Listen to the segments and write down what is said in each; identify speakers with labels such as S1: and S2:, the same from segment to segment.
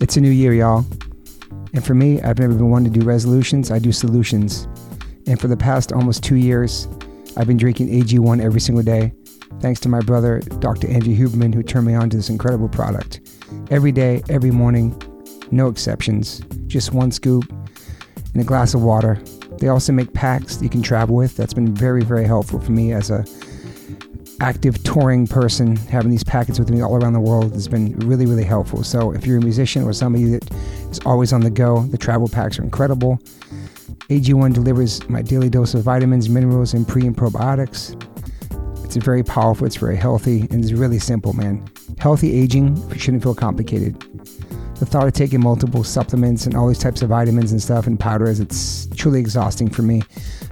S1: It's a new year, y'all. And for me, I've never been one to do resolutions, I do solutions. And for the past almost two years, I've been drinking AG1 every single day, thanks to my brother, Dr. Andrew Huberman, who turned me on to this incredible product. Every day, every morning, no exceptions, just one scoop and a glass of water. They also make packs that you can travel with. That's been very, very helpful for me as a active touring person, having these packets with me all around the world has been really, really helpful. So if you're a musician or somebody that is always on the go, the travel packs are incredible. AG1 delivers my daily dose of vitamins, minerals, and pre and probiotics. It's very powerful, it's very healthy, and it's really simple, man. Healthy aging shouldn't feel complicated. The thought of taking multiple supplements and all these types of vitamins and stuff and powders, it's truly exhausting for me.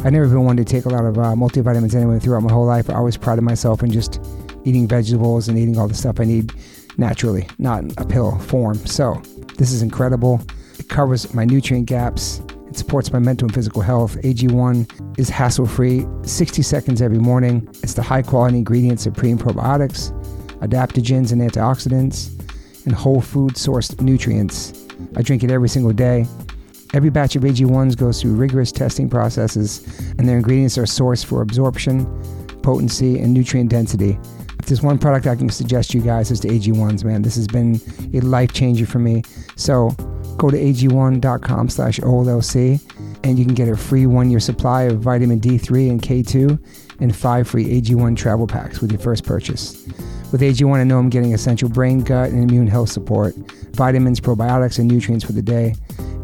S1: I've never been one to take a lot of uh, multivitamins anyway throughout my whole life. I always prided myself in just eating vegetables and eating all the stuff I need naturally, not in a pill form. So, this is incredible. It covers my nutrient gaps. It supports my mental and physical health. AG1 is hassle free, 60 seconds every morning. It's the high quality ingredients of pre and probiotics, adaptogens, and antioxidants, and whole food sourced nutrients. I drink it every single day. Every batch of AG1s goes through rigorous testing processes, and their ingredients are sourced for absorption, potency, and nutrient density. If there's one product I can suggest you guys, it's the AG1s, man. This has been a life changer for me. So go to ag1.com slash OLLC, and you can get a free one-year supply of vitamin D3 and K2 and five free AG1 travel packs with your first purchase. With AG1, I know I'm getting essential brain, gut, and immune health support, vitamins, probiotics, and nutrients for the day,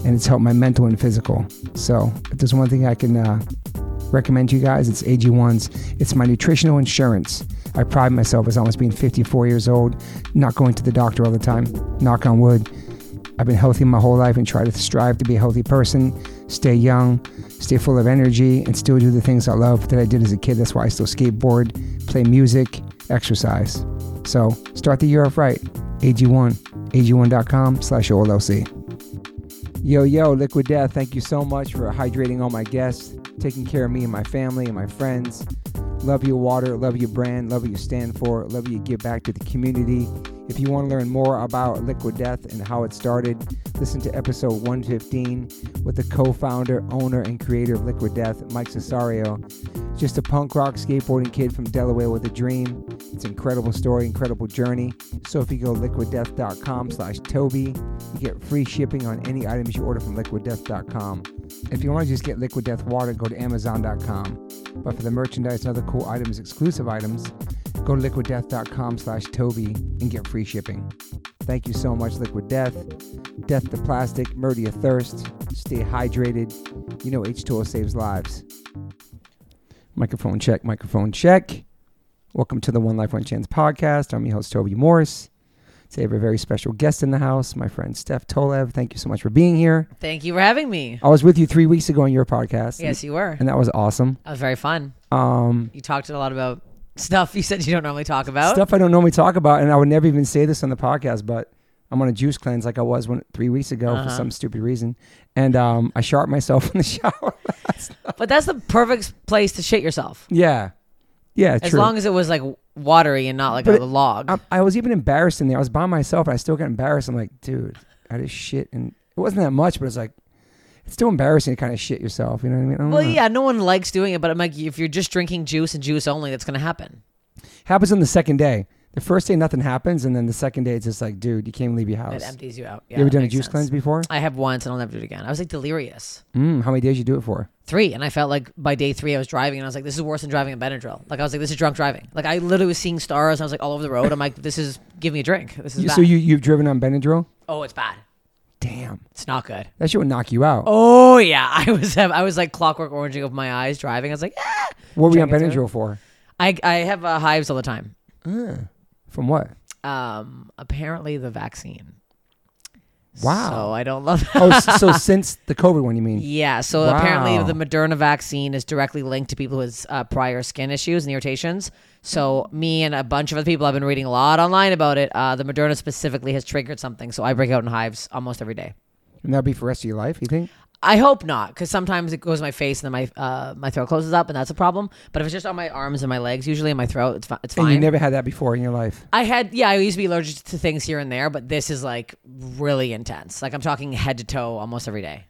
S1: and it's helped my mental and physical. So, if there's one thing I can uh, recommend to you guys, it's AG1s. It's my nutritional insurance. I pride myself as almost being 54 years old, not going to the doctor all the time, knock on wood. I've been healthy my whole life and try to strive to be a healthy person, stay young, stay full of energy, and still do the things I love that I did as a kid. That's why I still skateboard, play music, exercise. So start the year off right. AG1, AG1.com slash OLLC. Yo, yo, Liquid Death, thank you so much for hydrating all my guests, taking care of me and my family and my friends. Love your water, love your brand, love what you stand for, love what you give back to the community. If you want to learn more about Liquid Death and how it started, listen to episode 115 with the co founder, owner, and creator of Liquid Death, Mike Cesario. Just a punk rock skateboarding kid from Delaware with a dream. It's an incredible story, incredible journey. So if you go liquiddeath.com slash Toby, you get free shipping on any items you order from liquiddeath.com. If you want to just get Liquid Death water, go to amazon.com. But for the merchandise and other cool items, exclusive items, go to liquiddeath.com slash toby and get free shipping thank you so much liquid death death to plastic murder your thirst stay hydrated you know h2o saves lives microphone check microphone check welcome to the one life one chance podcast i'm your host toby morris today we have a very special guest in the house my friend steph tolev thank you so much for being here
S2: Thank you for having me.
S1: i was with you three weeks ago on your podcast
S2: Yes, you were.
S1: and that was awesome
S2: That was very fun.
S1: um,
S2: You talked a lot about stuff you said you don't normally talk about.
S1: stuff I don't normally talk about, and I would never even say this on the podcast, but I'm on a juice cleanse like I was when, three weeks ago for
S2: Uh-huh.
S1: some stupid reason, and um, I sharp myself in the shower.
S2: But that's the perfect place to shit yourself.
S1: yeah, yeah,
S2: As
S1: true.
S2: long as it was like watery and not like
S1: But um,
S2: a log.
S1: I, I was even embarrassed in there. I was by myself, and I still got embarrassed. I'm like, dude, I just shit, and it wasn't that much, but it's like, it's still embarrassing to kind of shit yourself. You know what I mean? I don't
S2: well,
S1: know.
S2: yeah, no one likes doing it, but I'm like, if you're just drinking juice and juice only, that's going to happen.
S1: happens on the second day. The first day, nothing happens, and then the second day, it's just like, dude, you can't leave your house.
S2: It empties you out. Yeah,
S1: you ever
S2: that
S1: done a
S2: makes
S1: juice
S2: sense.
S1: cleanse before?
S2: I have once and I'll never do it again. I was like delirious.
S1: Mm, how many days you do it for?
S2: Three. And I felt like by day three, I was driving and I was like, this is worse than driving a Benadryl. Like, I was like, this is drunk driving. Like, I literally was seeing stars. And I was like, all over the road. I'm like, this is, give me a drink. This is bad.
S1: So you you've driven on Benadryl?
S2: oh, it's bad.
S1: Damn.
S2: It's not good.
S1: That shit would knock you out.
S2: Oh yeah, I was I was like clockwork oranging of my eyes driving. I was like, ah!
S1: what were you on
S2: Check it out.
S1: Benadryl for?
S2: I I have uh, hives all the time.
S1: From what?
S2: Um, apparently the vaccine.
S1: Wow.
S2: So I don't love.
S1: oh, s- so since the COVID one, you mean?
S2: yeah. So apparently
S1: Wow.
S2: the Moderna vaccine is directly linked to people with uh, prior skin issues and irritations. So me and a bunch of other people have been reading a lot online about it. Uh, the Moderna specifically has triggered something. So I break out in hives almost every day.
S1: And that'll be for the rest of your life, you think?
S2: I hope not, because sometimes it goes in my face and then my uh, my throat closes up, and that's a problem. But if it's just on my arms and my legs, usually in my throat, it's, fi- it's
S1: And
S2: fine.
S1: you never had that before in your life.
S2: I had, yeah, I used to be allergic to things here and there, but this is like really intense. Like I'm talking head to toe almost every day,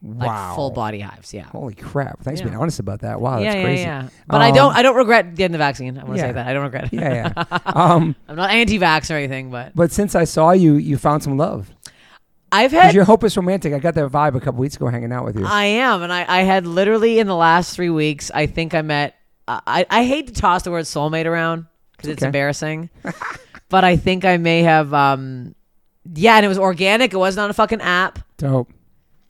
S2: like
S1: Wow.
S2: full body hives. Yeah.
S1: Holy crap! Thanks for
S2: Yeah.
S1: being honest about that. Wow,
S2: yeah,
S1: that's
S2: yeah,
S1: crazy. Um,
S2: yeah. But I don't, I don't regret getting the vaccine. I want to
S1: yeah.
S2: say that I don't regret it.
S1: yeah, yeah. Um,
S2: I'm not anti-vax or anything, but
S1: but since I saw you, you found some love.
S2: I've
S1: Because
S2: had
S1: your hope is romantic. I got that vibe a couple weeks ago hanging out with you.
S2: I am, and I, I had literally in the last three weeks, I think I met. I, I hate to toss the word soulmate around because it's
S1: Okay.
S2: embarrassing, but I think I may have. um Yeah, and it was organic. It wasn't on a fucking app.
S1: Dope.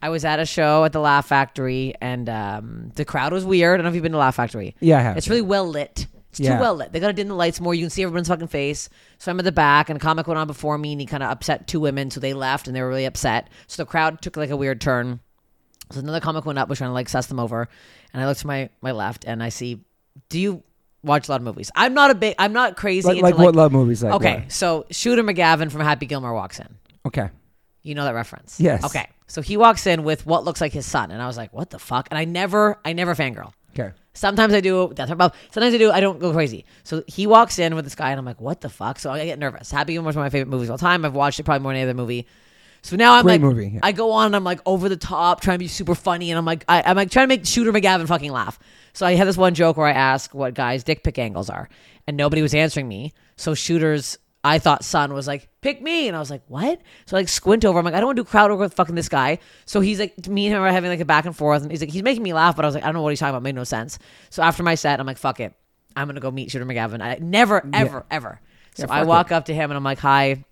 S2: I was at a show at the Laugh Factory, and um the crowd was weird. I don't know if you've been to Laugh Factory.
S1: Yeah, I have.
S2: It's really well lit. It's
S1: Yeah.
S2: too well lit. They gotta dim the lights more. You can see everyone's fucking face. So I'm at the back, and a comic went on before me, and he kind of upset two women, so they left, and they were really upset. So the crowd took like a weird turn. So another comic went up, was trying to like suss them over, and I looked to my my left, and I see, do you watch a lot of movies? I'm not a big, I'm not crazy.
S1: like,
S2: into,
S1: like what love movies like?
S2: Okay,
S1: yeah.
S2: so Shooter McGavin from Happy Gilmore walks in.
S1: Okay.
S2: You know that reference?
S1: Yes.
S2: Okay. So he walks in with what looks like his son, and I was like, "What the fuck?" And I never, I never fangirl.
S1: Okay.
S2: Sometimes I do. That's my problem. Sometimes I do. I don't go crazy. So he walks in with this guy, and I'm like, "What the fuck?" So I get nervous. Happy Gilmore's one of my favorite movies of all time. I've watched it probably more than any other movie. So now I'm
S1: Great
S2: like,
S1: movie, yeah.
S2: I go on and I'm like over the top, trying to be super funny, and I'm like, I, I'm like trying to make Shooter McGavin fucking laugh. So I had this one joke where I ask what guys' dick pic angles are, and nobody was answering me. So Shooter's, I thought son was like, pick me, and I was like, what? So I like squint over. I'm like, I don't want to do crowd work with fucking this guy. So he's like, me and him are having like a back and forth, and he's like, he's making me laugh, but I was like, I don't know what he's talking about. It made no sense. So after my set, I'm like, fuck it, I'm gonna go meet Shooter McGavin. I never, ever, ever. So I
S1: fuck it.
S2: walk up to him and I'm like, hi.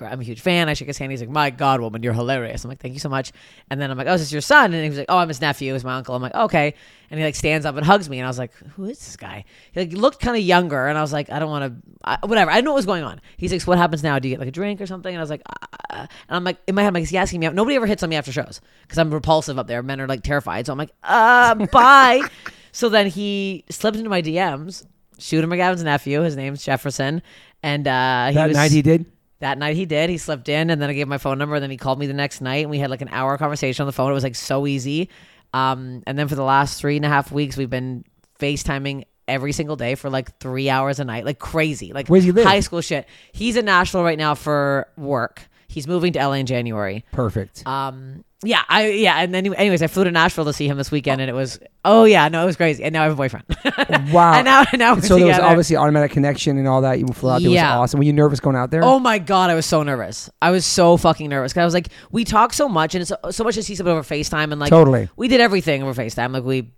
S2: I'm a huge fan. I shake his hand. He's like, "My God, woman, you're hilarious." I'm like, "Thank you so much." And then I'm like, "Oh, is this your son?" And he was like, "Oh, I'm his nephew. He's my uncle." I'm like, "Okay." And he like stands up and hugs me, and I was like, "Who is this guy?" He like looked kind of younger, and I was like, "I don't want to, whatever." I didn't know what was going on. He's like, so "What happens now? Do you get like a drink or something?" And I was like, uh, "And I'm like, in my head, I'm like, is he asking me out?" Nobody ever hits on me after shows because I'm repulsive up there. Men are like terrified, so I'm like, "Uh, bye." so then he slipped into my DMs. Shooter McGavin's nephew. His name's Jefferson, and uh, he
S1: That
S2: was,
S1: night he did.
S2: that night he did. He slept in, and then I gave my phone number. And then he called me the next night, and we had like an hour conversation on the phone. It was like so easy. Um, and then for the last three and a half weeks, we've been FaceTiming every single day for like three hours a night, like crazy, like
S1: Where does he live?
S2: high school shit. He's in Nashville right now for work. He's moving to LA in January.
S1: Perfect.
S2: Um, yeah, I yeah, and then anyways, I flew to Nashville to see him this weekend, and it was oh yeah, no, it was crazy. And now I have a boyfriend.
S1: wow.
S2: and now now we're
S1: And so there was
S2: together.
S1: obviously automatic connection and all that. You flew out there.
S2: Yeah.
S1: It was awesome. Were you nervous going out there?
S2: Oh my god, I was so nervous. I was so fucking nervous 'Cause I was like, we talk so much, and it's so, so much to see something over Facetime, and like,
S1: Totally.
S2: we did everything over Facetime. Like we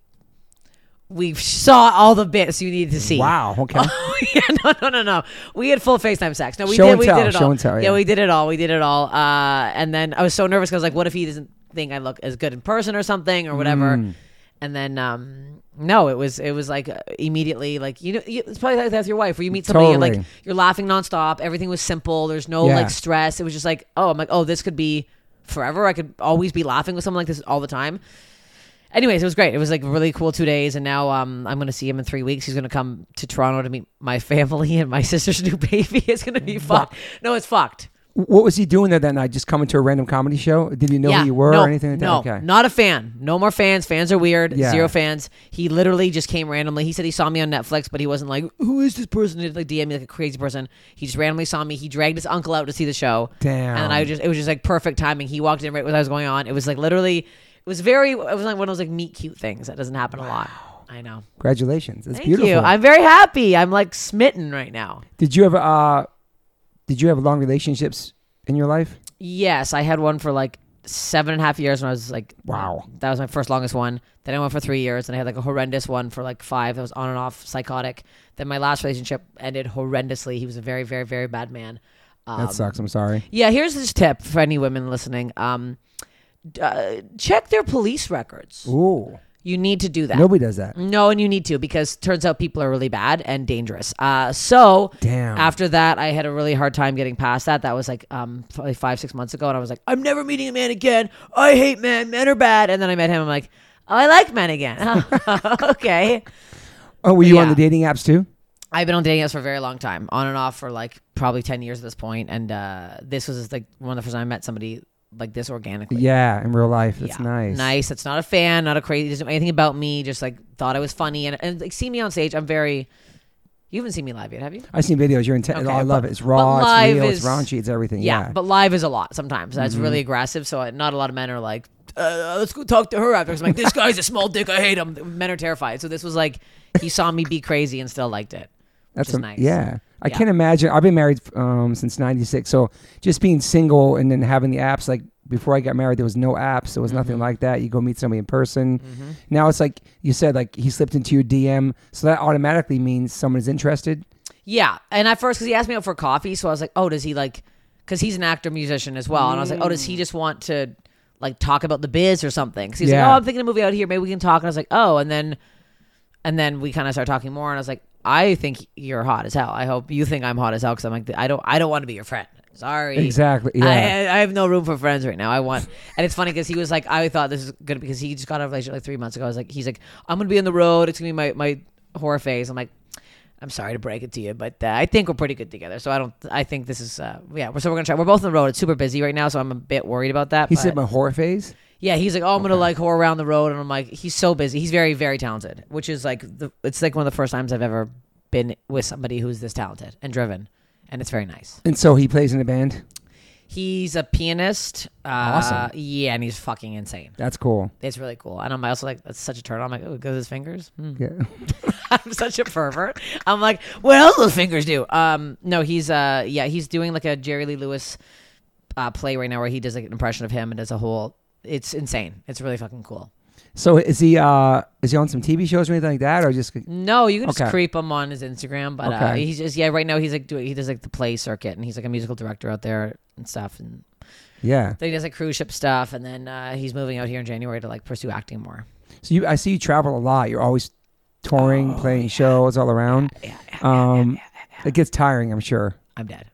S2: we saw all the bits you needed to see.
S1: Wow. Okay.
S2: yeah, Uh, no, no, no, no. We had full FaceTime sex. No, we
S1: Show
S2: did.
S1: and
S2: we
S1: tell,
S2: did it
S1: show
S2: all.
S1: and tell,
S2: yeah.
S1: yeah.
S2: we did it all. We did it all. Uh, and then I was so nervous because like, what if he doesn't think I look as good in person or something or whatever?
S1: Mm.
S2: And then um, no, it was it was like uh, immediately like you know you, it's probably like that with your wife where you meet somebody you're
S1: Totally.
S2: like you're laughing nonstop. Everything was simple. There's no
S1: Yeah.
S2: like stress. It was just like oh I'm like oh this could be forever. I could always be laughing with someone like this all the time anyways, it was great. It was like really cool two days, and now um, I'm gonna see him in three weeks. He's gonna come to Toronto to meet my family and my sister's new baby. It's gonna be fucked. No, it's fucked.
S1: what was he doing there that night? Just coming to a random comedy show? Did you know
S2: yeah,
S1: who you were
S2: no,
S1: or anything like that?
S2: no,
S1: Okay.
S2: not a fan. No more fans. Fans are weird.
S1: Yeah.
S2: Zero fans. He literally just came randomly. He said he saw me on Netflix, but he wasn't like, "Who is this person?" He like DM me like a crazy person. He just randomly saw me. He dragged his uncle out to see the show.
S1: Damn.
S2: And I just it was just like perfect timing. He walked in right when I was going on. It was like literally. It was very. It was like one of those like meet cute things that doesn't happen a lot. I know.
S1: Congratulations. That's
S2: Thank
S1: beautiful.
S2: you. I'm very happy. I'm like smitten right now.
S1: did you have uh did you have long relationships in your life?
S2: Yes, I had one for like seven and a half years when I was like,
S1: Wow.
S2: that was my first longest one. Then I went for three years, and I had like a horrendous one for like five. That was on and off, psychotic. Then my last relationship ended horrendously. He was a very, very, very bad man. Um,
S1: That sucks. I'm sorry.
S2: Yeah, here's this tip for any women listening. Um, d- uh, check their police records.
S1: Ooh.
S2: You need to do that.
S1: Nobody does that.
S2: No, and you need to because turns out people are really bad and dangerous. Uh, so
S1: Damn.
S2: After that, I had a really hard time getting past that. That was like um probably five six months ago, and I was like, I'm never meeting a man again. I hate men. Men are bad. And then I met him. I'm like, oh, I like men again. okay.
S1: Oh, were you on
S2: Yeah.
S1: the dating apps too?
S2: I've been on dating apps for a very long time, on and off for like probably ten years at this point, and uh, this was like one of the first time I met somebody like this organically.
S1: Yeah, in real life. That's
S2: Yeah.
S1: nice.
S2: Nice. That's not a fan, not a crazy, doesn't know anything about me, just like thought I was funny. And, and like, see me on stage. I'm very, you haven't seen me live yet, have you?
S1: I've seen videos. You're intense.
S2: Okay,
S1: I love
S2: but-
S1: it. It's
S2: but
S1: raw.
S2: live
S1: It's real.
S2: is-
S1: it's raunchy. It's everything.
S2: Yeah,
S1: Yeah.
S2: but live is a lot sometimes. That's really aggressive. So uh, not a lot of men are like, uh, let's go talk to her after. 'Cause I'm like, this guy's a small dick. I hate him. Men are terrified. So this was like, he saw me be crazy and still liked it.
S1: That's
S2: which is
S1: am-
S2: nice.
S1: Yeah. I
S2: Yeah.
S1: can't imagine. I've been married um, since '96, so just being single and then having the apps. Like before I got married, there was no apps. There was
S2: Mm-hmm.
S1: nothing like that. You go meet somebody in person. Now it's like you said, like he slipped into your DM, so that automatically means someone's interested.
S2: Yeah, and at first, because he asked me out for coffee, so I was like, "Oh, does he like?" Because he's an actor musician as well, and I was like, "Oh, does he
S1: Mm.
S2: just want to like talk about the biz or something?" Because he's
S1: Yeah.
S2: like, "Oh, I'm thinking of moving out here. Maybe we can talk." And I was like, "Oh," and then and then we kind of started talking more, and I was like, "I think you're hot as hell. I hope you think I'm hot as hell." Because I'm like, I don't, I don't want to be your friend. Sorry.
S1: Exactly. Yeah.
S2: I, I have no room for friends right now. I want, and it's funny because he was like, I thought this is good because he just got out of a relationship like three months ago. I was like, he's like, I'm gonna be on the road. It's gonna be my my horror phase. I'm like, I'm sorry to break it to you, but uh, I think we're pretty good together. So I don't, I think this is, uh, yeah. We're so we're gonna try. We're both on the road. It's super busy right now, so I'm a bit worried about that.
S1: he
S2: but-
S1: said my horror phase.
S2: yeah, he's like, oh, I'm gonna like whore around the road, and I'm like, he's so busy. He's very, very talented, which is like, the, it's like one of the first times I've ever been with somebody who's this talented and driven, and it's very nice.
S1: And so he plays in a band.
S2: He's a pianist. Uh,
S1: Awesome.
S2: Yeah, and he's fucking insane.
S1: That's cool.
S2: It's really cool. And I'm also like, that's such a turn. on. I'm like, oh, it goes his fingers. Hmm.
S1: Yeah.
S2: I'm such a pervert. I'm like, what else those fingers do? Um, no, he's uh, yeah, he's doing like a Jerry Lee Lewis uh, play right now where he does like an impression of him and does a whole. It's insane. It's really fucking cool.
S1: So is he uh is he on some TV shows or anything like that, or just
S2: No, you can just
S1: Okay.
S2: creep him on his Instagram, but uh,
S1: Okay.
S2: he's just yeah. Right now he's like doing he does like the play circuit and he's like a musical director out there and stuff. And
S1: yeah?
S2: then he does like cruise ship stuff, and then uh, he's moving out here in January to like pursue acting more.
S1: So you, I see you travel a lot. You're always touring,
S2: Oh,
S1: playing shows all around. um, it gets tiring, I'm sure.
S2: I'm dead.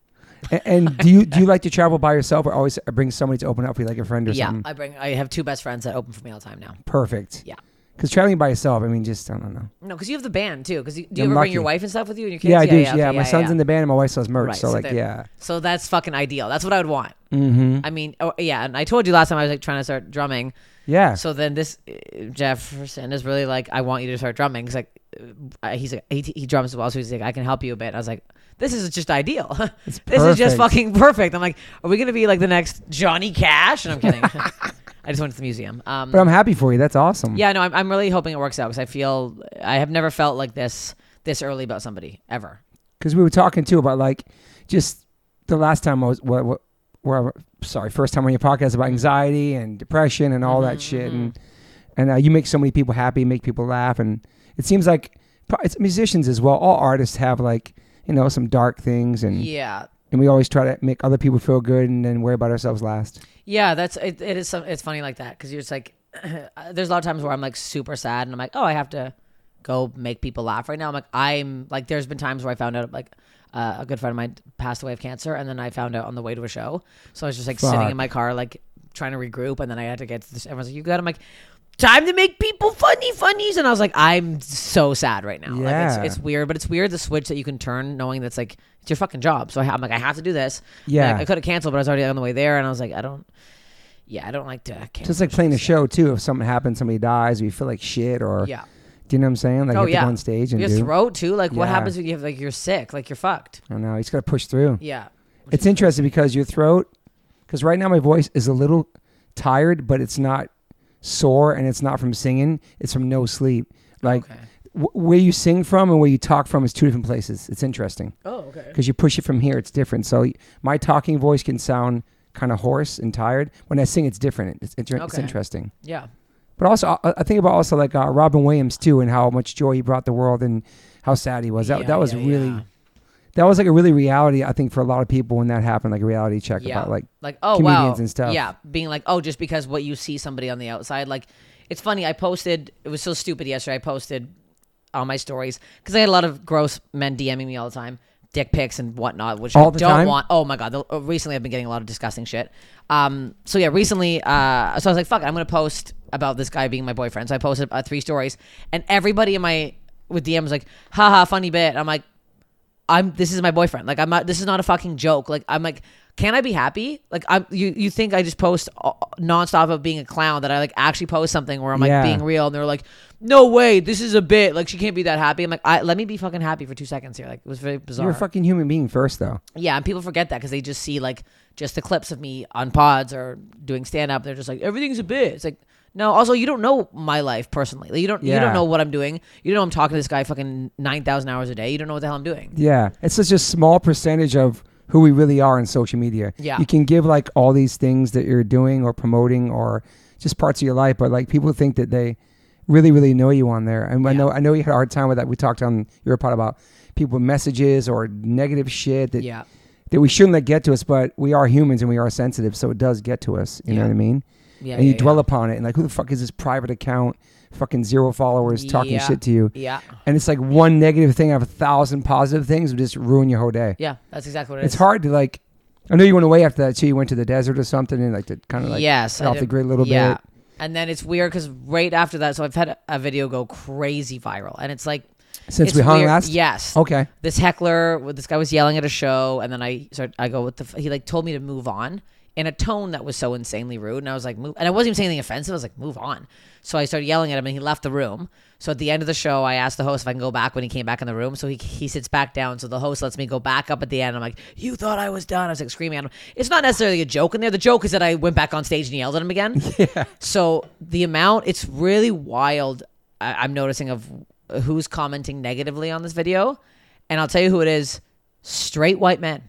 S1: And, and do you do you like to travel by yourself, or always bring somebody to open up for you, like a friend or
S2: Yeah,
S1: something?
S2: I bring. I have two best friends that open for me all the time now.
S1: Perfect.
S2: Yeah.
S1: Because traveling by yourself, I mean, just I don't know.
S2: No, because you have the band too. Because do you
S1: I'm
S2: ever bring your
S1: lucky.
S2: wife and stuff with you and your kids?
S1: Yeah, I do. Yeah,
S2: okay,
S1: my son's
S2: yeah.
S1: in the band, and my wife sells merch.
S2: Right,
S1: so,
S2: so
S1: like,
S2: they're-
S1: yeah,
S2: So that's fucking ideal. That's what I would want. I mean, oh, yeah. And I told you last time I was like trying to start drumming.
S1: yeah.
S2: So then this uh, Jefferson is really like, I want you to start drumming. Cause like, uh, he's like, he, he drums as well. So he's like, I can help you a bit. I was like, this is just ideal. this is
S1: perfect.
S2: just fucking perfect. I'm like, are we gonna be like the next Johnny Cash? And I'm kidding. I just went to the museum. Um,
S1: but I'm happy for you. That's awesome.
S2: Yeah, no, I'm, I'm really hoping it works out because I feel I have never felt like this this early about somebody ever.
S1: Because we were talking too about like just the last time I was what what where I, sorry first time on your podcast about anxiety and depression and all
S2: Mm-hmm,
S1: that shit and and uh, you make so many people happy, make people laugh, and it seems like pro- it's musicians as well. All artists have like you know some dark things and
S2: Yeah,
S1: and we always try to make other people feel good and then worry about ourselves last.
S2: yeah, that's it. It is some. It's funny like that because you're just like, uh, there's a lot of times where I'm like super sad and I'm like, oh, I have to go make people laugh right now. I'm like, I'm like, there's been times where I found out like. Uh, a good friend of mine passed away of cancer, and then I found out on the way to a show. So I was just like sitting
S1: Fuck.
S2: in my car, like trying to regroup, and then I had to get to this. Everyone's like, "You got?" I'm like, "Time to make people funny, funnies," and I was like, "I'm so sad right now."
S1: Yeah.
S2: Like it's, it's weird, but it's weird the switch that you can turn, knowing that's like it's your fucking job. So I, I'm like, I have to do this. And,
S1: Yeah.
S2: like, I could have canceled, but I was already on the way there, and I was like, I don't. Yeah, I don't like to. Cancel.
S1: Just like playing a show too. If something happens, somebody dies, we feel like shit or
S2: Yeah.
S1: Do you know what I'm saying? Like
S2: Oh
S1: you have to
S2: yeah.
S1: go on stage and
S2: your
S1: do.
S2: throat too. Like, what
S1: Yeah.
S2: happens when you have like you're sick? Like you're fucked.
S1: I know. You just got to push through.
S2: Yeah.
S1: It's interesting because your throat, because right now my voice is a little tired, but it's not sore and it's not from singing. It's from no sleep. Like
S2: Okay.
S1: w- where you sing from and where you talk from is two different places. It's interesting
S2: Oh okay.
S1: because you push it from here, it's different. So my talking voice can sound kind of hoarse and tired. When I sing, it's different. It's, inter- it's
S2: Okay.
S1: interesting.
S2: Yeah.
S1: But also, I, I think about also like uh, Robin Williams too, and how much joy he brought the world, and how sad he was. That
S2: Yeah,
S1: that was
S2: yeah,
S1: really,
S2: yeah.
S1: that was like a really reality. I think for a lot of people when that happened, like a reality check
S2: yeah.
S1: about like
S2: like oh
S1: comedians
S2: wow
S1: and stuff.
S2: yeah being like oh just because what you see somebody on the outside like it's funny i posted it was so stupid yesterday i posted on my stories because i had a lot of gross men dming me all the time dick pics and whatnot which
S1: All
S2: i
S1: the
S2: don't
S1: time?
S2: want oh my god the- uh, recently i've been getting a lot of disgusting shit um so yeah recently uh so i was like fuck it, i'm gonna post about this guy being my boyfriend so i posted uh, three stories and everybody in my with dm was like haha funny bit i'm like I'm this is my boyfriend. Like I'm not this is not a fucking joke. Like I'm like can I be happy? Like I'm you you think I just post uh, nonstop of being a clown that I like actually post something where I'm like
S1: Yeah.
S2: being real and they're like, no way, this is a bit. Like she can't be that happy. I'm like, I, let me be fucking happy for two seconds here. Like it was very bizarre.
S1: You're a fucking human being first, though.
S2: Yeah, and people forget that because they just see like just the clips of me on pods or doing stand up. They're just like everything's a bit. It's like no. Also, you don't know my life personally. Like, you don't. You
S1: Yeah.
S2: don't know what I'm doing. You don't know I'm talking to this guy fucking nine thousand hours a day. You don't know what the hell I'm doing.
S1: Yeah, it's such a small percentage of who we really are in social media.
S2: Yeah.
S1: you can give like all these things that you're doing or promoting or just parts of your life, but like people think that they really, really know you on there. And I know, I know you had a hard time with that. We talked on your part about people with messages or negative shit that
S2: Yeah.
S1: that we shouldn't let get to us, but we are humans and we are sensitive, so it does get to us. You know
S2: Yeah.
S1: what I mean?
S2: Yeah.
S1: and you
S2: yeah,
S1: dwell upon it, and like, who the fuck is this private account? Fucking zero followers talking
S2: Yeah.
S1: shit to you.
S2: Yeah.
S1: And it's like one negative thing out of a thousand positive things would just ruin your whole day.
S2: Yeah. That's exactly what it
S1: It's
S2: is.
S1: hard to like. I know you went away after that too. You went to the desert or something, and like to kind of like
S2: yes,
S1: get
S2: I
S1: off the
S2: did-
S1: grid a little
S2: yeah.
S1: bit.
S2: And then it's weird because right after that, so I've had a- a video go crazy viral, and it's like
S1: Since
S2: it's
S1: we hung
S2: weird-
S1: last?
S2: Yes.
S1: Okay.
S2: this heckler with- this guy was yelling at a show and then i started i go with the f- he like told me to move on in a tone that was so insanely rude and i was like move and i wasn't even saying anything offensive i was like move on so i started yelling at him and he left the room so at the end of the show i asked the host if i can go back when he came back in the room so he, he sits back down so the host lets me go back up at the end i'm like you thought i was done i was like screaming at him it's not necessarily a joke in there the joke is that i went back on stage and yelled at him again so the amount it's really wild I- i'm noticing of who's commenting negatively on this video and I'll tell you who it is straight white men.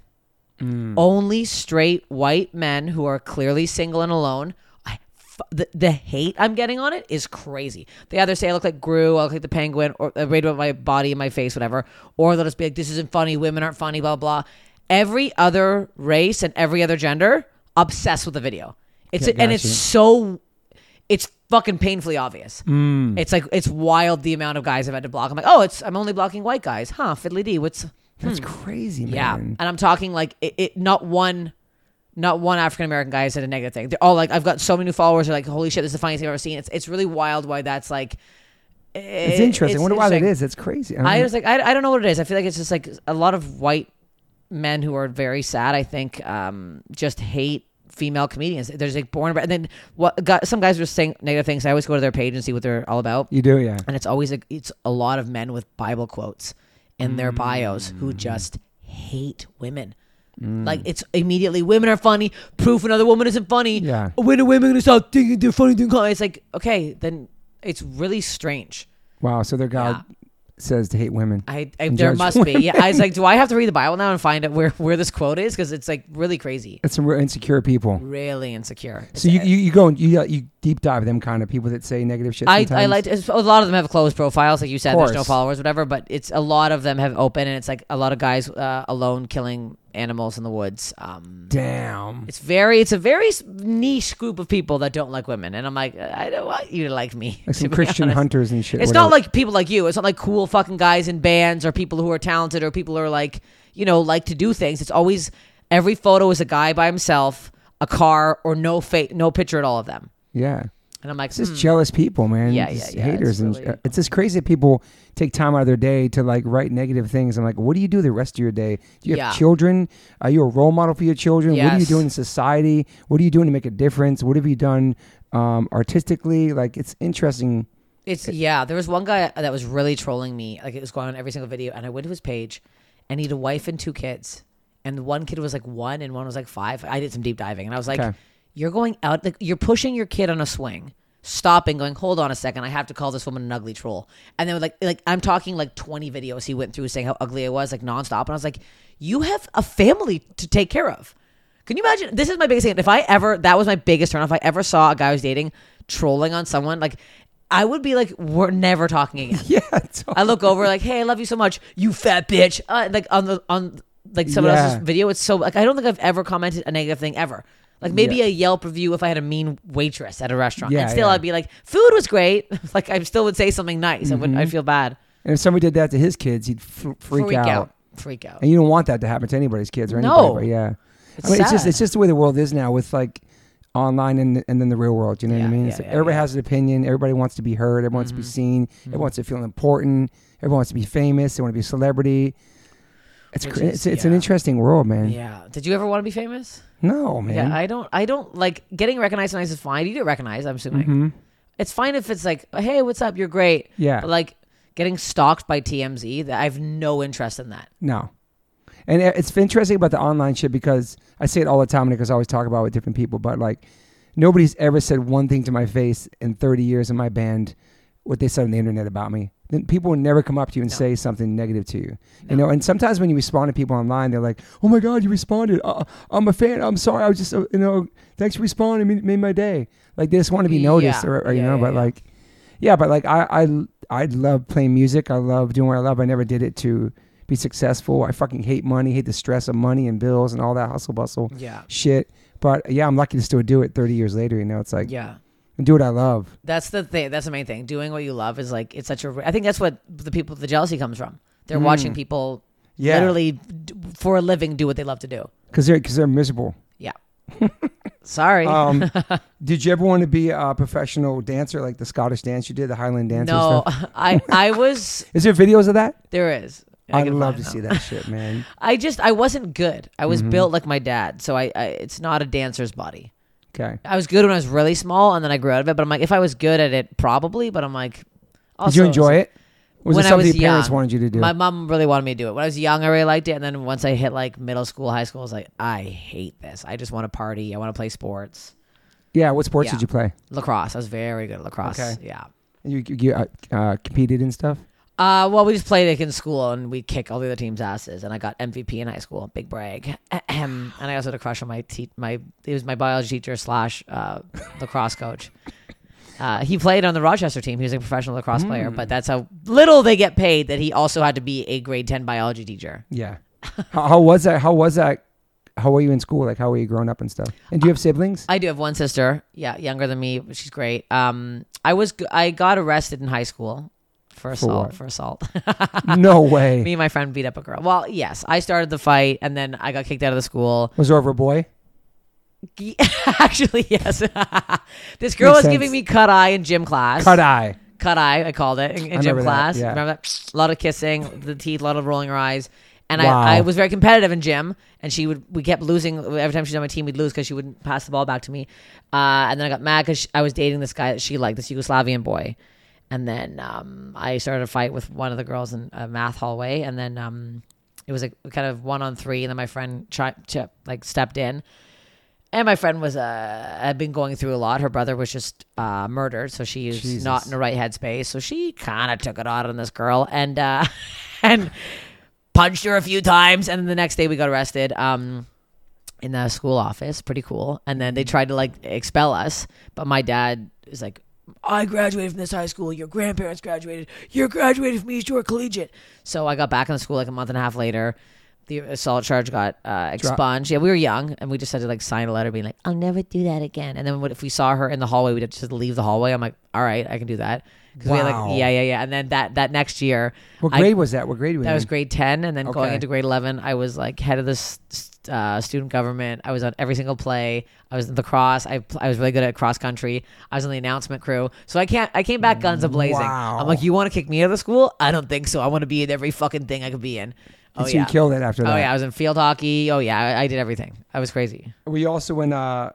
S1: Mm.
S2: Only straight white men who are clearly single and alone. I, f- the, the hate I'm getting on it is crazy. They either say I look like Gru, I look like the penguin, or uh, right about my body and my face, whatever. Or they'll just be like, this isn't funny, women aren't funny, blah, blah. Every other race and every other gender obsessed with the video. It's
S1: Yeah,
S2: And it's
S1: gotcha.
S2: so, it's fucking painfully obvious.
S1: Mm.
S2: It's like it's wild the amount of guys I've had to block. I'm like, oh, it's I'm only blocking white guys, huh? Fiddly d. What's
S1: That's crazy,
S2: Hmm. yeah?
S1: man.
S2: And I'm talking like it, it not one, not one African American guy said a negative thing. They're all like, I've got so many new followers. They're like, holy shit, this is the funniest thing I've ever seen. It's it's really wild why that's like.
S1: It's interesting. I wonder why that is. It's crazy.
S2: I
S1: don't
S2: was like, I, I don't know what it is. I feel like it's just like a lot of white men who are very sad. I think um, just hate female comedians. They're just like born and then what? Got, some guys were saying negative things. I always go to their page and see what they're all about
S1: you do, yeah.
S2: and it's always a, it's a lot of men with bible quotes in their bios who
S1: Mm.
S2: just hate women like it's immediately women are funny proof another woman isn't funny
S1: Yeah.
S2: when are women gonna stop thinking they're funny doing comedy? it's like okay then it's really strange
S1: Wow. So their God says to hate women.
S2: I, I there
S1: judge
S2: must be. Yeah, I was like, do I have to read the Bible now and find out where, where this quote is? Because it's like really crazy,
S1: It's some real insecure people.
S2: really insecure.
S1: So you, you, you go and you, you deep dive them kind of people that say negative shit.
S2: I, I
S1: sometimes.
S2: like it's- a lot of them have closed profiles, like you said. There's no
S1: Course.
S2: followers, whatever. But it's a lot of them have open, and it's like a lot of guys uh, alone killing animals in the woods. Um,
S1: Damn.
S2: it's very, it's a very s- niche group of people that don't like women, and I'm like, I don't want you to like me.
S1: Like
S2: to
S1: some
S2: be
S1: Christian
S2: honest.
S1: hunters and shit.
S2: It's
S1: whatever.
S2: not like people like you. It's not like cool fucking guys in bands or people who are talented or people who are like, you know, like to do things. It's always every photo is a guy by himself, a car, or no fa- no picture at all of them.
S1: Yeah.
S2: And I'm like,
S1: It's just
S2: hmm.
S1: jealous people, man.
S2: Yeah,
S1: Just
S2: yeah, yeah, it's
S1: Haters and uh,
S2: really-
S1: it's just crazy that people take time out of their day to like write negative things. I'm like, what do you do the rest of your day? Do you
S2: Yeah.
S1: have children? Are you a role model for your children? What are you
S2: Yes.
S1: doing in society? What are you doing to make a difference? What have you done um, artistically? Like, it's interesting.
S2: It's yeah. There was one guy that was really trolling me. Like it was going on every single video, and I went to his page, and he had a wife and two kids, and the one kid was like one, and one was like five. I did some deep diving, and I was like,
S1: Okay.
S2: "You're going out. Like, you're pushing your kid on a swing." Stopping, going. Hold on a second. I have to call this woman an ugly troll. And then, like, like I'm talking like 20 videos he went through saying how ugly I was, like nonstop. And I was like, "You have a family to take care of. Can you imagine? This is my biggest thing. If I ever, that was my biggest turn. If I ever saw a guy I was dating trolling on someone, like, I would be like, we're never talking again.
S1: Yeah. it's-
S2: I look over, like, hey, I love you so much, you fat bitch. Uh, like on the on like someone
S1: Yeah.
S2: else's video, it's so like I don't think I've ever commented a negative thing ever. Like maybe a Yelp review if I had a mean waitress at a restaurant,
S1: Yeah,
S2: and still
S1: yeah.
S2: I'd be like, food was great. like I still would say something nice. I wouldn't. I feel bad.
S1: and if somebody did that to his kids, he'd f- Mm-hmm. freak, out.
S2: Freak out.
S1: And you don't want that to happen to anybody's kids or anybody.
S2: No.
S1: But yeah.
S2: It's
S1: I mean, it's just
S2: sad.
S1: it's just the way the world is now with like online and and then the real world. You know what
S2: Yeah,
S1: I mean?
S2: yeah,
S1: it's like
S2: yeah,
S1: everybody
S2: yeah. Mm-hmm.
S1: has an opinion. Everybody wants to be heard. Everyone wants to be seen. Everyone wants to feel important. Everyone wants to be famous. They want to be a celebrity. It's
S2: Which
S1: cra-
S2: is-
S1: it's, it's an
S2: yeah.
S1: interesting world, man.
S2: Yeah. Did you ever want to be famous?
S1: No, man.
S2: Yeah, I don't. I don't like getting recognized. Nice is fine. You get recognized. I'm assuming it's fine if it's like, hey, what's up? You're great.
S1: Mm-hmm. Yeah.
S2: But like getting stalked by TMZ, that I have no interest in that.
S1: No. And it- it's interesting about the online shit because I say it all the time because I always talk about it with different people, but like nobody's ever said one thing to my face in 30 years in my band what they said on the internet about me. Then people will never come up to you and
S2: No.
S1: say something negative to you. You know, and sometimes when you respond to people online, they're like, "Oh my god, you responded. Uh, I'm a fan. I'm sorry. I was just, uh, you know, thanks for responding. It made my day." Like they just want to be noticed
S2: Yeah.
S1: or, or, you
S2: Yeah,
S1: know,
S2: yeah,
S1: but
S2: yeah.
S1: like yeah, but like I I I love playing music. I love doing what I love. I never did it to be successful. I fucking hate money, hate the stress of money and bills and all that hustle bustle
S2: Yeah.
S1: shit. But yeah, I'm lucky to still do it 30 years later. You know, it's like
S2: Yeah.
S1: do what I love.
S2: That's the thing. That's the main thing. Doing what you love is like it's such a. I think that's what the people the jealousy comes from. They're watching people
S1: Mm. Yeah.
S2: literally d- for a living do what they love to do.
S1: because they're because they're miserable.
S2: Yeah. Sorry.
S1: Um, did you ever want to be a professional dancer like the Scottish dance you did, the Highland dance? and
S2: no,
S1: stuff?
S2: I I was
S1: Is there videos of that?
S2: there is. I
S1: I'd
S2: can
S1: love
S2: find
S1: to
S2: them.
S1: see that Mm-hmm. shit, man.
S2: I just I wasn't good. I was built like my dad, so I, I it's not a dancer's body.
S1: Okay.
S2: I was good when I was really small, and then I grew out of it. But I'm like, if I was good at it, probably. But I'm like, also,
S1: Did you enjoy it? Was it
S2: when I
S1: something
S2: was
S1: your parents
S2: young,
S1: wanted you to do?
S2: My mom really wanted me to do it. When I was young, I really liked it, and then once I hit like middle school, high school, I was like, I hate this. I just want to party. I want to play sports.
S1: yeah. What sports
S2: Yeah.
S1: did you play?
S2: Lacrosse. I was very good at lacrosse.
S1: Okay.
S2: Yeah.
S1: You, you, you uh, uh, competed and stuff.
S2: Uh, well, we just played like in school and we kick all the other team's asses, and I got MVP in high school. Big brag. Ahem. and I also had a crush on my te- my it was my biology teacher slash uh, lacrosse coach. Uh, he played on the Rochester team. He was a professional lacrosse player, but that's how little they get paid that he also had to be a grade ten biology teacher.
S1: Yeah. how, how was that? How was that? How were you in school? Like, how were you growing up and stuff? And do you have siblings?
S2: I do have one sister, yeah, younger than me. but She's great. Um, I was g- I got arrested in high school for assault
S1: what?
S2: for assault.
S1: no way.
S2: me and my friend beat up a girl. Well, yes, I started the fight, and then I got kicked out of the school.
S1: was there over a boy?
S2: Ye- Actually, yes. this girl
S1: Makes
S2: was giving
S1: sense.
S2: me cut eye in gym class.
S1: Cut eye.
S2: Cut eye, I called it in, in gym
S1: remember that,
S2: class.
S1: yeah.
S2: Remember that? A lot of kissing, the teeth, a lot of rolling her eyes. And
S1: Wow.
S2: I, I was very competitive in gym, and she would we kept losing every time she was on my team. We'd lose because she wouldn't pass the ball back to me. Uh, and then I got mad because I was dating this guy that she liked, this Yugoslavian boy. And then um, I started a fight with one of the girls in a math hallway, and then um, it was like kind of one on three. And then my friend tri- chi- like stepped in, and my friend was uh had been going through a lot. Her brother was just uh murdered, so she's
S1: Jesus.
S2: not in the right headspace. So she kind of took it out on this girl and uh and punched her a few times. And then the next day we got arrested. Um. In the school office, pretty cool. And then they tried to like expel us, but my dad is like, "I graduated from this high school. Your grandparents graduated. You're graduated from East Shore Collegiate." So I got back in the school like a month and a half later. The assault charge got uh, expunged. Yeah, we were young, and we just had to like sign a letter being like, "I'll never do that again." And then what if we saw her in the hallway? We'd have to just leave the hallway. I'm like, "All right, I can do that." 'Cause we had, like-
S1: Wow.
S2: yeah, yeah, yeah. And then that that next year,
S1: What
S2: I-
S1: grade was that? What grade were you
S2: that was
S1: in?
S2: grade 10 and then going
S1: Mm. Okay.
S2: into grade 11 i was like head of this uh, student government i was on every single play i was in the cross I, pl- I was really good at cross country i was on the announcement crew so i can't i came back guns a blazing
S1: Wow.
S2: i'm like you want to kick me out of the school i don't think so i want to be in every fucking thing i could be in oh
S1: And so
S2: yeah
S1: you killed it after that.
S2: oh yeah i was in field hockey oh yeah I, I did everything i was crazy
S1: Were you also in, uh,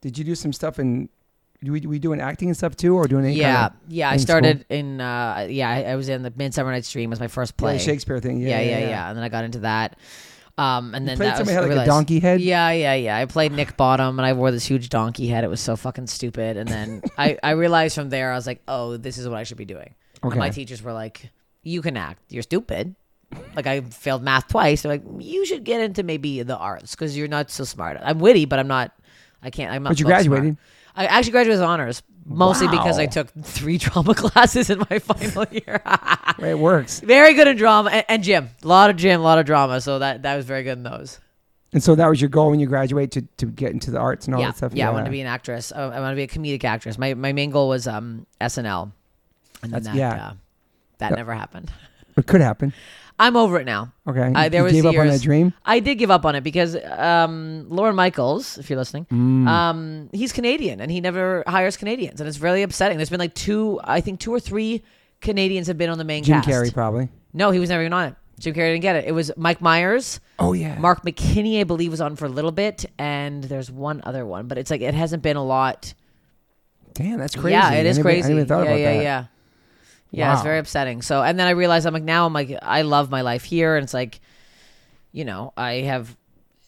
S1: did you do some stuff in, were you, were you doing acting and stuff too? Or doing any
S2: yeah
S1: kind of
S2: yeah i
S1: in
S2: started in uh yeah I, I was in the midsummer night's dream was my first
S1: play
S2: play
S1: Shakespeare thing? Yeah,
S2: yeah, yeah, yeah, And then I got into that. Um, and then
S1: played
S2: that
S1: somebody had,
S2: was,
S1: like,
S2: I
S1: a
S2: realized-
S1: donkey head?
S2: Yeah, yeah, yeah. I played Nick Bottom, and I wore this huge donkey head. It was so fucking stupid. And then I, I realized from there, I was like, oh, this is what I should be doing. And
S1: Okay.
S2: my teachers were like, you can act. You're stupid. Like I failed math twice. They're like, you should get into maybe the arts because you're not so smart. I'm witty, but I'm not. I can't. I'm not.
S1: But you
S2: book smart.
S1: graduated.
S2: I actually graduated with honors, mostly because
S1: Wow.
S2: I took three drama classes in my final year.
S1: Well, It works.
S2: Very good in drama and, and gym. A lot of gym, a lot of drama. So that that was very good in those.
S1: And so that was your goal when you graduate to, to get into the arts and all
S2: yeah.
S1: that stuff?
S2: yeah, I wanted to be an actress. uh, I, I wanted to be a comedic actress. My my main goal was um SNL, and then that
S1: yeah.
S2: uh, that never happened.
S1: It could happen.
S2: I'm over it now.
S1: Okay.
S2: I,
S1: You-
S2: Uh, there
S1: you
S2: was
S1: gave up on
S2: years-
S1: that dream?
S2: I did give up on it because um, Lauren Michaels, if you're listening,
S1: Mm.
S2: um, he's Canadian and he never hires Canadians, and it's really upsetting. There's been like two, I think two or three Canadians have been on the main
S1: Jim
S2: cast.
S1: Carrey, probably.
S2: No, he was never even on it. Jim Carrey didn't get it. It was Mike Myers.
S1: Oh yeah.
S2: Mark McKinney, I believe, was on for a little bit, and there's one other one, but it's like it hasn't been a lot.
S1: Damn, that's crazy.
S2: Yeah, it
S1: I
S2: is
S1: never-
S2: crazy.
S1: I never even thought
S2: yeah,
S1: about
S2: yeah,
S1: that.
S2: yeah. Yeah, it's
S1: Wow.
S2: very upsetting. So, and then I realized I'm like now I'm like I love my life here, and it's like, you know, I have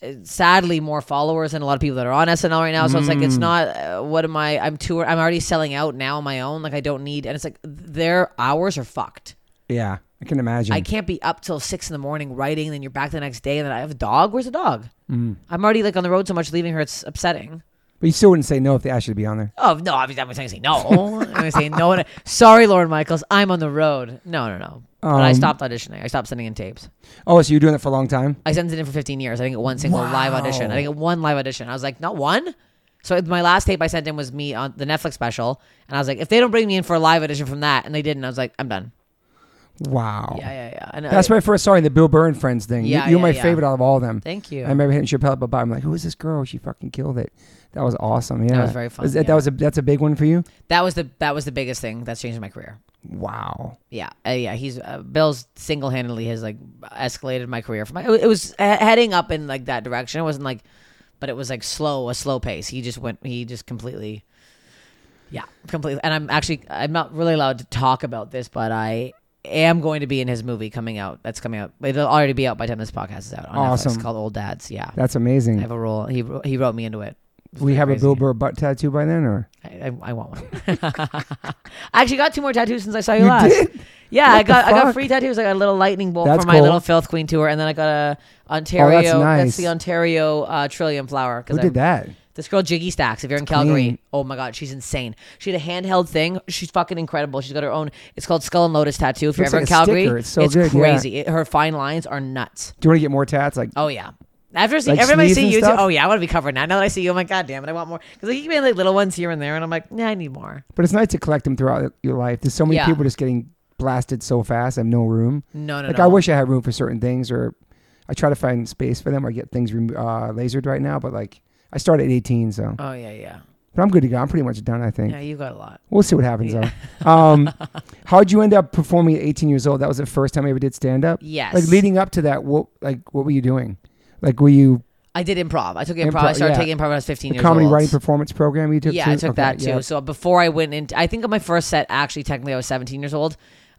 S2: uh, sadly more followers than a lot of people that are on SNL right now. So it's like
S1: Mm.
S2: it's not uh, what am I? I'm tour. I'm already selling out now on my own. Like I don't need, and it's like their hours are fucked.
S1: Yeah, I can imagine.
S2: I can't be up till six in the morning writing, then you're back the next day, and then I have a dog. Where's the dog? I'm already like on the road so much, leaving her it's upsetting.
S1: but you still wouldn't say no if they asked you to be on there.
S2: Oh no, obviously I'm going to say no. I'm going to say no. And I, sorry, Lauren Michaels, I'm on the road. No, no, no. but I
S1: Um,
S2: stopped auditioning. I stopped sending in tapes.
S1: Oh, so you're doing it for a long time?
S2: I sent it in for 15 years. I didn't get one single live audition.
S1: Wow.
S2: I didn't get one live audition. I was like, not one. So my last tape I sent in was me on the Netflix special, and I was like, if they don't bring me in for a live audition from that, and they didn't, I was like, I'm done.
S1: Wow.
S2: Yeah, yeah, yeah. And uh,
S1: That's
S2: I,
S1: where I first saw you, the Bill Burr and Friends thing. You-
S2: Yeah,
S1: you, were
S2: yeah,
S1: my
S2: yeah.
S1: favorite out of all of them.
S2: Thank you.
S1: I remember hitting Chappelle up about. I'm like, who is this girl? She fucking killed it. That was awesome. Yeah,
S2: was very fun,
S1: Is that, that
S2: yeah.
S1: was a that's a big one for you.
S2: that was the that was the biggest thing that's changed my career.
S1: Wow.
S2: yeah, uh, yeah. He's uh, Bill's single handedly has like escalated my career. For my, it was- it was he- heading up in like that direction. It wasn't like, but it was like slow, a slow pace. He just went. He just completely, yeah, completely. And I'm actually I'm not really allowed to talk about this, but I am going to be in his movie coming out. That's coming out. It'll already be out by the time this podcast is out. On Netflix. It's
S1: Awesome.
S2: called Old Dads. Yeah,
S1: That's
S2: I
S1: amazing.
S2: have a role. He wr- he wrote me into it. It's
S1: We
S2: pretty
S1: have a
S2: crazy.
S1: Bill Burr butt tattoo by then, or
S2: I, I, I want one. I actually got two more tattoos since I saw you,
S1: You
S2: last.
S1: did?
S2: Yeah, I
S1: What the
S2: got I got
S1: fuck?
S2: free tattoos. I got a little lightning bolt
S1: That's
S2: for my little
S1: cool. Oh,
S2: filth queen tour, and then I got a Ontario.
S1: nice.
S2: the Ontario uh, trillium flower.
S1: who
S2: I,
S1: did that?
S2: This girl Jiggy Stacks. If you're in Calgary,
S1: clean.
S2: oh my god, she's insane. She had a handheld thing. She's fucking incredible. She's got her own. It's called Skull and Lotus tattoo. If you're
S1: Looks
S2: ever
S1: like
S2: in
S1: a
S2: Calgary,
S1: sticker. It's so good, yeah.
S2: crazy. It- her fine lines are nuts.
S1: Do you want to get more tats? Like,
S2: Oh yeah. After seeing
S1: Like
S2: everybody
S1: sleeves
S2: see
S1: and
S2: you, too,
S1: stuff?
S2: oh yeah, I want to be covered now. Now that I see you, I'm like, god damn it, I want more. Because like, you made like little ones here and there, and I'm like, nah, I need more.
S1: but it's nice to collect them throughout your life. There's so many
S2: Yeah.
S1: people just getting blasted so fast. I have no room.
S2: No, no,
S1: Like,
S2: no.
S1: I wish I had room for certain things, or I try to find space for them, or get things rem- uh, lasered right now. But like, I started at 18, so
S2: Oh yeah, yeah,
S1: but I'm good to go. I'm pretty much done. I think.
S2: yeah. You got a lot.
S1: We'll see what happens though. Um, how'd you end up performing at 18 years old? That was the first time I ever did stand up.
S2: Yes.
S1: Like leading up to that, what like what were you doing? Like were you
S2: I did improv. I took improv. I
S1: Improv,
S2: started
S1: yeah.
S2: taking improv when I was 15
S1: the
S2: years
S1: comedy
S2: old.
S1: writing performance program you took?
S2: yeah,
S1: too?
S2: I took
S1: Okay,
S2: that too.
S1: yeah.
S2: So before I went into, I think on my first set, actually, technically, I was 17 years old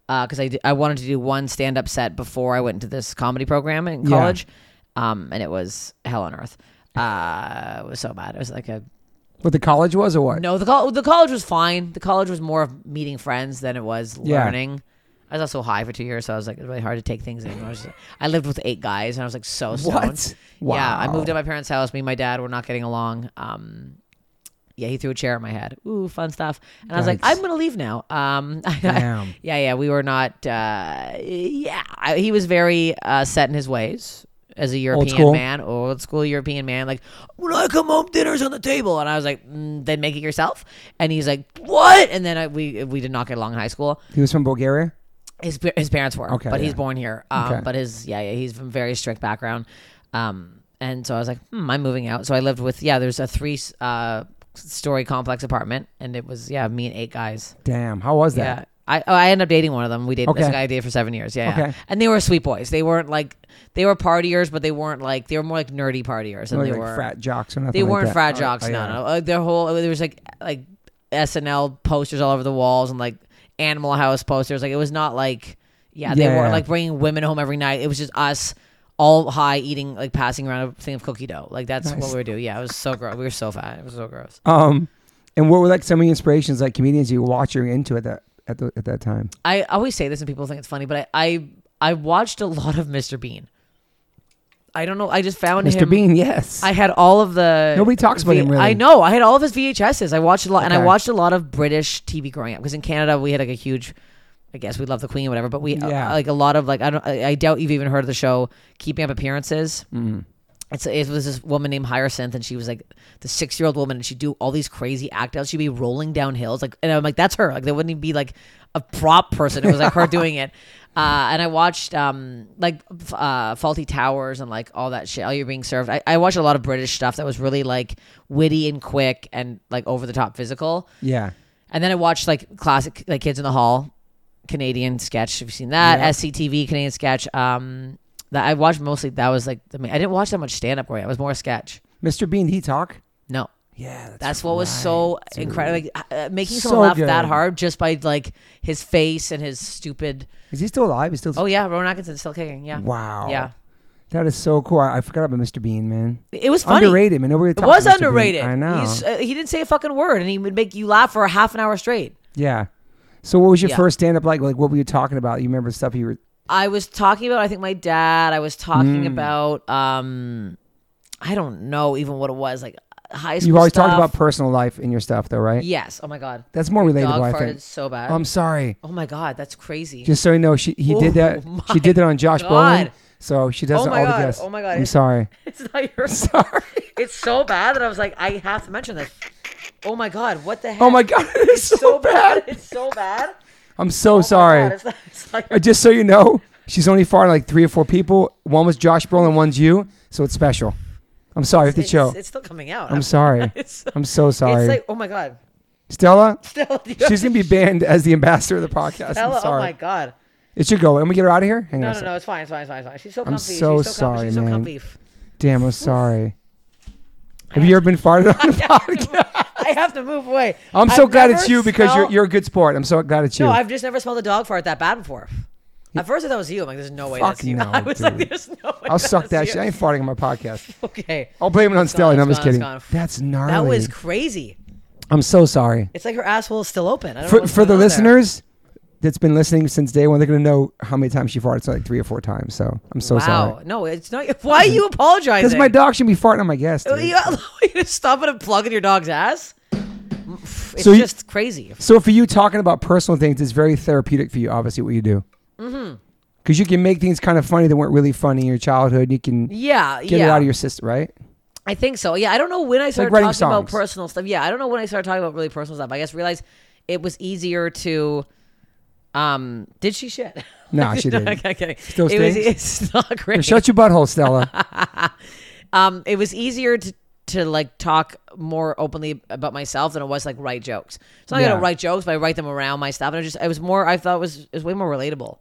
S2: because I, did- I wanted to do one stand up set before I went into this comedy program in
S1: Yeah.
S2: college. Um, and it was hell on earth. Uh, it was so bad. It was like a
S1: What the college was or what?
S2: No, the col- the college was fine. The college was more of meeting friends than it was
S1: Yeah.
S2: learning. I was also high for two years, so I was like, it was really hard to take things in. I, was- I lived with eight guys, and I was like, so stoned.
S1: What?
S2: Yeah, I moved
S1: Wow.
S2: to my parents' house. Me and my dad were not getting along. Um, yeah, he threw a chair at my head. Ooh, fun stuff. And I was like,
S1: Yikes.
S2: I'm gonna leave now. Um,
S1: Damn.
S2: yeah, yeah, we were not. Uh, yeah, I, he was very uh, set in his ways as a
S1: school?
S2: European man, old school European man. Like when I come home, dinner's on the table, and I was like, mm, then make it yourself. And he's like, what? And then I, we we did not get along in high school.
S1: He was from Bulgaria.
S2: His pa- his parents were,
S1: Okay,
S2: but he's
S1: yeah.
S2: born here. Um,
S1: Okay.
S2: But his yeah, yeah, he's from very strict background. Um, and so I was like, hmm, I'm moving out. So I lived with yeah, there's a three uh story complex apartment, and it was yeah, me and eight guys.
S1: Damn, how was that?
S2: Yeah. I, oh, I ended up dating one of them. We dated this
S1: Okay.
S2: guy I dated for seven years. Yeah, yeah.
S1: Okay.
S2: And they were sweet boys. They weren't like they were partiers, but they weren't like they were more like nerdy partiers. And
S1: Like,
S2: they
S1: like
S2: were
S1: frat jocks or nothing.
S2: they
S1: like
S2: weren't
S1: that.
S2: frat
S1: Oh,
S2: jocks.
S1: oh,
S2: no,
S1: yeah.
S2: no. Like, their whole there was like like SNL posters all over the walls and like Animal House posters. Like it was not like yeah, they
S1: Yeah,
S2: weren't
S1: yeah.
S2: like bringing women home every night. It was just us all high eating like passing around a thing of cookie dough. Like that's what
S1: Nice.
S2: we were doing. Yeah, it was so gross. We were so fat. It was so gross.
S1: Um, and what were like some of the inspirations, like comedians you were watching into at that at, the, at that time?
S2: I always say this and people think it's funny, but I I, I watched a lot of Mr. Bean. I don't know. I just found
S1: Mr.
S2: him.
S1: Bean, yes.
S2: I had all of the
S1: Nobody talks about him, really.
S2: I know. I had all of his VHSs. I watched a lot, and I
S1: Okay.
S2: watched a lot of British TV growing up because in Canada we had like a huge. I guess we love the Queen, whatever. But we
S1: Yeah.
S2: uh, like a lot of like I don't. I, I doubt you've even heard of the show Keeping Up Appearances. It's, it was this woman named Hyacinth, and she was like the six year old woman, and she'd do all these crazy act outs. She'd be rolling down hills, like, and I'm like, that's her. Like, there wouldn't even be like a prop person. It was like her doing it. Uh, and I watched um, like f- uh, Faulty Towers and like all that shit. All you're being served. I, I watched a lot of British stuff that was really like witty and quick and like over the top physical.
S1: yeah.
S2: And then I watched like classic like Kids in the Hall. Canadian sketch. Have you seen that?
S1: Yeah.
S2: SCTV Canadian sketch. Um, that I watched mostly. That was like the main, I didn't watch that much stand up. Right, I was more sketch.
S1: Mr. Bean, did he talk?
S2: No,
S1: Yeah, that's,
S2: that's what was
S1: right,
S2: so
S1: dude.
S2: incredible. Like, uh, making
S1: So
S2: someone laugh that
S1: good.
S2: hard just by like his face and his stupid.
S1: Is he still alive? He's still.
S2: Oh yeah, Rowan Atkinson's still kicking. Yeah.
S1: Wow.
S2: Yeah.
S1: That is so cool. I, I forgot about Mr. Bean, man.
S2: It was funny.
S1: Underrated, man. Nobody
S2: It
S1: talks
S2: was
S1: about Mr. Bean.
S2: underrated.
S1: I know.
S2: He's, uh, he didn't say a fucking word, and he would make you laugh for a half an hour straight.
S1: yeah. So what was your
S2: Yeah.
S1: first stand up like? Like what were you talking about? You remember stuff you were
S2: I was talking about, I think my dad, I was talking
S1: Hmm.
S2: about, um, I don't know even what it was, like high school.
S1: You've always talked
S2: stuff.
S1: about personal life in your stuff though, right?
S2: Yes. Oh my God.
S1: That's more
S2: Dog
S1: relatable, I
S2: farted
S1: think.
S2: so bad.
S1: I'm sorry.
S2: oh my God. That's crazy.
S1: Just so you know, she he did
S2: Oh
S1: that. She
S2: my
S1: did it on Josh Brolin.
S2: God.
S1: So she does
S2: Oh
S1: it
S2: my
S1: all
S2: God.
S1: the guests.
S2: Oh my God.
S1: I'm sorry.
S2: it's not your
S1: Sorry.
S2: It's so bad that I was like, I have to mention this. Oh my God. What the heck?
S1: Oh my god, it's so, bad.
S2: It's so bad.
S1: I'm so
S2: Oh my God,
S1: sorry.
S2: it's not- it's not your-
S1: Uh, Just so you know, she's only farting like three or four people. One was Josh Brolin, one's you. So it's special. I'm sorry. It's, the
S2: it's,
S1: show.
S2: it's still coming out.
S1: I'm sorry.
S2: It's,
S1: I'm so sorry.
S2: it's like, oh my God.
S1: Stella,
S2: Stella, do you
S1: she's gonna be banned as the ambassador of the podcast.
S2: Stella,
S1: I'm
S2: oh
S1: sorry.
S2: my God.
S1: It should go. Can we get her out of here? Hang
S2: No,
S1: on. a
S2: no,
S1: sec.
S2: no. It's fine. It's fine. It's fine. It's fine. She's so comfy. she's
S1: so
S2: so comfy.
S1: sorry,
S2: She's so
S1: man.
S2: comfy.
S1: Damn, I'm sorry. Have you ever been farted on? the podcast?
S2: I have to move away.
S1: I'm so
S2: I've
S1: glad
S2: never
S1: it's you because you're
S2: smelled-
S1: you're a good sport. I'm so glad it's you.
S2: No, I've just never smelled a dog fart that bad before. At first, I thought it was you. I'm like, there's no way
S1: Fuck
S2: that's you.
S1: no,
S2: I was
S1: dude.
S2: like, there's no way.
S1: I'll suck that
S2: that's
S1: shit.
S2: you.
S1: I ain't Oh, farting on my podcast.
S2: Okay.
S1: I'll blame it on Stella.
S2: gone,
S1: No, I'm
S2: it's
S1: just
S2: gone, it's
S1: kidding.
S2: gone.
S1: That's gnarly.
S2: That was crazy.
S1: I'm so sorry.
S2: It's like her asshole is still open. I don't know
S1: For,
S2: what's
S1: for the
S2: going on there.
S1: listeners that's been listening since day one, they're going to know how many times she farted. It's like three or four times. So I'm so
S2: wow.
S1: Oh, sorry.
S2: No, it's not. Why are you apologizing?
S1: Because my dog should be farting on my guests. dude.
S2: You allow you to stop it and plug in your dog's ass? It's
S1: So you-
S2: just crazy.
S1: So for you talking about personal things, it's very therapeutic for you, obviously, what you do.
S2: Mm-hmm.
S1: Because you can make things kind of funny that weren't really funny in your childhood. and You can
S2: Yeah.
S1: get
S2: yeah.
S1: it out of your system, right?
S2: I think so. Yeah, I don't know when I started
S1: writing
S2: talking about
S1: songs.
S2: personal stuff. Yeah, I don't know when I started talking about really personal stuff. I guess realized it was easier to. Um, did she shit?
S1: Nah, she didn't.
S2: okay, okay.
S1: Still
S2: it was,
S1: stinks?
S2: It's not great.
S1: Shut your butthole, Stella.
S2: um, it was easier to to like talk more openly about myself than it was like write jokes. So I
S1: Yeah.
S2: don't write jokes, but I write them around my stuff, and I just I was more. I thought it was it was way more relatable.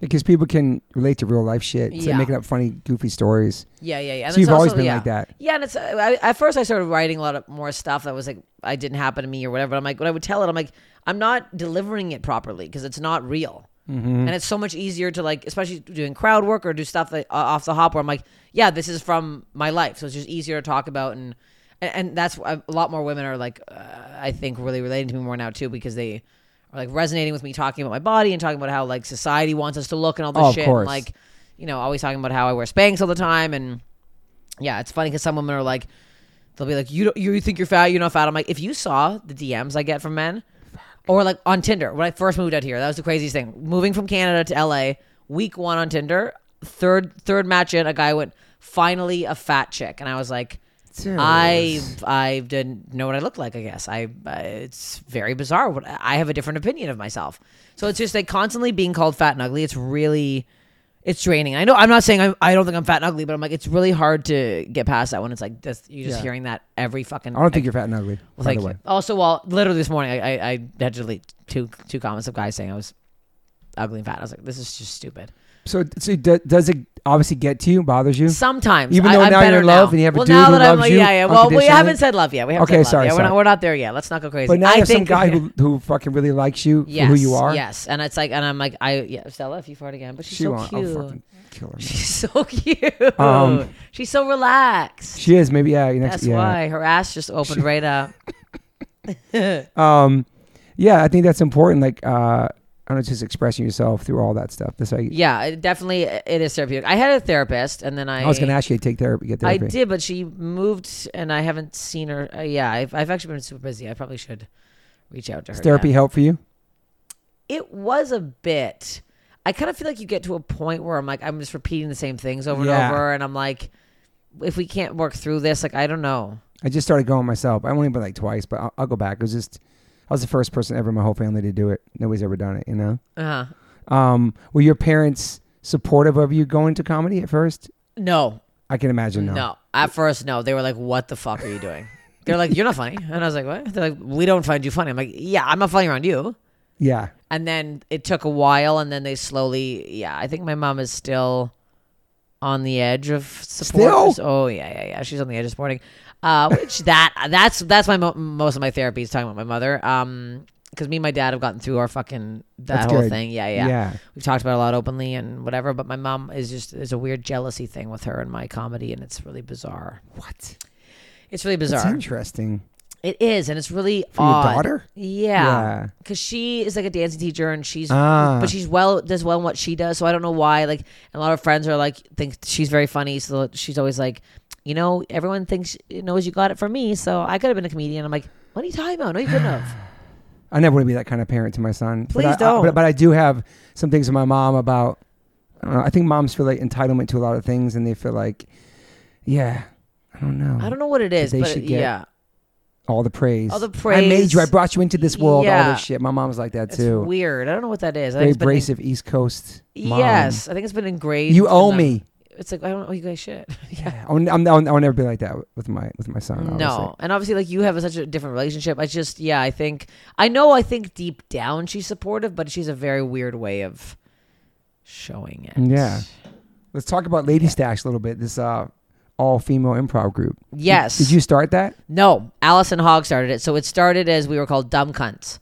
S1: because people can relate to real life shit. So
S2: Yeah.
S1: making up funny, goofy stories.
S2: Yeah, yeah, yeah. And
S1: So you've
S2: it's
S1: always
S2: also-
S1: been
S2: yeah.
S1: like that.
S2: Yeah, and it's I, at first I started writing a lot of more stuff that was like I didn't happen to me or whatever. I'm like when I would tell it, I'm like I'm not delivering it properly because it's not real.
S1: Mm-hmm.
S2: And it's so much easier to like, especially doing crowd work or do stuff that, uh, off the hop where I'm like, yeah, this is from my life, so it's just easier to talk about and and, and that's why a lot more women are like, uh, I think really relating to me more now too because they are like resonating with me talking about my body and talking about how like society wants us to look and all this
S1: Oh, of
S2: shit
S1: course.
S2: and like you know always talking about how I wear Spanx all the time and yeah, it's funny because some women are like, they'll be like, you don't, you think you're fat, you're not fat. I'm like, if you saw the DMs I get from men, or like on Tinder when I first moved out here, that was the craziest thing. Moving from Canada to LA, week one on Tinder, third third match in, a guy went finally a fat chick, and I was like.
S1: Dude.
S2: I I didn't know what I looked like. I guess I uh, it's very bizarre. What I have a different opinion of myself. So it's just like constantly being called fat and ugly. It's really it's draining. I know I'm not saying I'm, I don't think I'm fat and ugly, but I'm like it's really hard to get past that when it's like this, you're just
S1: Yeah.
S2: hearing that every fucking.
S1: I don't think you're fat and ugly. by
S2: Well, thank
S1: the way.
S2: you. Also, well, literally this morning I, I I had to delete two two comments of guys saying I was ugly and fat. I was like, this is just stupid.
S1: So, so do, does it obviously get to you? Bothers you?
S2: Sometimes,
S1: Even
S2: I,
S1: though
S2: I'm
S1: now you're
S2: better
S1: in love
S2: now.
S1: and you have a
S2: well,
S1: dude
S2: now
S1: who
S2: that I'm
S1: loves
S2: like,
S1: you
S2: yeah, yeah. Well, we
S1: unconditionally?
S2: haven't said love yet. We haven't
S1: Okay,
S2: said love
S1: sorry,
S2: yet. We're
S1: sorry.
S2: not, we're not there yet. Let's not go crazy.
S1: But now
S2: I
S1: you have some
S2: think
S1: guy who, who fucking really likes you
S2: yes,
S1: for who you are.
S2: Yes, and it's like, and I'm like, I yeah, Stella, if you fart again, but she's
S1: she
S2: so
S1: won't.
S2: cute.
S1: I'll fucking kill her. man.
S2: She's so cute.
S1: Um,
S2: she's so relaxed.
S1: She is maybe yeah. Next,
S2: That's
S1: yeah.
S2: why her ass just opened right up.
S1: Um, yeah, I think that's important. Like, uh, I don't know, just expressing yourself through all that stuff. That's why you-
S2: Yeah, it definitely, it is therapeutic. I had a therapist, and then I
S1: I was gonna ask you to take therapy, get
S2: I
S1: therapy.
S2: did, but she moved, and I haven't seen her. Uh, yeah, I've, I've actually been super busy. I probably should reach out to her.
S1: Does therapy
S2: yeah.
S1: help for you?
S2: It was a bit. I kind of feel like you get to a point where I'm like, I'm just repeating the same things over
S1: Yeah.
S2: and over, and I'm like, if we can't work through this, like, I don't know.
S1: I just started going myself. I only been like twice, but I'll, I'll go back. It was just I was the first person ever in my whole family to do it. Nobody's ever done it, you know.
S2: Uh huh.
S1: Um, were your parents supportive of you going to comedy at first?
S2: No,
S1: I can imagine.
S2: no,
S1: No.
S2: At first, no. They were like, "What the fuck are you doing?" They're like, "You're not funny," and I was like, "What?" They're like, "We don't find you funny." I'm like, "Yeah, I'm not funny around you."
S1: Yeah.
S2: and then it took a while and then they slowly yeah i think my mom is still on the edge of support
S1: Still?
S2: oh yeah yeah yeah she's on the edge of supporting uh which that that's that's my mo- most of my therapy is talking about my mother um because me and my dad have gotten through our fucking that
S1: That's
S2: whole
S1: good.
S2: thing yeah, yeah
S1: Yeah.
S2: we've talked about it a lot openly and whatever but my mom is just there's a weird jealousy thing with her and my comedy and it's really bizarre
S1: What?
S2: it's really
S1: That's
S2: bizarre
S1: interesting.
S2: it is and it's really
S1: For
S2: odd
S1: your daughter?
S2: yeah,
S1: Yeah.
S2: because she is like a dancing teacher, and she's
S1: Ah.
S2: but she's well does well in what she does. So I don't know why. Like and a lot of friends are like think she's very funny, so she's always like, you know, everyone thinks knows you got it from me, so I could have been a comedian. I'm like, what are you talking about? No, you couldn't have.
S1: I never want to be that kind of parent to my son. but
S2: Please
S1: I- I,
S2: don't.
S1: but, but I do have some things with my mom about. I, don't know, I think moms feel like entitlement to a lot of things, and they feel like, yeah, I don't know,
S2: I don't know what it is,
S1: They
S2: but
S1: should get
S2: yeah,
S1: all the praise,
S2: All the
S1: I made
S2: praise.
S1: you. I brought you into this world. All
S2: Yeah.
S1: this shit. My mom's like that
S2: it's
S1: too.
S2: weird. I don't know what that is. I
S1: Very
S2: think it's been in-
S1: abrasive East Coast. Mom.
S2: Yes, I think it's been engraved.
S1: you
S2: in
S1: owe
S2: them.
S1: me.
S2: It's like I don't owe you guys shit. yeah.
S1: I'll, I'm- I'll, I'll never be like that with my with my son.
S2: No, and obviously, like you have such a different relationship. I just, yeah, I think I know. I think deep down she's supportive, but she's a very weird way of showing it.
S1: Yeah. Let's talk about Lady Stash a little bit. This uh, all female improv group.
S2: Yes.
S1: Did you start that?
S2: No, Allison Hogg started it. So it started as we were called dumb cunts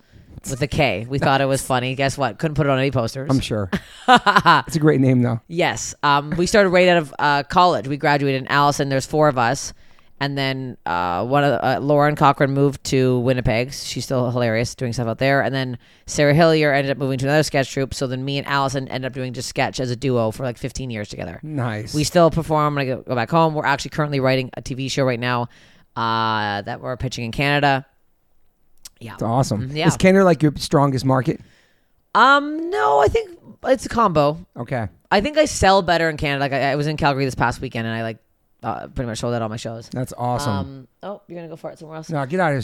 S2: with a K. We thought it was funny. Guess what? Couldn't put it on any posters.
S1: I'm sure. it's a great name though.
S2: Yes. Um, we started right out of uh, college. We graduated in Allison. There's four of us. And then uh, one of uh, Lauren Cochran moved to Winnipeg. She's still hilarious doing stuff out there. And then Sarah Hillier ended up moving to another sketch troupe. So then me and Allison ended up doing just sketch as a duo for like 15 years together.
S1: Nice.
S2: We still perform when I go go back home. We're actually currently writing a TV show right now uh, that we're pitching in Canada. Yeah.
S1: It's awesome.
S2: Mm, Yeah.
S1: Is Canada like your strongest market?
S2: Um. No, I think it's a combo.
S1: Okay.
S2: I think I sell better in Canada. Like I, I was in Calgary this past weekend, and I like uh, pretty much sold out all my shows.
S1: That's awesome.
S2: Um, oh, you're gonna go for it somewhere else.
S1: no, get out of here,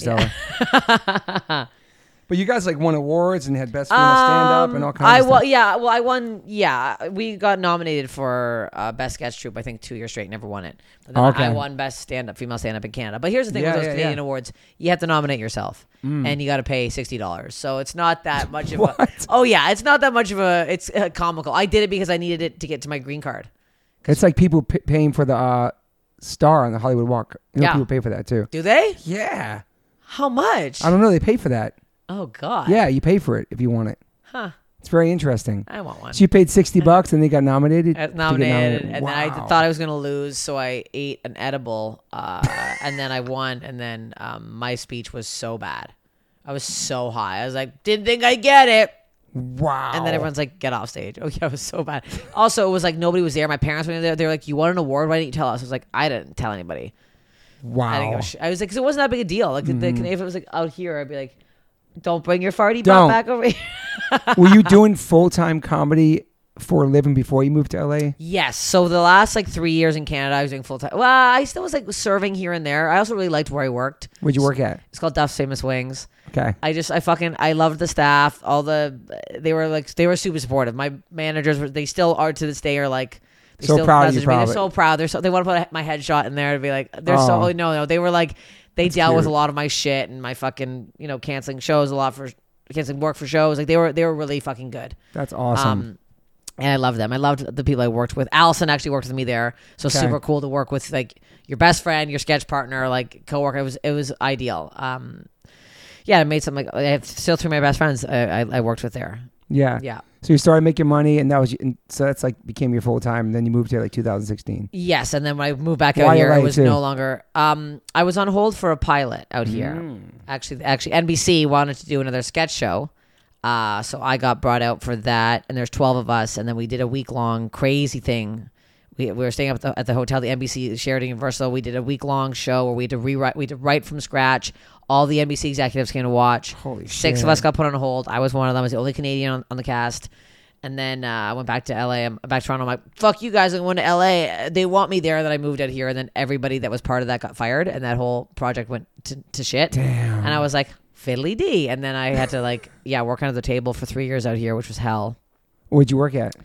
S1: Stella. but you guys like won awards and had best female stand up and all
S2: Um,
S1: kinds
S2: I
S1: of
S2: wa-
S1: stuff.
S2: yeah, well, I won. Yeah, we got nominated for uh, best sketch troupe. I think two years straight, never won it. But then
S1: Okay.
S2: I won best stand up, female stand up in Canada. But here's the thing
S1: Yeah,
S2: with those
S1: yeah,
S2: Canadian
S1: yeah. Mm.
S2: awards: you have to nominate yourself, and you got to pay sixty dollars. So it's not that much of a.
S1: What?
S2: Oh yeah, it's not that much of a. It's uh, comical. I did it because I needed it to get to my green card.
S1: It's like people p- paying for the uh, star on the Hollywood Walk. You know
S2: Yeah.
S1: people pay for that too.
S2: Do they?
S1: Yeah.
S2: How much?
S1: I don't know. They pay for that.
S2: Oh God.
S1: Yeah, you pay for it if you want it.
S2: Huh.
S1: It's very interesting.
S2: I want one.
S1: So you paid sixty bucks and they got nominated.
S2: I was
S1: to get
S2: nominated, and then I
S1: Wow.
S2: thought I was gonna lose, so I ate an edible, uh, and then I won, and then um, my speech was so bad. I was so high. I was like, didn't think I get it.
S1: Wow.
S2: And then everyone's like, get off stage. Oh, yeah, it was so bad. Also, it was like nobody was there. My parents were there. They were like, you won an award? Why didn't you tell us? I was like, I didn't tell anybody.
S1: Wow.
S2: I didn't give a sh- I was like, because it wasn't that big a deal. Like, the-
S1: Mm-hmm.
S2: the, if it was like out here, I'd be like, don't bring your farty
S1: Don't.
S2: butt back over here.
S1: Were you doing full time comedy for a living before you moved to LA?
S2: Yes. So the last like three years in Canada, I was doing full time. Well, I still was like serving here and there. I also really liked where I worked.
S1: Where'd you work at?
S2: It's called Duff's Famous Wings.
S1: Okay.
S2: I just I fucking I loved the staff. All the they were like they were super supportive. My managers were they still are to this day are like they
S1: So
S2: still
S1: proud of you,
S2: message me. They're
S1: probably.
S2: so proud. They're so they want to put my headshot in there to be like they're
S1: Aw.
S2: so no no they were like they dealt with a
S1: cute.
S2: lot of my shit and my fucking you know canceling shows a lot for canceling work for shows like they were they were really fucking good.
S1: That's awesome.
S2: Um, and I loved them. I loved the people I worked with. Allison actually worked with me there, so
S1: Okay.
S2: super cool to work with like your best friend, your sketch partner, like coworker. It was it was ideal. Um, yeah, I made some like I have still three of my best friends I, I, I worked with there.
S1: yeah.
S2: Yeah.
S1: So you started making money, and that was and so that's like became your full time. Then you moved here like 2016.
S2: Yes, and then when I moved back
S1: Why
S2: out here,
S1: LA
S2: it was
S1: too?
S2: no longer. Um, I was on hold for a pilot out here.
S1: Hmm.
S2: Actually, actually, NBC wanted to do another sketch show, uh, so I got brought out for that. And there's 12 of us, and then we did a week long crazy thing. We, we were staying up at the, at the hotel, the NBC Sheridan Universal. We did a week long show where we had to rewrite, we had to write from scratch. All the NBC executives came to watch.
S1: Holy
S2: Six
S1: shit.
S2: of us got put on hold. I was one of them. I was the only Canadian on, on the cast. And then uh, I went back to LA. I'm back to Toronto. I'm like, fuck you guys. I'm going to LA. They want me there. And then I moved out here. And then everybody that was part of that got fired. And that whole project went to, to shit.
S1: Damn.
S2: And I was like, fiddly D. And then I had to, like, yeah, work under the table for three years out here, which was hell.
S1: Where'd you work at?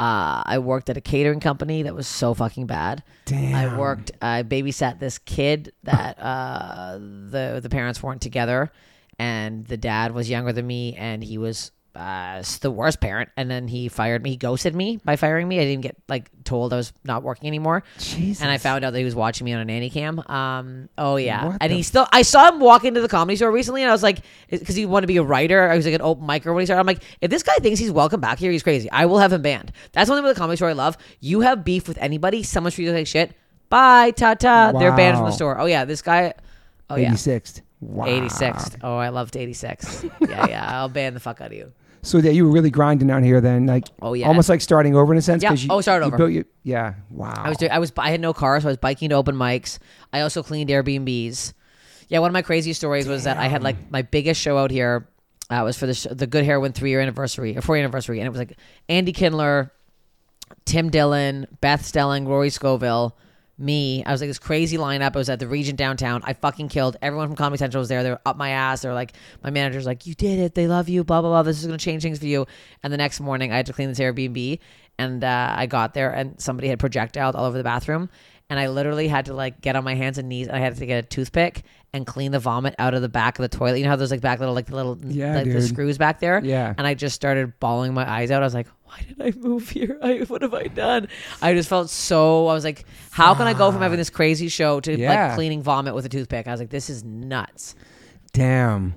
S2: Uh, I worked at a catering company that was so fucking bad.
S1: Damn.
S2: I worked. I babysat this kid that uh, the the parents weren't together, and the dad was younger than me, and he was uh, s- the worst parent. And then he fired me. He ghosted me by firing me. I didn't get like told I was not working anymore.
S1: Jesus.
S2: And I found out that he was watching me on a nanny cam. Um, oh yeah,
S1: What
S2: and
S1: the-
S2: he still. I saw him walk into the comedy store recently, and I was like, because he wanted to be a writer. I was like an open micer when he started. I'm like, if this guy thinks he's welcome back here, he's crazy. I will have him banned. That's one thing with the comedy store I love. You have beef with anybody, someone treats you like shit. Bye, ta ta. They're banned from
S1: Wow.
S2: the store. Oh yeah, this guy. Oh yeah.
S1: 86th. Wow.
S2: 86th. Oh, I loved 86. yeah, yeah. I'll ban the fuck out of you.
S1: So that you were really grinding out here then, like
S2: Oh, yeah.
S1: almost like starting over in a sense.
S2: Yeah.
S1: 'cause You,
S2: Oh, start
S1: you
S2: over.
S1: built your- yeah. Wow.
S2: I was doing, I was I had no car, so I was biking to open mics. I also cleaned Airbnbs. Yeah, one of my craziest stories was that I had like my biggest show out here. Uh, was for the sh- the Good Heroin three year anniversary or four year anniversary, and it was like Andy Kindler, Tim Dillon, Beth Stelling, Rory Scoville, me. I was like this crazy lineup. I was at the Regent downtown. I fucking killed. Everyone from Comedy Central was there. They were up my ass. They were like, my manager's like, you did it. They love you. Blah blah blah. This is gonna change things for you. And the next morning, I had to clean this Airbnb, and uh, I got there, and somebody had projectiles all over the bathroom, and I literally had to like get on my hands and knees, and I had to get a toothpick and clean the vomit out of the back of the toilet. You know how there's like back little like the little
S1: Yeah,
S2: like the
S1: dude.
S2: screws back there.
S1: Yeah.
S2: And I just started bawling my eyes out. I was like, why did I move here? I, what have I done? I just felt so, I was like, how can I go from having this crazy show to
S1: Yeah.
S2: like cleaning vomit with a toothpick? I was like, this is nuts.
S1: Damn.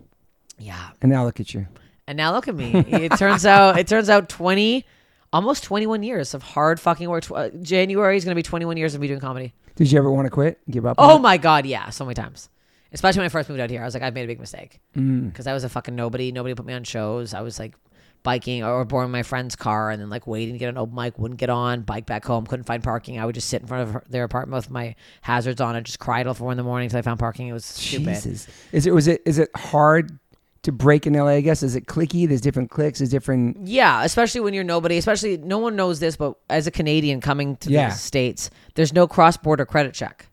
S2: Yeah.
S1: And now look at you.
S2: And now look at me. It turns out, it turns out 20, almost 21 years of hard fucking work. Tw- uh, January is going to be 21 years of me doing comedy.
S1: Did you ever want to quit? Give up? on
S2: Oh
S1: it?
S2: my God. Yeah. So many times. Especially when I first moved out here, I was like, I've made a big mistake. Because I was a fucking nobody. Nobody put me on shows. I was like biking or borrowing my friend's car and then like waiting to get an open mic, wouldn't get on, bike back home, couldn't find parking. I would just sit in front of her, their apartment with my hazards on. I just cried till four in the morning until I found parking. It was stupid.
S1: Jesus. Is it was it is it hard to break in LA? I guess is it clicky? There's different clicks. There's different.
S2: Yeah, especially when you're nobody. Especially no one knows this, but as a Canadian coming to
S1: Yeah.
S2: the states, there's no cross border credit check.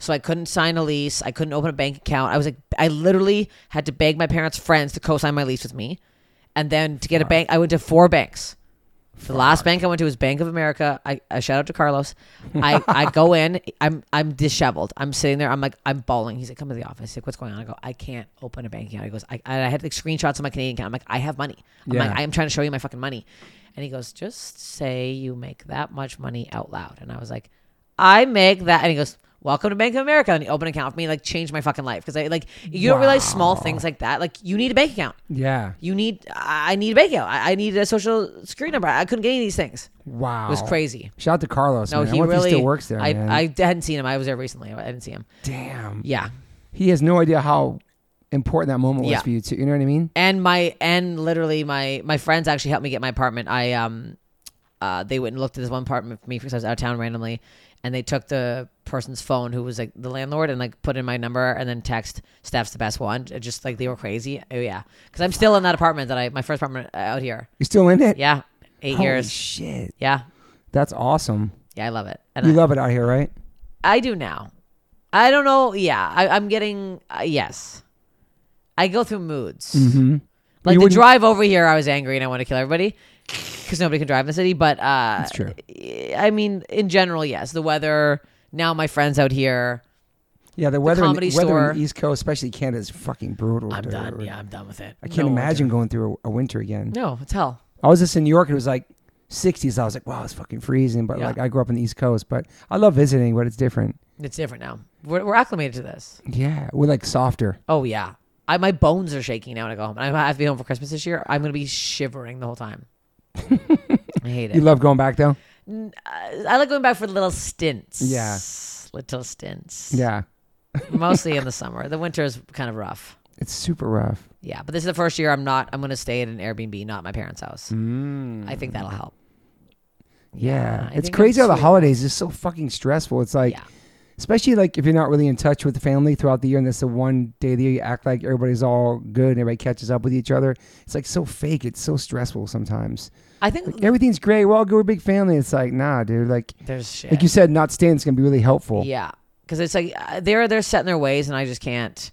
S2: So I couldn't sign a lease. I couldn't open a bank account. I was like, I literally had to beg my parents' friends to co-sign my lease with me, and then to get a bank, I went to four banks. The last bank I went to was Bank of America. I, I shout out to Carlos. I, I go in. I'm I'm disheveled. I'm sitting there. I'm like I'm bawling. He's like, come to the office. He's like, what's going on? I go, I can't open a bank account. He goes, I I I had like screenshots of my Canadian account. I'm like, I have money. I'm
S1: Yeah.
S2: like, I am trying to show you my fucking money. And he goes, just say you make that much money out loud. And I was like, I make that. And he goes, welcome to Bank of America. And he opened an account for me. Like changed my fucking life because I like you don't realize small things like that. Like you need a bank account.
S1: Yeah.
S2: You need. I I need a bank account. I, I need a social security number. I couldn't get any of these things.
S1: Wow.
S2: It was crazy.
S1: Shout out to Carlos.
S2: No,
S1: man.
S2: he
S1: I wonder if
S2: really
S1: he still works there.
S2: I,
S1: man.
S2: I hadn't seen him. I was there recently. I didn't see him.
S1: Damn.
S2: Yeah.
S1: He has no idea how important that moment was
S2: Yeah.
S1: for you. Too. You know what I mean?
S2: And my and literally my my friends actually helped me get my apartment. I um uh they went and looked at this one apartment for me because I was out of town randomly and they took the person's phone who was like the landlord and like put in my number and then text staff's the best one. It just like they were crazy. Oh yeah. Cuz I'm still in that apartment that I my first apartment out here.
S1: You're still in it.
S2: Yeah. 8
S1: Holy
S2: years.
S1: Shit.
S2: yeah.
S1: That's awesome.
S2: Yeah, I love it. And
S1: You
S2: I,
S1: love it out here, right?
S2: I do now. I don't know. Yeah, I, I'm getting uh, yes. I go through moods. Like
S1: Mm-hmm. You
S2: the
S1: wouldn't-
S2: drive over here, I was angry and I want to kill everybody because nobody can drive in the city. But uh,
S1: That's true.
S2: I mean, in general, yes. The weather. Now my friends out here.
S1: Yeah, the weather, in-
S2: comedy
S1: weather in
S2: store.
S1: the East Coast, especially Canada, is fucking brutal.
S2: I'm
S1: dude.
S2: done. Yeah, I'm done with it.
S1: I can't imagine going through a, a winter again.
S2: No, it's hell.
S1: I was just in New York. It was like 60s. I was like, wow, it's fucking freezing. But
S2: Yeah.
S1: like, I grew up on the East Coast, but I love visiting, but it's different.
S2: It's different now. We're, we're acclimated to this.
S1: Yeah, we're like softer.
S2: Oh yeah. I, my bones are shaking now when I go home. I have to be home for Christmas this year. I'm gonna be shivering the whole time. I hate it.
S1: You love going back though.
S2: I like going back for little stints.
S1: Yeah.
S2: Little stints.
S1: Yeah,
S2: Mostly in the summer. The winter is kind of rough.
S1: it's super rough.
S2: Yeah. But this is the first year I'm not, I'm going to stay at an Airbnb, not my parents' house. I think that'll help.
S1: Yeah,
S2: Mm. I
S1: it's
S2: think
S1: crazy
S2: I'm
S1: how the
S2: sweet.
S1: holidays is so fucking stressful. It's like,
S2: Yeah.
S1: especially like if you're not really in touch with the family throughout the year, and that's the one day that you act like everybody's all good and everybody catches up with each other. It's like so fake. It's so stressful sometimes.
S2: I think
S1: Like, everything's great. We're all good. We're a big family. It's like, nah, dude. Like,
S2: there's shit.
S1: like you said, not staying is gonna be really helpful.
S2: Yeah, because it's like uh, they're they're set in their ways, and I just can't.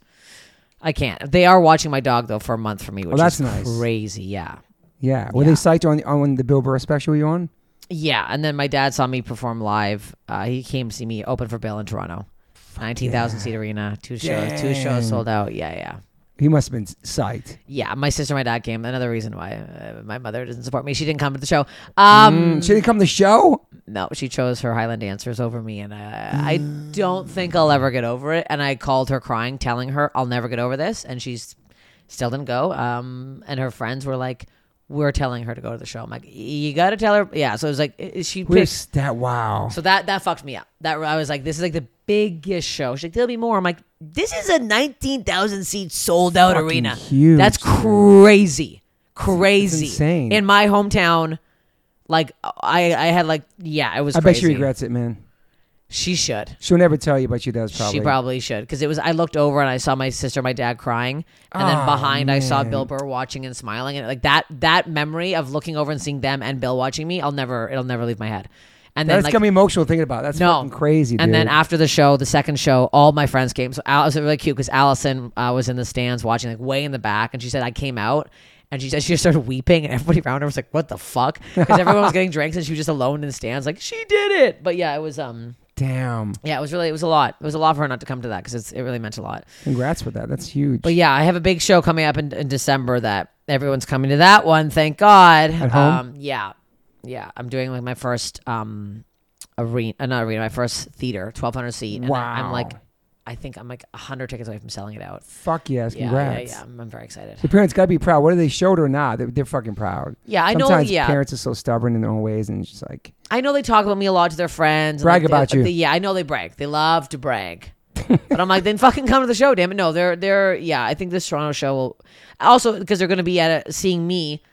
S2: I can't. They are watching my dog though for a month for me, which
S1: Oh, that's
S2: is
S1: nice.
S2: crazy. Yeah,
S1: Yeah. Were
S2: Yeah.
S1: they psyched on on the Bill Burr special you on?
S2: yeah. And then my dad saw me perform live. Uh, he came to see me open for Bill in Toronto, nineteen thousand seat arena, two shows, two
S1: Dang.
S2: shows sold out. Yeah, yeah.
S1: He must have been psyched.
S2: Yeah, my sister, and my dad came. Another reason why uh, my mother doesn't support me. She didn't come to the show. Um,
S1: Mm. Should he come to the show?
S2: no, she chose her Highland dancers over me, and uh, I, I don't think I'll ever get over it. And I called her crying, telling her I'll never get over this, and she's still didn't go. Um, and her friends were like, "We're telling her to go to the show." I'm like, "You got to tell her." Yeah, so it was like i- she picked.
S1: Where's that? Wow.
S2: So that that fucked me up. That I was like, "This is like the biggest show." She's like, "There'll be more." I'm like, "This is a 19,000 seat sold out
S1: Fucking
S2: arena.
S1: huge,
S2: That's
S1: dude.
S2: crazy, crazy,
S1: insane.
S2: In my hometown, like I I had like yeah, it was.
S1: I bet she
S2: crazy.
S1: regrets it, man.
S2: She should.
S1: She'll never tell you, but she does probably.
S2: She probably should because it was. I looked over and I saw my sister, my dad crying, and
S1: Oh,
S2: then behind I saw
S1: man.
S2: Bill Burr watching and smiling, and like that that memory of looking over and seeing them and Bill watching me, I'll never it'll never leave my head. And then
S1: That's
S2: like
S1: gonna be emotional thinking about. it. That's fucking crazy, dude.
S2: and then after the show, the second show, all my friends came. So Al- it was really cute because Allison uh, was in the stands watching, like way in the back, and she said I came out. And she said she just started weeping, and everybody around her was like, "What the fuck?" Because everyone was getting drinks, and she was just alone in the stands, like she did it. But yeah, it was um,
S1: damn,
S2: yeah, it was really it was a lot. It was a lot for her not to come to that because it really meant a lot.
S1: congrats with that. That's huge.
S2: But yeah, I have a big show coming up in, in December that everyone's coming to that one. Thank God.
S1: At home?
S2: Um, yeah, yeah, I'm doing like my first um arena, uh, not arena, my first theater, 1,200 seat. And I,
S1: Wow.
S2: am like, I think I'm like 100 tickets away from selling it out.
S1: Fuck yes,
S2: Yeah,
S1: congrats.
S2: yeah, yeah. I'm, I'm very excited.
S1: The parents gotta be proud, whether they showed or not. They're, they're fucking proud.
S2: Yeah, I know.
S1: Sometimes
S2: Yeah,
S1: parents are so stubborn in their own ways, and it's just like
S2: I know they talk about me a lot to their friends. and,
S1: Brag
S2: like, they-
S1: about you.
S2: they- yeah, I know they brag. They love to brag. but I'm like, then fucking come to the show, damn it. No, they're they're yeah. I think this Toronto show will also because they're going to be at a, seeing me.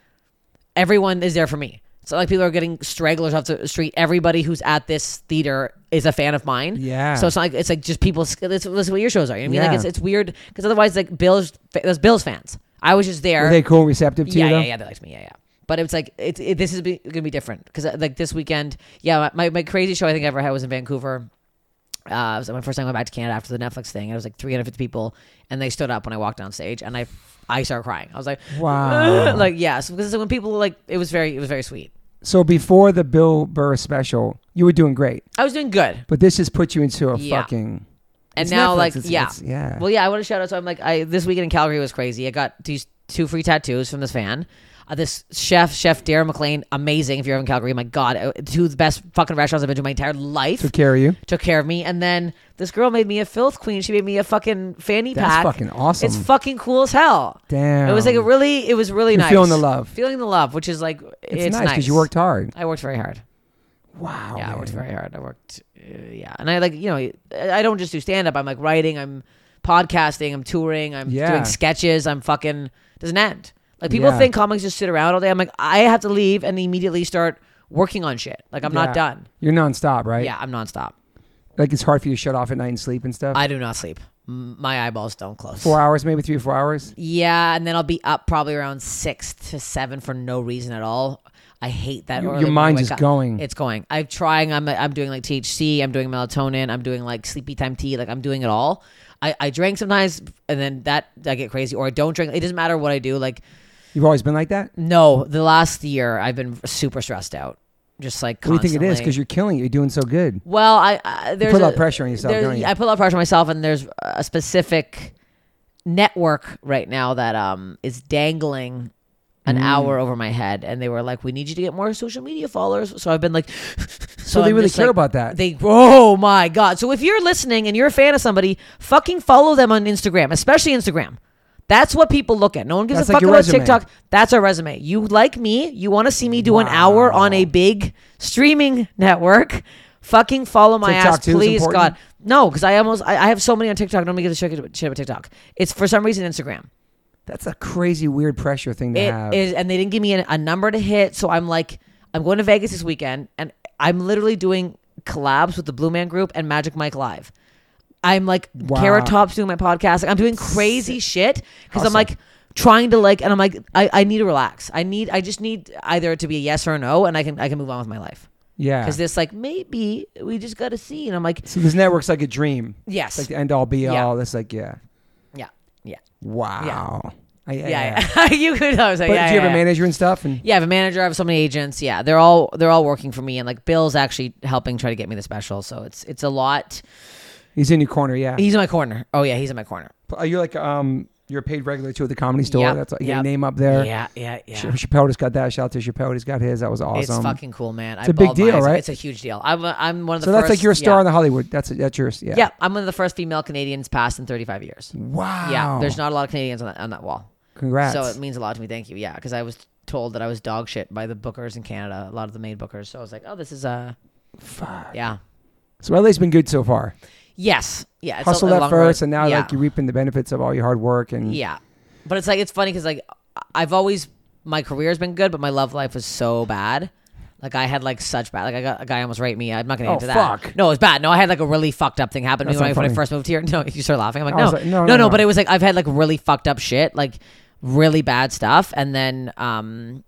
S2: Everyone is there for me. So like people are getting stragglers off the street. Everybody who's at this theater is a fan of mine.
S1: Yeah.
S2: So it's not like it's like just people. It's, it's what your shows are. You know what
S1: Yeah.
S2: I mean? Like it's, it's weird because otherwise like Bills that's Bills fans. I was just there
S1: Are they cool and receptive to
S2: yeah,
S1: you though?
S2: Yeah, yeah, they liked me. Yeah, yeah. But it's like it's it, this is be, gonna be different because like this weekend, yeah, my, my crazy show I think I ever had was in Vancouver. Uh, it was my first time I went back to Canada after the Netflix thing. and It was like 350 people, and they stood up when I walked on stage, and I I started crying. I was like,
S1: Wow.
S2: like yeah, so, because when people like it was very it was very sweet.
S1: So before the Bill Burr special, you were doing great,
S2: I was doing good,
S1: but this just puts you into a
S2: Yeah.
S1: fucking.
S2: and
S1: It's
S2: now
S1: Netflix,
S2: like
S1: it's-
S2: yeah,
S1: it's- yeah.
S2: Well, yeah, I want to shout out. So I'm like, I this weekend in Calgary was crazy. I got these two free tattoos from this fan. Uh, this chef, Chef Darren McLean, amazing. If you're in Calgary, my God, uh, two of the best fucking restaurants I've been to my entire life.
S1: to carry you.
S2: Took care of me, and then this girl made me a filth queen. She made me a fucking fanny
S1: That's
S2: pack.
S1: fucking awesome.
S2: It's fucking cool as hell.
S1: Damn.
S2: It was like a really, it was really
S1: You're
S2: nice.
S1: feeling the love.
S2: feeling the love, which is like
S1: It's,
S2: it's,
S1: nice because you worked hard.
S2: I worked very hard.
S1: Wow.
S2: Yeah, I
S1: man.
S2: worked very hard. I worked, uh, yeah, and I like you know I I don't just do stand up. I'm like writing. I'm podcasting. I'm touring. I'm
S1: Yeah.
S2: doing sketches. I'm fucking doesn't end. Like people
S1: Yeah.
S2: think comics just sit around all day. I'm like I have to leave and immediately start working on shit. Like I'm
S1: Yeah.
S2: not done.
S1: You're nonstop, right?
S2: Yeah, I'm nonstop.
S1: Like it's hard for you to shut off at night and sleep and stuff.
S2: I do not sleep. M- My eyeballs don't close.
S1: four hours, maybe three or four hours.
S2: Yeah, and then I'll be up probably around six to seven for no reason at all. I hate that.
S1: Your-
S2: early
S1: your
S2: when I
S1: mind
S2: wake
S1: is
S2: up.
S1: going.
S2: It's going. I'm trying. I'm I'm doing like THC. I'm doing melatonin. I'm doing like sleepy time tea. Like I'm doing it all. I I drink sometimes, and then that I get crazy, or I don't drink. It doesn't matter what I do. Like
S1: You've always been like that.
S2: no, the last year I've been super stressed out. Just like
S1: What do you
S2: constantly.
S1: think it is? Because you're killing it. You're doing so good.
S2: Well, I, I there's
S1: put a
S2: a
S1: lot of pressure on yourself,
S2: there's-
S1: don't you?
S2: I put a lot of pressure on myself, and there's a specific network right now that um is dangling an
S1: Mm.
S2: hour over my head, and they were like, "We need you to get more social media followers." So I've been like,
S1: So, they
S2: I'm
S1: really
S2: just,
S1: care
S2: like,
S1: about that.
S2: They oh my god! So if you're listening and you're a fan of somebody, fucking follow them on Instagram, especially Instagram. That's what people look at. No one gives
S1: That's
S2: a
S1: like
S2: fuck
S1: your
S2: about
S1: resume.
S2: TikTok. That's our resume. You like me, you want to see me do an hour on a big streaming network. Fucking follow my
S1: TikTok
S2: ass,
S1: too is
S2: please,
S1: important?
S2: God. No, because I almost I, I have so many on TikTok. Nobody gives a shit about shit about TikTok. It's for some reason Instagram.
S1: That's a crazy, weird pressure thing to
S2: It
S1: have.
S2: is, and they didn't give me an, a number to hit. So I'm like, I'm going to Vegas this weekend, and I'm literally doing collabs with the Blue Man Group and Magic Mike Live. I'm like
S1: Wow.
S2: Carrot Top's doing my podcast. Like, I'm doing crazy shit because
S1: Hustle.
S2: I'm like trying to like, and I'm like, I, I need to relax. I need, I just need either to be a yes or a no, and I can I can move on with my life.
S1: yeah.
S2: Because this like maybe we just got to see, and I'm like,
S1: so this network's like a dream. It's
S2: yes,
S1: like the end all be
S2: Yeah.
S1: all. That's like yeah.
S2: yeah, yeah,
S1: Wow. I-
S2: yeah. yeah. you could. I was like,
S1: But
S2: yeah,
S1: do you
S2: yeah,
S1: have a
S2: yeah.
S1: manager and stuff? And
S2: Yeah, I have a manager. I have so many agents. Yeah, they're all they're all working for me, and like Bill's actually helping try to get me the special. So it's it's a lot.
S1: he's in your corner. Yeah.
S2: He's in my corner. Oh yeah, he's in my corner.
S1: Are you like um? You're a paid regular too at the comedy store.
S2: Yep,
S1: That's like
S2: yep.
S1: your name up there.
S2: Yeah, yeah, yeah.
S1: Ch- Chappelle just got that. Shout out to Chappelle. He's got his. That was awesome.
S2: It's fucking cool, man. It's
S1: a big deal, right?
S2: It's a huge deal. I'm, a, I'm one of the
S1: so
S2: first.
S1: that's like your star
S2: yeah.
S1: in the Hollywood. That's that's yours. Yeah.
S2: Yeah, I'm one of the first female Canadians passed in 35 years.
S1: Wow.
S2: Yeah, there's not a lot of Canadians on that, on that wall.
S1: Congrats.
S2: So it means a lot to me. Thank you. Yeah, because I was told that I was dog shit by the bookers in Canada, a lot of the maid bookers. So I was like, oh, this is a.
S1: Fuck.
S2: Yeah.
S1: So LA's been good so far.
S2: Yes. Yeah. It's a-
S1: Hustle
S2: a
S1: that
S2: long
S1: first,
S2: road.
S1: and now
S2: yeah.
S1: like you're reaping the benefits of all your hard work and
S2: Yeah. But it's like, it's funny because, like, I've always, my career's been good, but my love life was so bad. Like, I had, like, such bad, like, I got a guy almost raped me. I'm not going to
S1: Oh,
S2: get into that.
S1: fuck.
S2: No, it was bad. No, I had, like, a really fucked up thing happen to me
S1: That's
S2: when I,
S1: not
S2: when I
S1: funny.
S2: first moved here. No, you start laughing. I'm like,
S1: I
S2: no,
S1: was
S2: no,
S1: like,
S2: no, no, But it was like, I've had, like, really fucked up shit, like, really bad stuff. And then, um,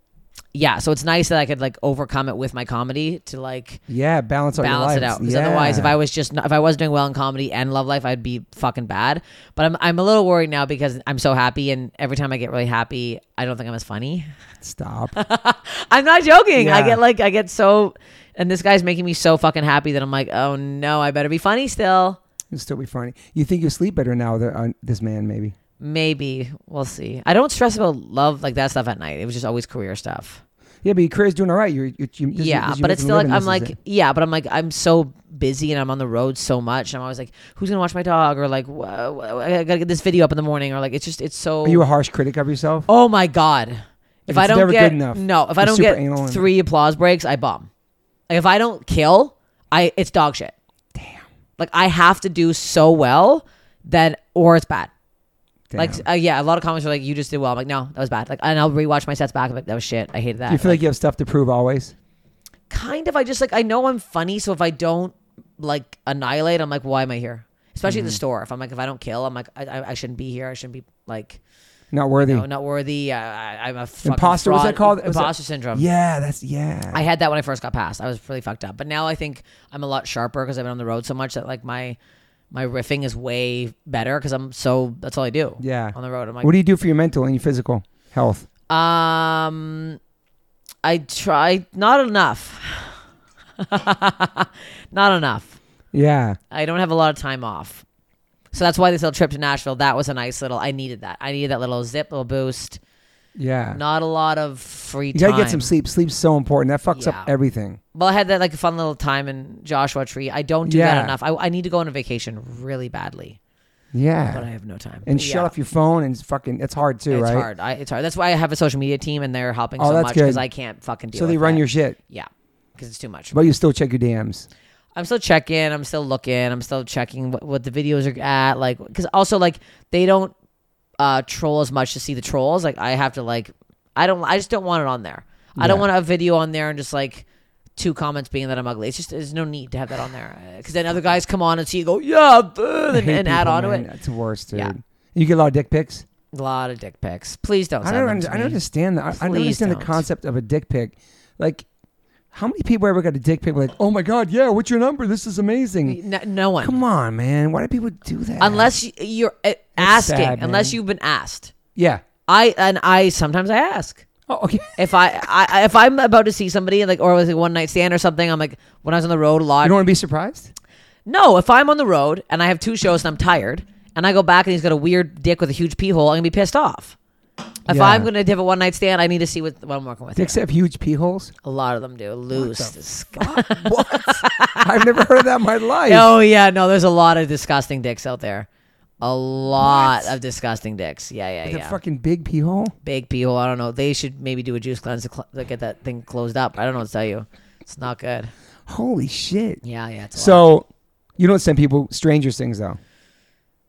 S2: yeah, so it's nice that I could like overcome it with my comedy to like
S1: yeah, balance out
S2: balance
S1: your
S2: it
S1: lives.
S2: out. Because
S1: Yeah.
S2: otherwise, if I was just not, if I was doing well in comedy and love life, I'd be fucking bad. But I'm I'm a little worried now because I'm so happy, and every time I get really happy, I don't think I'm as funny.
S1: stop,
S2: I'm not joking. I
S1: Yeah.
S2: get like I get so, and this guy's making me so fucking happy that I'm like, oh no, I better be funny still.
S1: it'll still be funny. You think you sleep better now? That, uh, this man maybe.
S2: Maybe we'll see. I don't stress about love like that stuff at night. It was just always career stuff.
S1: Yeah, but your career's doing all right. You're, you're, you this is-
S2: yeah,
S1: this is
S2: but
S1: your
S2: it's still like
S1: living. This
S2: I'm
S1: is
S2: like
S1: it.
S2: yeah, but I'm like I'm so busy and I'm on the road so much. And I'm always like, who's gonna watch my dog? Or like, wha- wha- I gotta get this video up in the morning. Or like, it's just it's so.
S1: Are you a harsh critic of yourself?
S2: oh my god! If
S1: it's
S2: I don't
S1: never
S2: get
S1: good enough,
S2: no, if I
S1: you're
S2: don't
S1: super
S2: get
S1: anal and-
S2: three applause breaks, I bomb. Like, if I don't kill, I it's dog shit. Damn. Like I have to do so well that or it's bad.
S1: Damn.
S2: Like uh, yeah, a lot of comments are like, you just did well. I'm like, no, that was bad. Like, and I'll rewatch my sets back. I'm like, that was shit. I hated that.
S1: you feel like you have stuff to prove always.
S2: kind of i just like i know i'm funny so if i don't like annihilate i'm like why am i here
S1: Mm-hmm.
S2: especially in the store if i'm like if i don't kill i'm like i, I, I shouldn't be here i shouldn't be like
S1: Not worthy.
S2: you know, not worthy I, I, i'm a fucking
S1: Hmm. Imposter, what's that
S2: fraud.
S1: called? Was that-
S2: imposter syndrome
S1: Yeah, that's yeah.
S2: i had that when i first got passed i was really fucked up but now i think i'm a lot sharper because i've been on the road so much that like my my riffing is way better because i'm so that's all i do
S1: yeah.
S2: on the road i'm like
S1: what do you do for your mental and your physical health?
S2: Um, I try not enough. not enough.
S1: Yeah.
S2: I don't have a lot of time off, so that's why this little trip to Nashville. That was a nice little. I needed that. I needed that little zip, little boost.
S1: Yeah.
S2: Not a lot of free
S1: you
S2: time.
S1: gotta get some sleep. Sleep's so important. That fucks up
S2: Yeah.
S1: everything.
S2: Well, I had that like a fun little time in Joshua Tree. I don't do
S1: Yeah.
S2: that enough. I, I need to go on a vacation really badly, but I
S1: Yeah.
S2: have no time.
S1: And
S2: But
S1: shut
S2: yeah.
S1: off your phone and fucking. It's hard too,
S2: It's
S1: right?
S2: hard. I, it's hard. That's why I have a social media team, and they're helping
S1: Oh,
S2: so
S1: that's
S2: much because
S1: good.
S2: I can't fucking deal.
S1: So they
S2: with
S1: run
S2: it.
S1: your shit,
S2: yeah, because it's too much.
S1: but you still check your DMs.
S2: I'm still checking. I'm still looking. I'm still checking what, what the videos are at. Like, because also like they don't uh, troll as much to see the trolls. Like, I have to like, I don't. I just don't want it on there. I don't
S1: Yeah.
S2: want a video on there and just like two comments being that I'm ugly. It's just there's no need to have that on there because then other guys come on and see you go yeah uh,"
S1: I
S2: and,
S1: hate
S2: and add
S1: people,
S2: on to
S1: man.
S2: it.
S1: That's the worst, dude.
S2: Yeah.
S1: You get a lot of dick pics.
S2: A lot of dick pics. Please don't.
S1: I
S2: Send
S1: don't.
S2: them
S1: under-
S2: to
S1: I don't
S2: me.
S1: understand that. I, I don't
S2: Please
S1: understand the
S2: don't.
S1: concept of a dick pic. Like, how many people ever got a dick pic? Like, oh my god, yeah. What's your number? This is amazing.
S2: No, no one.
S1: Come on, man. Why do people do that?
S2: Unless you- you're uh, asking.
S1: sad,
S2: unless
S1: man.
S2: you've been asked.
S1: yeah.
S2: I and I sometimes I ask.
S1: Oh, okay.
S2: If I, I if I'm about to see somebody like or it was a one night stand or something, I'm like when I was on the road a
S1: You
S2: lot.
S1: don't want to be surprised.
S2: No, if I'm on the road and I have two shows and I'm tired and I go back and he's got a weird dick with a huge pee hole, I'm gonna be pissed off. If
S1: Yeah.
S2: I'm gonna have a one night stand, I need to see what, what I'm working with.
S1: Dicks have huge pee holes.
S2: A lot of them do loose. disg-
S1: what? I've never heard of that in my life.
S2: oh yeah, no, there's a lot of disgusting dicks out there. A lot of disgusting dicks. Yeah, yeah,
S1: The
S2: yeah.
S1: fucking big pee hole.
S2: big people. I don't know. They should maybe do a juice cleanse to, cl- to get that thing closed up. I don't know what to tell you. It's not good.
S1: Holy shit.
S2: Yeah, yeah. It's a lot.
S1: So you don't send people strangers things though.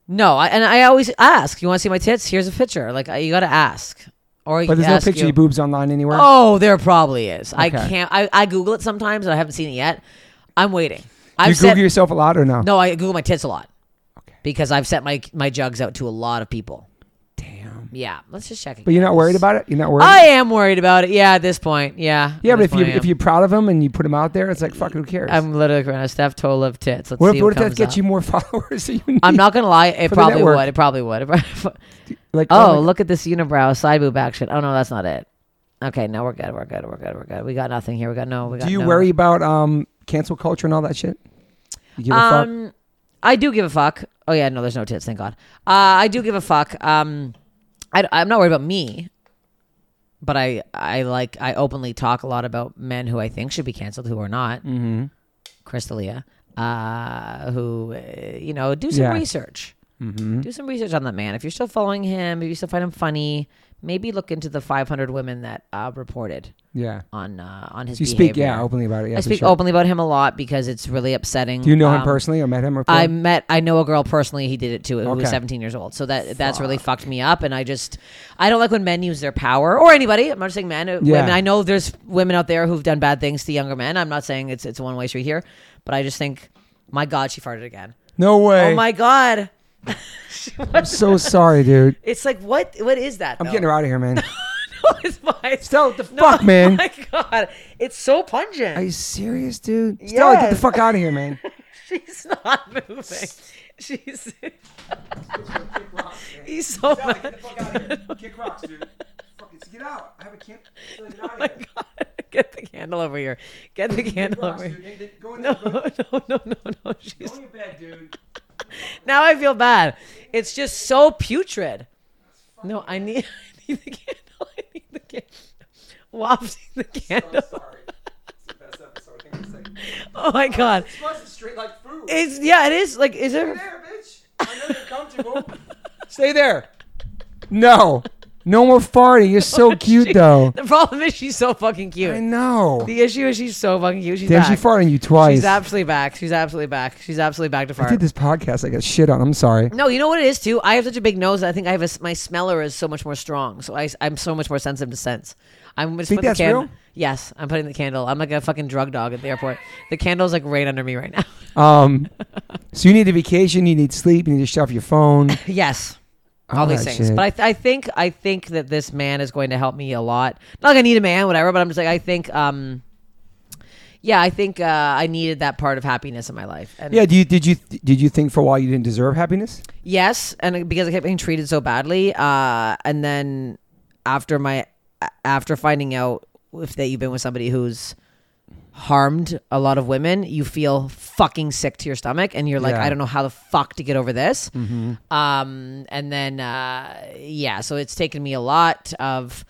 S2: no, I, and I always ask. You want to see my tits? Here's a picture. Like I, you got to ask. Or
S1: But there's no
S2: ask
S1: picture of
S2: you-
S1: your boobs online anywhere.
S2: Oh, there probably is. I
S1: Okay.
S2: can't. I, I Google it sometimes, and I haven't seen it yet. I'm waiting. I've
S1: you Google
S2: sent-
S1: yourself a lot or no?
S2: no, I Google my tits a lot
S1: Okay.
S2: because I've sent my my jugs out to a lot of people.
S1: Damn.
S2: Yeah, let's just check.
S1: But you're not
S2: again.
S1: worried about it. You're not worried.
S2: I am worried about it. Yeah, at this point. Yeah.
S1: yeah,
S2: at
S1: but
S2: this
S1: if you
S2: point I am.
S1: if you're proud of them and you put them out there, it's like fuck. Who cares?
S2: I'm literally going to Steph Tola of tits. Let's
S1: what
S2: see
S1: if, what if
S2: comes
S1: that gets
S2: up.
S1: you more followers? Than you need?
S2: I'm not gonna lie. It
S1: for the
S2: probably
S1: network?
S2: would. It probably would. It probably-
S1: like
S2: oh,
S1: my-
S2: look at this unibrow side boob action. Oh no, that's not it. Okay, no, we're good. We're good. We're good. We're good. We got nothing here. We got no. We got
S1: do you
S2: no.
S1: worry about um cancel culture and all that shit? You give a fuck.
S2: Um, I do give a fuck. Oh yeah, no, there's no tits. Thank God. Uh, I do give a fuck. Um, I, I'm not worried about me, but I I like I openly talk a lot about men who I think should be canceled who are not. Mm-hmm. Crystalia, uh, who uh, you know do some
S1: Yeah.
S2: research. Do some research on that man. If you're still following him, if you still find him funny, maybe look into the 500 women that uh, reported
S1: Yeah.
S2: on uh, on his.
S1: So you speak,
S2: behavior.
S1: yeah, openly about it. Yeah,
S2: I
S1: for
S2: speak
S1: sure.
S2: openly about him a lot because it's really upsetting.
S1: Do you know him
S2: Um,
S1: personally or met him? Or
S2: I met I know a girl personally he did it to who
S1: Okay.
S2: was 17 years old. So that that's really fucked me up and I just I don't like when men use their power or anybody. I'm not saying men, uh
S1: Yeah.
S2: women. I know there's women out there who've done bad things to younger men. I'm not saying it's it's a one way street here, but I just think my god, she farted again.
S1: no way.
S2: Oh my god.
S1: I'm so sorry, dude.
S2: It's like what what is that?
S1: I'm getting her out of here, man.
S2: no, it's fine.
S1: Stella, what the fuck, man?
S2: My god. It's so pungent.
S1: Are you serious, dude? Stella, get the
S2: Yes.
S1: fuck out of here, man.
S2: She's not moving. She's He's so mad.
S1: fuck out of here. Kick rocks, dude. Fucking get out. I have a camp.
S2: Oh my god! Get the candle over here. Get the candle over here.
S1: Go in
S2: Oh No, no, no, no, no. She's
S1: your bed, dude.
S2: now I feel bad. It's just so putrid. No, I need, I need the candle. I need the candle. Wafting the candle. Oh my god!
S1: Smells straight like food.
S2: It's yeah, it is like is there?
S1: there, bitch. I know you're comfortable. Stay there. No. No more farting. You're so cute,
S2: She-
S1: though.
S2: The problem is she's so fucking
S1: I
S2: cute.
S1: know.
S2: The issue is she's so fucking cute. She's
S1: Damn,
S2: back.
S1: she farted on you twice.
S2: She's absolutely back. She's absolutely back. She's absolutely back to
S1: I
S2: fart.
S1: did this podcast. I got shit on. I'm sorry.
S2: No, you know what it is too. I have such a big nose. that I think I have a s my smeller is so much more strong. So I, am so much more sensitive to scents. I'm just
S1: Think
S2: putting
S1: that's
S2: the candle.
S1: real?
S2: Yes, I'm putting the candle. I'm like a fucking drug dog at the airport. The candle's like right under me right now.
S1: Um, so you need a vacation. You need sleep. You need to shut off your phone.
S2: yes, all,
S1: All
S2: these
S1: that
S2: things.
S1: Oh, shit.
S2: But I, th- I think I think that this man is going to help me a lot. Not like I need a man, whatever. But I'm just like I think. um Yeah, I think uh, I needed that part of happiness in my life. And
S1: Yeah. Do you did you did you think for a while you didn't deserve happiness?
S2: Yes, and because I kept being treated so badly, uh, and then after my after finding out if that you've been with somebody who's harmed a lot of women, you feel fucking sick to your stomach, and you're like,
S1: Yeah.
S2: I don't know how the fuck to get over this. Um, and then uh, yeah, so it's taken me a lot of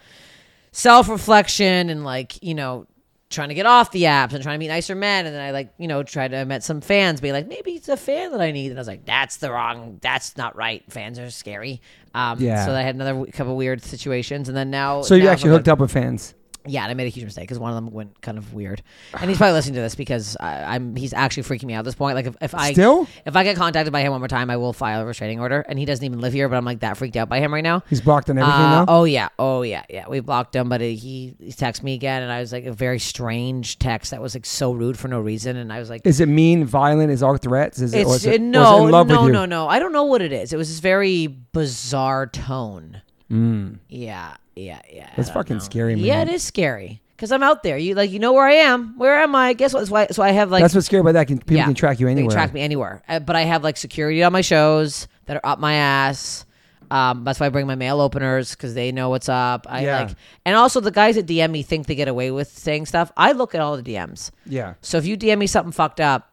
S2: self reflection and like you know trying to get off the apps and trying to meet nicer men and then i like you know tried to I met some fans be like maybe it's a fan that i need and i was like that's the wrong that's not right fans are scary um
S1: Yeah.
S2: so i had another w- couple weird situations and then now
S1: So you
S2: now
S1: actually
S2: I'm
S1: hooked up with fans.
S2: yeah, and I made a huge mistake because one of them went kind of weird, and he's probably listening to this because I, I'm he's actually freaking me out at this point. Like if, if I
S1: Still?
S2: if I get contacted by him one more time, I will file a restraining order, and he doesn't even live here. But I'm like that freaked out by him right now.
S1: He's blocked on everything
S2: Uh,
S1: now.
S2: oh yeah, oh yeah, yeah. We blocked him, but he, he texted me again, and I was like a very strange text that was like so rude for no reason, and I was like,
S1: Is it mean, violent? Is it all threats? Is it, or
S2: it's uh,
S1: is it, or is it
S2: no,
S1: in love
S2: no,
S1: with you?
S2: no, no. I don't know what it is. It was this very bizarre tone. Yeah, yeah, yeah.
S1: Mm. That's
S2: I don't
S1: fucking
S2: know.
S1: scary, man.
S2: Yeah, it is scary because I'm out there. You like, you know where I am. Where am I? Guess what? That's why- So I have like
S1: That's what's scary about that. Can, people
S2: yeah.
S1: can track you
S2: They
S1: anywhere.
S2: can track me anywhere. Uh, but I have like security on my shows that are up my ass. Um, that's why I bring my mail openers because they know what's up. I
S1: Yeah.
S2: like, and also the guys that DM me think they get away with saying stuff. I look at all the DMs.
S1: Yeah.
S2: So if you DM me something fucked up,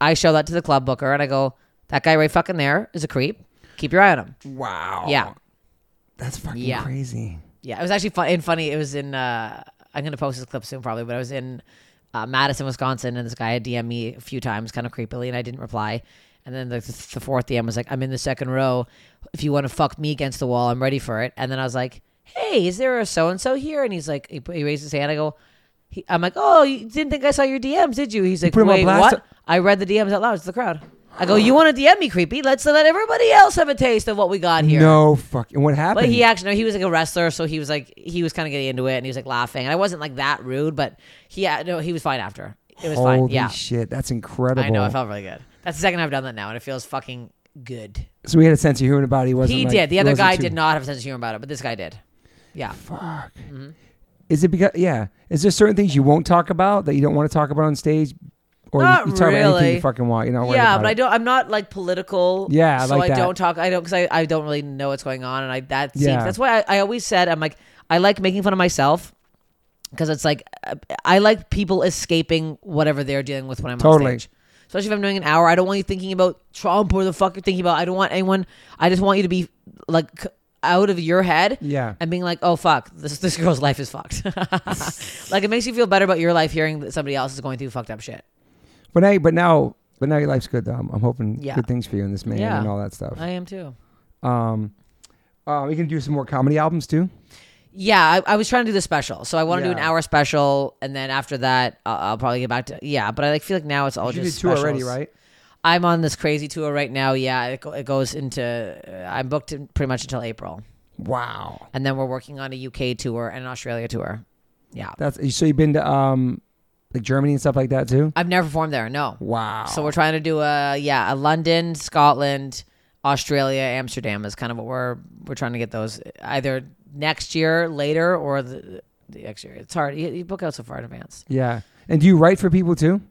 S2: I show that to the club booker and I go, "That guy right fucking there is a creep. Keep your eye on him."
S1: Wow.
S2: Yeah,
S1: That's fucking
S2: Yeah.
S1: crazy.
S2: yeah. It was actually fun and funny. It was in. Uh, I'm gonna post this clip soon, probably, but I was in uh, Madison, Wisconsin, and this guy had DM me a few times, kind of creepily, and I didn't reply. And then the, the fourth DM was like, "I'm in the second row. If you want to fuck me against the wall, I'm ready for it." And then I was like, "Hey, is there a so and so here?" And he's like, he, he raised his hand. I go, he, "I'm like, oh, you didn't think I saw your DMs, did you?" He's like,
S1: put him on
S2: "Wait,
S1: blast?
S2: what?" I read the DMs out loud to the crowd. I go, "You want to DM me, creepy? Let's let everybody else have a taste of what we got here."
S1: No fuck. And what happened?
S2: But he actually, no, he was like a wrestler, so he was like, he was kind of getting into it, and he was like laughing. And I wasn't like that rude, but he, uh, no, he was fine after. It was
S1: Holy
S2: fine. Yeah,
S1: shit. That's incredible.
S2: I know. I felt really good. That's the second I've done that now, and it feels fucking good.
S1: so we had a sense of humor about it. He wasn't
S2: He
S1: like-
S2: did. The
S1: he
S2: other
S1: wasn't
S2: guy
S1: too-
S2: did not have a sense of humor about it, but this guy did. Yeah.
S1: Fuck.
S2: Mm-hmm.
S1: Is it because, yeah. Is there certain things you won't talk about that you don't want to talk about on stage? Or
S2: Not
S1: you, you talk about anything
S2: really.
S1: you fucking want. You're not worried
S2: yeah,
S1: about
S2: but I
S1: it.
S2: don't. I'm not like political.
S1: Yeah, I
S2: so
S1: like
S2: I
S1: that.
S2: don't talk. I don't because I, I don't really know what's going on, and I that seems,
S1: Yeah.
S2: that's why I, I always said I'm like I like making fun of myself because it's like uh, I like people escaping whatever they're dealing with when I'm
S1: Totally.
S2: on stage. Especially if I'm doing an hour, I don't want you thinking about Trump or the fuck you're thinking about. I don't want anyone. I just want you to be like c- out of your head
S1: Yeah.
S2: and being like, oh fuck, this this girl's life is fucked. like it makes you feel better about your life hearing that somebody else is going through fucked up shit.
S1: But now, but now, but now your life's good though. I'm, I'm hoping
S2: Yeah.
S1: good things for you in this man
S2: Yeah.
S1: and all that stuff.
S2: I am too.
S1: Um, uh, we can do some more comedy albums too.
S2: Yeah, I, I was trying to do the special, so I want to do an
S1: Yeah.
S2: hour special, and then after that, I'll, I'll probably get back to yeah. But I like feel like now it's all
S1: You did
S2: just
S1: two already,
S2: specials.
S1: right?
S2: I'm on this crazy tour right now. Yeah, it, go, it goes into uh, I'm booked in pretty much until April,
S1: Wow.
S2: and then we're working on a UK tour and an Australia tour. Yeah,
S1: That's so you've been to um, like Germany and stuff like that too.
S2: I've never performed there. No,
S1: Wow.
S2: so we're trying to do a yeah a London, Scotland, Australia, Amsterdam is kind of what we're we're trying to get those either next year later or the, the next year. It's hard. You, you book out so far in advance.
S1: yeah. And do you write for people too? Do you,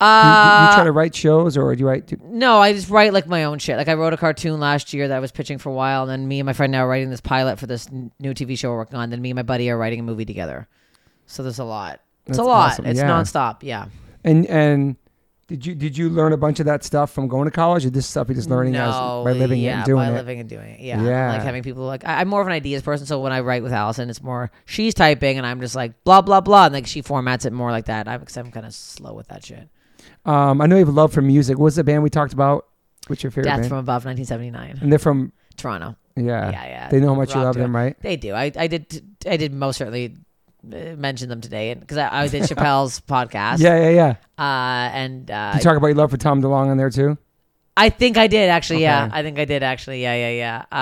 S1: do
S2: Uh,
S1: you try to write shows or do you write? do-
S2: No, I just write like my own shit. Like I wrote a cartoon last year that I was pitching for a while, and then me and my friend now are writing this pilot for this n- new TV show we're working on. Then me and my buddy are writing a movie together. So there's a lot. It's
S1: That's
S2: a lot.
S1: awesome.
S2: It's
S1: Yeah.
S2: nonstop. Yeah.
S1: and and did you did you learn a bunch of that stuff from going to college or this stuff you're just learning as,
S2: No,
S1: by living it
S2: yeah,
S1: and doing
S2: by
S1: it?
S2: living and doing it. Yeah.
S1: Yeah.
S2: Like having people like I, I'm more of an ideas person, so when I write with Allison, it's more she's typing and I'm just like blah blah blah, and like she formats it more like that. I'm because I'm kind of slow with that shit.
S1: Um, I know you have a love for music. What's the band we talked about? What's your favorite
S2: Death
S1: band?
S2: from Above, 1979,
S1: and they're from
S2: Toronto.
S1: yeah.
S2: Yeah, yeah.
S1: They know how much you
S2: Rock
S1: love
S2: duo.
S1: them, right?
S2: They do. I, I did. I did most certainly uh, mention them today because I, I did Chappelle's podcast.
S1: Yeah, yeah, yeah.
S2: Uh, and uh,
S1: You talk about your love for Tom DeLonge on there too.
S2: I think I did actually. Yeah,
S1: Okay.
S2: I think I did actually. Yeah, yeah, yeah.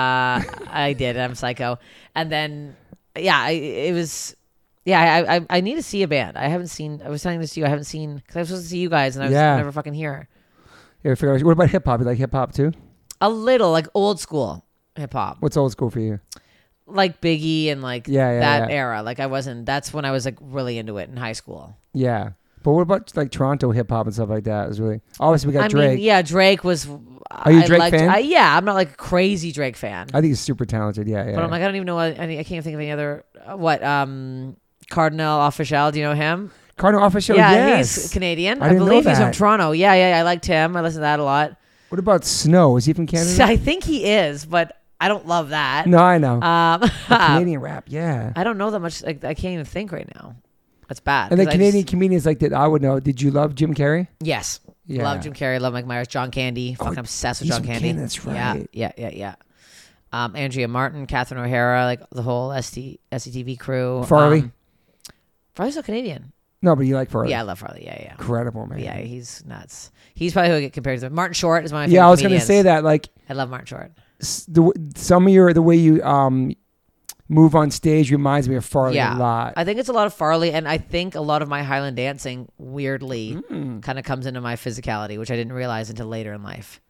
S2: Uh, I did. I'm psycho. And then, yeah, I, it was. Yeah, I, I I need to see a band. I haven't seen. I was telling this to you. I haven't seen because I was supposed to see you guys, and I was
S1: Yeah.
S2: never fucking here.
S1: Yeah, figure out- what about hip hop? You like hip hop too?
S2: A little like old school hip hop.
S1: What's old school for you?
S2: like Biggie and like
S1: Yeah, yeah,
S2: that
S1: yeah.
S2: era. Like I wasn't. That's when I was like really into it in high school.
S1: Yeah. But what about like Toronto hip hop and stuff like that? Is really obviously we got Drake.
S2: mean, yeah, Drake was.
S1: you a
S2: I
S1: Drake
S2: liked,
S1: fan?
S2: I, yeah, I'm not like a crazy Drake fan,
S1: I think he's super talented. Yeah, yeah.
S2: but I'm like I don't even know what- any. I can't think of any other. uh, What um, Cardinal Official? Do you know him?
S1: Cardinal Official.
S2: yeah,
S1: yes.
S2: he's Canadian.
S1: I
S2: I,
S1: didn't know
S2: believe he's from
S1: that.
S2: Toronto. Yeah, yeah, yeah, I liked him. I listened to that a lot.
S1: what about Snow? Is he from Canada?
S2: I think he is, but I don't love that.
S1: no, I know.
S2: Um,
S1: Canadian rap. Yeah.
S2: I don't know that much. Like I can't even think right now. That's bad.
S1: and then
S2: 'cause I
S1: Canadian
S2: just-
S1: comedians like that I would know. Did you love Jim Carrey?
S2: yes.
S1: Yeah. Oh,
S2: Love Jim Carrey. Love Mike Myers. John Candy. Fucking obsessed with
S1: he's
S2: John
S1: from
S2: Candy.
S1: Canada, that's right.
S2: Yeah, yeah, yeah, yeah. Um, Andrea Martin, Catherine O'Hara, like the whole ST, SCTV crew.
S1: Farley?
S2: Um, Farley's not Canadian.
S1: No, but you like Farley.
S2: Yeah, I love Farley. Yeah, yeah.
S1: Incredible man.
S2: Yeah, he's nuts. He's probably who I get compared to. Martin Short is one of my
S1: Yeah, I was
S2: going
S1: gonna
S2: to
S1: say that like
S2: I love Martin Short.
S1: s- the w- some of your the way you um move on stage reminds me of Farley a
S2: yeah.
S1: lot.
S2: I think it's a lot of Farley, and I think a lot of my Highland dancing weirdly
S1: Mm-hmm. Hmm,
S2: kind of comes into my physicality, which I didn't realize until later in life.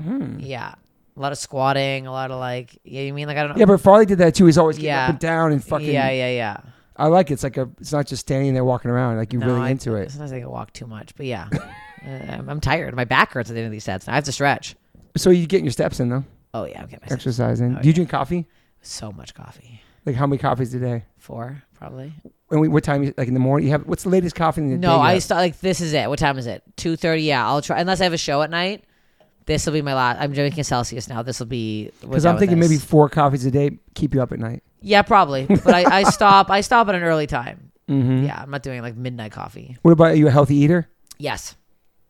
S1: Mm.
S2: Yeah. A lot of squatting, a lot of like, yeah, you mean like, I don't know.
S1: yeah, but Farley did that too. He's always getting
S2: Yeah.
S1: up and down and fucking.
S2: yeah, yeah, yeah.
S1: I like it. It's like a. It's not just standing there walking around. Like you're
S2: No,
S1: really
S2: I-
S1: into it.
S2: Sometimes I think I walk too much, but yeah, Uh, I'm, I'm tired. My back hurts at the end of these sets. I have to stretch.
S1: So you're getting your steps in though.
S2: Oh yeah, I'm getting myself
S1: Exercising.
S2: Oh,
S1: Do you
S2: yeah.
S1: drink coffee?
S2: so much coffee.
S1: Like how many coffees a day?
S2: Four probably.
S1: And we, what time? you- Like in the morning? You have what's the latest coffee in the day?
S2: No,
S1: you
S2: I
S1: have?
S2: start like this is it. What time is it? Two thirty. Yeah, I'll try unless I have a show at night. This will be my last. I'm drinking Celsius now. This will be
S1: Because I'm thinking maybe four coffees a day keep you up at night.
S2: Yeah, probably. But I, I stop. I stop at an early time.
S1: Mm-hmm.
S2: Yeah, I'm not doing like midnight coffee.
S1: What about are you? A healthy eater?
S2: Yes,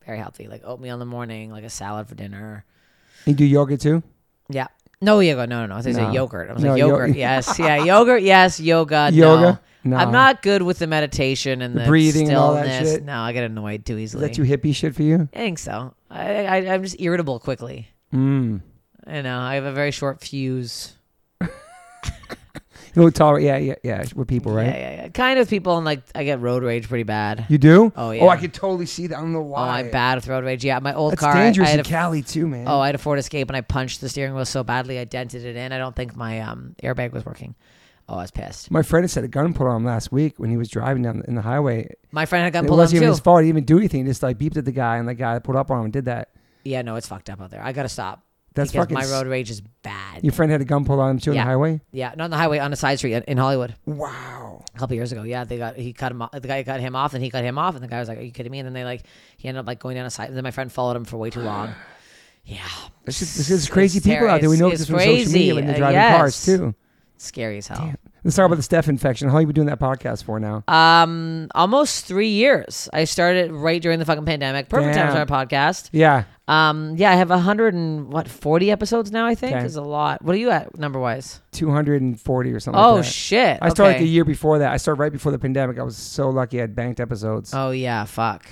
S2: very healthy. Like oatmeal in the morning, like a salad for dinner.
S1: You do yoga too?
S2: Yeah. No yoga. No, no, no. I said
S1: No.
S2: yogurt. I was
S1: No,
S2: like
S1: yo-
S2: yogurt. yes. Yeah. Yogurt. Yes. Yoga.
S1: Yoga?
S2: Uh,
S1: No.
S2: No. I'm not good with the meditation and
S1: The
S2: the,
S1: breathing and all that
S2: stillness.
S1: shit?
S2: No, I get annoyed too
S1: Is
S2: easily.
S1: that too hippie shit for you?
S2: I think so. I, I I'm just irritable quickly.
S1: Mm.
S2: You know, I have a very short fuse.
S1: You don't tolerate. Yeah, yeah, yeah. With people, right?
S2: Yeah, yeah, yeah. Kind of people and like I get road rage pretty bad.
S1: You do?
S2: Oh,
S1: Oh,
S2: yeah.
S1: I could totally see that. I don't know
S2: Oh,
S1: why.
S2: I'm bad with road rage. Yeah, my old
S1: That's
S2: car. I-
S1: dangerous
S2: I
S1: in
S2: had a,
S1: Cali too, man.
S2: oh, I had a Ford Escape and I punched the steering wheel so badly I dented it in. I don't think my um airbag was working. Oh, I was pissed.
S1: My friend said a gun pulled on him last week when he was driving down in the highway.
S2: My friend had gotten
S1: It
S2: pulled up
S1: wasn't even
S2: too.
S1: his fault. He didn't even do anything. He just like beeped at the guy, and the guy pulled up on him and did that.
S2: Yeah, no, it's fucked up out there. I gotta stop.
S1: That's
S2: because
S1: fucking
S2: my
S1: s-
S2: road rage is bad.
S1: Your friend had a gun pulled on him too on
S2: Yeah.
S1: the highway.
S2: yeah, not on the highway, on a side street in- in Hollywood
S1: Wow.
S2: a couple years ago. Yeah, they got he cut him. Off, the guy cut him off, and he cut him off, and the guy was like, "Are you kidding me?" And then they like he ended up like going down a side. And then my friend followed him for way too long. Yeah.
S1: This is, this is crazy
S2: It's
S1: people
S2: terri-
S1: out there. We
S2: it's-
S1: know
S2: it's
S1: this from social media
S2: crazy.
S1: when they're
S2: Uh,
S1: driving cars
S2: yes.
S1: too.
S2: Scary as hell.
S1: Let's talk about the Steph infection. How long you been doing that podcast for now?
S2: Um, almost three years. I started right during the fucking pandemic. Perfect time to
S1: Damn.
S2: start a podcast.
S1: yeah,
S2: Um, yeah, I have a hundred and what forty episodes now. I think
S1: Okay.
S2: is a lot. What are you at number wise?
S1: two hundred and forty or something.
S2: Oh
S1: like that.
S2: shit!
S1: I started like
S2: Okay.
S1: a year before that. I started right before the pandemic. I was so lucky. I had banked episodes.
S2: Oh yeah, fuck.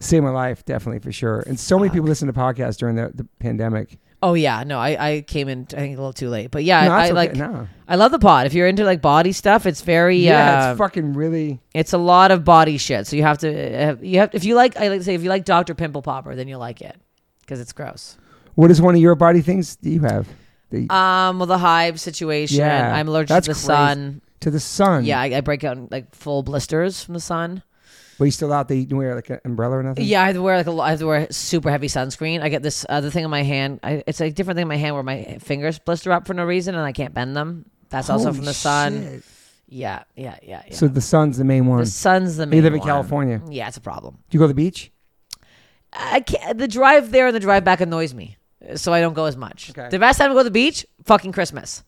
S1: Saved my life, definitely for sure. And so many people listen to podcasts during the, the pandemic.
S2: Oh yeah, no, I, I came in I think a little too late, but yeah,
S1: No,
S2: I, I
S1: that's okay.
S2: like
S1: No.
S2: I love the pod. If you're into like body stuff, it's very
S1: yeah,
S2: uh,
S1: it's fucking really.
S2: It's a lot of body shit. So you have to have, you have if you like I like to say if you like Dr. Pimple Popper, then you'll like it because it's gross.
S1: What is one of your body things that you have? That you-
S2: Um, well, the hive situation.
S1: Yeah,
S2: I'm allergic
S1: that's
S2: to the
S1: crazy. Mm.
S2: sun.
S1: to the sun.
S2: Yeah, I, I break out in like full blisters from the sun.
S1: Were you still out there? You didn't wear like an umbrella or nothing?
S2: Yeah, I have to wear like a, lo- I have to wear super heavy sunscreen. I get this other thing on my hand. I, it's a different thing in my hand where my fingers blister up for no reason and I can't bend them. That's also
S1: Holy
S2: from the sun.
S1: shit.
S2: Yeah, yeah, yeah, yeah.
S1: So the sun's the main one.
S2: the sun's the main.
S1: You live in
S2: one.
S1: California. Do
S2: Yeah, it's a problem.
S1: you go to the beach?
S2: I can't. The drive there and the drive back annoys me, so I don't go as much.
S1: Okay. Mm-hmm.
S2: The last time I go to the beach, fucking Christmas.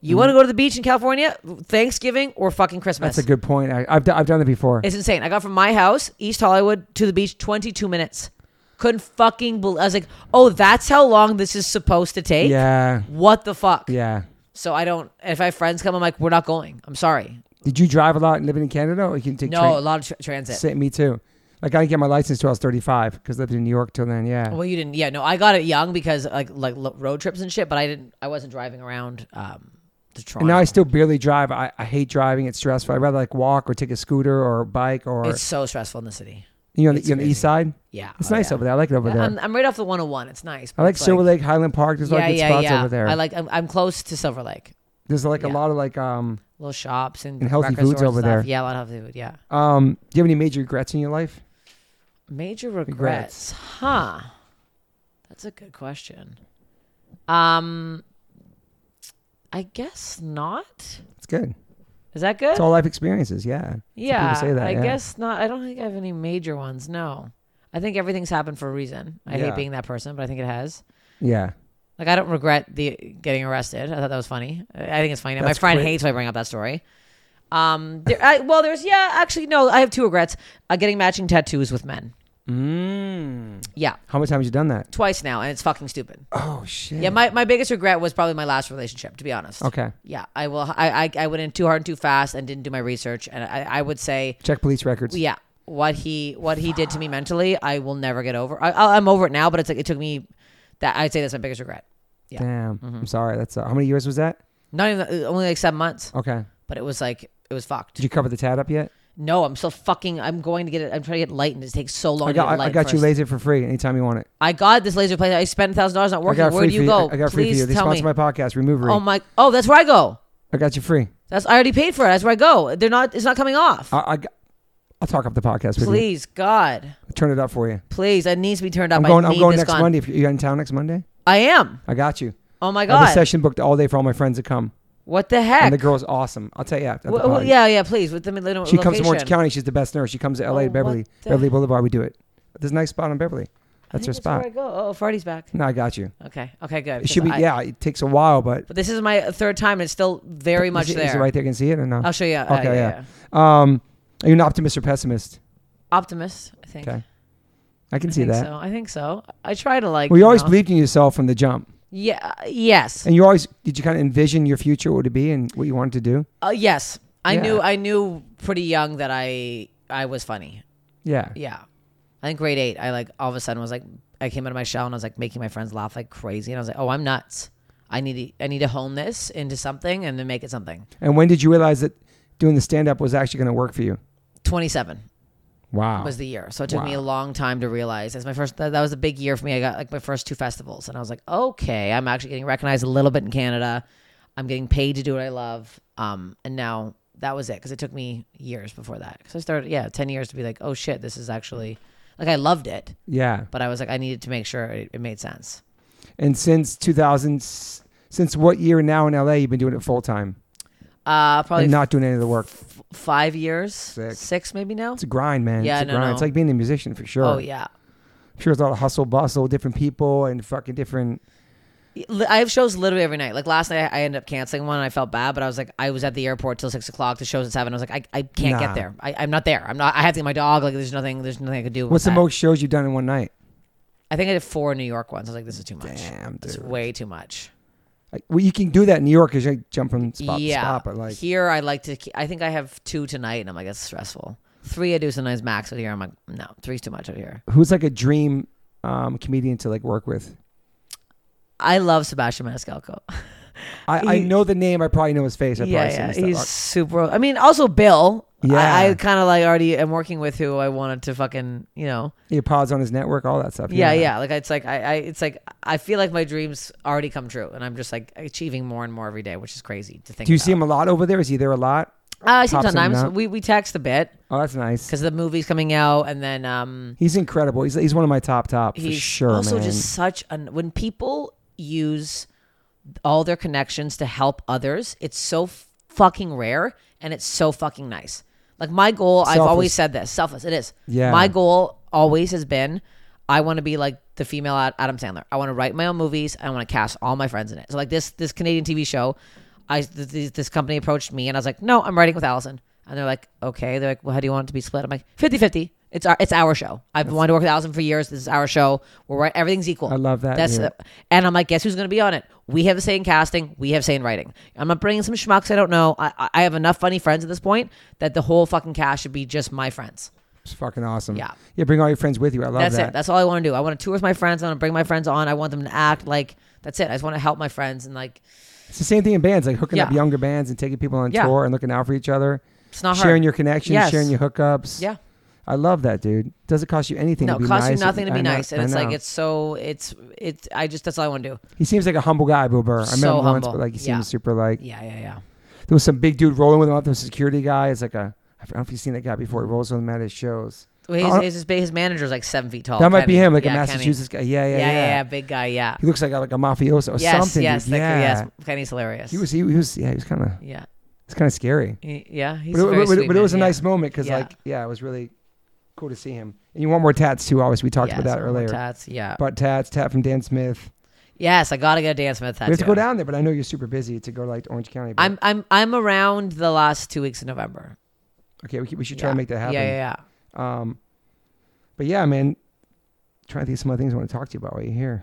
S2: You want to go to the beach in California, Thanksgiving or fucking Christmas?
S1: That's a good point. I, I've, d- I've done it before.
S2: it's insane. I got from my house, East Hollywood, to the beach, 22 minutes. Couldn't fucking believe. I was like, oh, that's how long this is supposed to take.
S1: yeah.
S2: What the fuck?
S1: Yeah.
S2: So I don't. If I have friends come, I'm like, we're not going. I'm sorry.
S1: Did you drive a lot living in Canada or you can take
S2: No,
S1: train?
S2: a lot of tra- transit.
S1: Sa- me too. Like I didn't get my license till I was 35 because I lived in New York till then. Yeah.
S2: Well, you didn't. Yeah, no, I got it young because like like lo- road trips and shit. But I didn't. I wasn't driving around um, to Toronto.
S1: and now I still barely drive. I, I hate driving. It's stressful. I'd rather like walk or take a scooter or bike or
S2: It's so stressful in the city.
S1: you know, the,
S2: it's
S1: you on the east side.
S2: Yeah,
S1: It's
S2: oh,
S1: nice
S2: yeah.
S1: over there. I like it over there.
S2: I'm, I'm right off the 101. It's nice.
S1: I
S2: but
S1: like
S2: it's
S1: Silver Lake, Highland Park. There's a lot
S2: Yeah,
S1: of good
S2: yeah,
S1: spots
S2: yeah.
S1: over there.
S2: I like. I'm, I'm close to Silver Lake.
S1: There's like a
S2: yeah.
S1: lot of like um
S2: Little shops and,
S1: And healthy
S2: record
S1: foods
S2: stores and
S1: over
S2: stuff.
S1: there.
S2: Yeah, a lot of healthy food. Yeah.
S1: um. Do you have any major regrets in your life?
S2: Major regrets, huh? That's a good question. Um, I guess not.
S1: It's good.
S2: Is that good?
S1: It's all life experiences. Yeah.
S2: yeah,
S1: say that,
S2: I
S1: yeah.
S2: guess not. I don't think I have any major ones. No, I think everything's happened for a reason. I
S1: Yeah.
S2: hate being that person, but I think it has.
S1: Yeah.
S2: Like I don't regret the getting arrested. I thought that was funny. I I think it's funny. My
S1: That's
S2: friend
S1: great.
S2: hates when I bring up that story. Um, there, I, well, there's yeah. Actually, no, I have two regrets. Uh, getting matching tattoos with men.
S1: Mm.
S2: Yeah,
S1: How many times have you done that?
S2: twice now, and it's fucking stupid.
S1: Oh shit.
S2: Yeah, my, my biggest regret was probably my last relationship. To be honest.
S1: okay.
S2: Yeah, I will. I, I I went in too hard and too fast and didn't do my research. And I, I would say,
S1: Check police records.
S2: yeah, what he what he did to me mentally, I will never get over. I, I- I'm over it now, but it's like it took me. That I'd say that's my biggest regret. Yeah.
S1: Damn.
S2: Mm-hmm.
S1: I'm sorry. That's uh, how many years was that?
S2: Not even only like seven months.
S1: Okay.
S2: but it was like it was fucked.
S1: Did you cover the tat up yet?
S2: No, I'm still fucking. I'm going to get it. I'm trying to get light, and it takes so long.
S1: I got
S2: to get
S1: I,
S2: light
S1: I got you
S2: first.
S1: laser for free anytime you want it.
S2: I got this laser place. I spent thousand dollars not
S1: I
S2: working.
S1: got
S2: Where
S1: free
S2: do you
S1: for
S2: go?
S1: I got free for
S2: Please
S1: you. They
S2: tell
S1: sponsor my
S2: me.
S1: podcast. Removery.
S2: oh my. Oh, that's where I go.
S1: I got you free.
S2: That's I already paid for it. That's where I go. They're not. It's not coming off.
S1: I, I got, I'll talk up the podcast with you.
S2: Please, God,
S1: Turn it up for you.
S2: please. It needs to be turned up.
S1: I'm going.
S2: I need
S1: I'm going
S2: this
S1: next
S2: gone.
S1: Monday. If you you in town next Monday,
S2: I am.
S1: I got you.
S2: Oh my
S1: I have a
S2: God.
S1: session booked all day for all my friends to come,
S2: What the heck?
S1: and the girl's awesome. I'll tell you. After, at the
S2: Wh- wh-
S1: party.
S2: yeah, yeah. Please, with the mid- little
S1: She comes from Orange
S2: location.
S1: County. She's the best nurse. She comes to L.A.
S2: Oh,
S1: to Beverly
S2: what the-
S1: Beverly Boulevard. We do it. There's a nice spot on Beverly.
S2: I
S1: That's
S2: think
S1: her
S2: Where
S1: spot.
S2: I go. Oh, Freddy's back.
S1: No, I got you.
S2: Okay. Okay. Good.
S1: It should be.
S2: because I-
S1: yeah, it takes a while, but
S2: But this is my third time, and it's still very
S1: is
S2: much
S1: it-
S2: there.
S1: Is it right there? Can you see it or no?
S2: I'll show you. uh,
S1: Okay,
S2: yeah,
S1: yeah.
S2: yeah.
S1: Um, are you an optimist or pessimist?
S2: Optimist, I think.
S1: Okay. I can
S2: I
S1: see
S2: think
S1: that.
S2: so. I think so. I try to like.
S1: Well, you always
S2: know-
S1: believed in yourself from the jump,
S2: Yeah. uh, Yes.
S1: and you always did. You kind of envision your future, what it would be, and what you wanted to do.
S2: Uh, yes. I
S1: Yeah.
S2: knew. I knew pretty young that I I was funny.
S1: Yeah.
S2: Yeah. I think grade eight. I like all of a sudden was like I came out of my shell and I was like making my friends laugh like crazy and I was like oh I'm nuts. I need to I need to hone this into something and then make it something.
S1: And when did you realize that doing the stand up was actually going to work for you?
S2: Twenty seven.
S1: Wow.
S2: was the year. So it took me
S1: Wow.
S2: a long time to realize. That's my first. That, that was a big year for me. I got like my first two festivals, and I was like, okay, I'm actually getting recognized a little bit in Canada. I'm getting paid to do what I love. Um, and now that was it because it took me years before that. Because I started, yeah, ten years to be like, oh shit, this is actually like I loved it,
S1: yeah.
S2: but I was like, I needed to make sure it, it made sense.
S1: And since 2000, s- since what year now in LA you've been doing it full time
S2: Uh, probably
S1: and not doing any of the work?
S2: f- five years,
S1: Six.
S2: six maybe now.
S1: It's a grind, man.
S2: Yeah,
S1: it's a
S2: no,
S1: grind.
S2: no.
S1: It's like being a musician for sure.
S2: Oh yeah,
S1: sure it's all the hustle bustle, different people and fucking different.
S2: Li- I have shows literally every night. Like last night, I ended up canceling one, and I felt bad, but I was like, I was at the airport till six o'clock. The show's at seven. I was like, I, I can't
S1: Nah.
S2: get there. I, I'm not there. I'm not. I have to get my dog. Like, there's nothing. There's nothing I could do. with
S1: What's the
S2: that.
S1: most shows you've done in one night?
S2: I think I did four New York ones. I was like, this is too much.
S1: Damn,
S2: It's
S1: dude.
S2: way too much.
S1: Like, well, you can do that in New York because you're jumping spot
S2: yeah.
S1: to spot, but like,
S2: here, I like to. ke- I think I have two tonight, and I'm like, that's stressful. Three I do sometimes max out here. I'm like, no, three's too much out here.
S1: who's like a dream um, comedian to like work with?
S2: I love Sebastian Maniscalco.
S1: I, I
S2: He-
S1: know the name. I probably know his face. I
S2: yeah,
S1: probably
S2: yeah,
S1: seen his stuff.
S2: he's super. I mean, also Bill.
S1: Yeah.
S2: I, I kind of like already am working with who I wanted to fucking you know.
S1: He pods on his network, all that stuff.
S2: Yeah, yeah. Like it's like I, I, it's like I feel like my dreams already come true, and I'm just like achieving more and more every day, which is crazy to think.
S1: Do you
S2: about.
S1: see him a lot over there? Is he there a lot?
S2: Uh, I see him
S1: pops in and
S2: sometimes.
S1: out?
S2: We we text a bit
S1: Oh, that's nice.
S2: because the movie's coming out, and then um,
S1: He's incredible. He's, he's one of my top top for
S2: he's
S1: sure,
S2: also
S1: man.
S2: just such an when people use all their connections to help others, it's so fucking rare and it's so fucking nice. Like my goal, I've
S1: Selfless.
S2: always said this, selfless. It is.
S1: Yeah.
S2: My goal always has been, I want to be like the female Ad- Adam Sandler. I want to write my own movies. I want to cast all my friends in it. So like this this Canadian TV show, I th- th- this company approached me and I was like, no, I'm writing with Allison. And they're like, okay. They're like, well, how do you want it to be split? I'm like, 50 50. It's our, it's our show. I've wanted to work with Allison for years. This is our show. We're right. Everything's equal.
S1: I love that,
S2: That's
S1: yeah.
S2: and I'm like, guess who's going to be on it? We have a say in casting. We have say in writing. I'm not bringing some schmucks I don't know. I, I- I have enough funny friends at this point that the whole fucking cast should be just my friends.
S1: It's fucking awesome.
S2: Yeah.
S1: Yeah, bring all your friends with you. I love
S2: That's
S1: that.
S2: it. That's all I want to do. I want to tour with my friends. I want to bring my friends on. I want them to act like that's it. I just want to help my friends and like
S1: it's the same thing in bands, like hooking up
S2: Yeah.
S1: younger bands and taking people on
S2: Yeah.
S1: tour and looking out for each other,
S2: it's not
S1: sharing
S2: hard.
S1: your connections,
S2: Yes.
S1: sharing your hookups.
S2: yeah.
S1: I love that, dude. Doesn't cost you anything.
S2: No,
S1: to
S2: it
S1: be
S2: costs
S1: nice.
S2: you nothing to
S1: I
S2: be
S1: know-
S2: nice, and
S1: I
S2: it's like
S1: know.
S2: it's so it's it's. I just that's all I want to do.
S1: He seems like a humble guy, Bill Burr. I met
S2: So
S1: him once, but
S2: humble.
S1: like he
S2: Yeah.
S1: seems super like.
S2: Yeah, yeah, yeah.
S1: There was some big dude rolling with him up. There was a security guy. It's like a. I don't know if you've seen that guy before. He rolls with him at his shows.
S2: Well, his,
S1: don't-
S2: his, his, his manager's like seven feet tall.
S1: that might be
S2: Kenny.
S1: him, like a
S2: Oh, Yeah, Kenny.
S1: Massachusetts guy. Yeah, yeah,
S2: Yeah,
S1: yeah.
S2: yeah, yeah, big guy. Yeah.
S1: He looks like a, like a mafioso or
S2: yes,
S1: something.
S2: yes,
S1: dude.
S2: that-
S1: yeah.
S2: yes. Kenny's hilarious.
S1: He was he, was yeah he was kind of
S2: Yeah.
S1: it's kind of scary.
S2: He- Yeah, he's
S1: But it,
S2: a very
S1: but it-
S2: sweet
S1: but it
S2: man,
S1: was a
S2: yeah.
S1: nice moment because
S2: Yeah.
S1: like yeah it was really cool to see him. And you want more tats too. Obviously we talked
S2: Yes,
S1: about that
S2: one more
S1: earlier.
S2: Tats, yeah.
S1: But tats tat from Dan Smith.
S2: yes, I gotta get a Dan Smith tattoo.
S1: we have to go down there, but I know you're super busy to go like to Orange County. but-
S2: I'm I'm I'm around the last two weeks of November.
S1: okay. We, c- we should try
S2: yeah.
S1: and make that happen.
S2: Yeah, yeah,
S1: Um, but yeah, man, trying to think of some other things I want to talk to you about while you're here.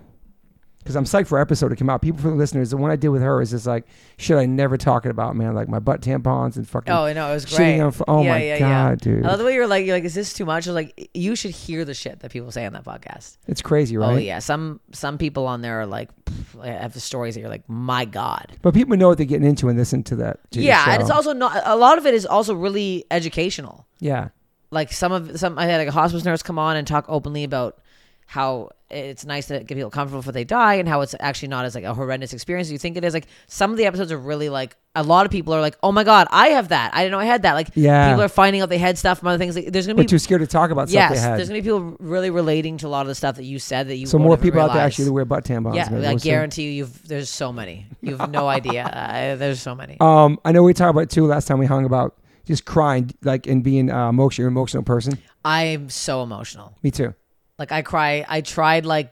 S1: Because I'm psyched for our episode to come out. People for the listeners, the one I did with her is just like shit I never talk about, man. Like my butt tampons and fucking
S2: yeah. Oh, I know it was great.
S1: shitting on. F- oh
S2: Yeah,
S1: my
S2: yeah, yeah.
S1: god, dude,
S2: I love the way you're like you're like, is this too much? I was like, you should hear the shit that people say on that podcast.
S1: it's crazy, right?
S2: Oh yeah, some some people on there are like pff, have stories that you're like, my god.
S1: But people know what they're getting into and listen to that. to the
S2: yeah, and
S1: show.
S2: it's also not a lot of it is also really educational.
S1: yeah.
S2: like some of some I had like a hospice nurse come on and talk openly about how it's nice to get people comfortable before they die and how it's actually not as like a horrendous experience as you think it is. Like some of the episodes are really like a lot of people are like, Oh my god, I have that. I didn't know I had that. Like
S1: Yeah.
S2: people are finding out they had stuff from other things. Like, there's gonna
S1: But
S2: be
S1: too scared to talk about
S2: Yes,
S1: stuff they
S2: there's
S1: had.
S2: gonna be people really relating to a lot of the stuff that you said that you
S1: So
S2: won't
S1: more
S2: even
S1: people out there
S2: realize.
S1: actually wear butt tampons.
S2: Yeah,
S1: man.
S2: I
S1: We'll see.
S2: guarantee you you've there's so many. You've no idea. Uh, there's so many.
S1: Um, I know we talked about too last time we hung about just crying, like and being uh, emotional, an emotional person.
S2: I'm so emotional.
S1: Me too.
S2: Like I cry. I tried like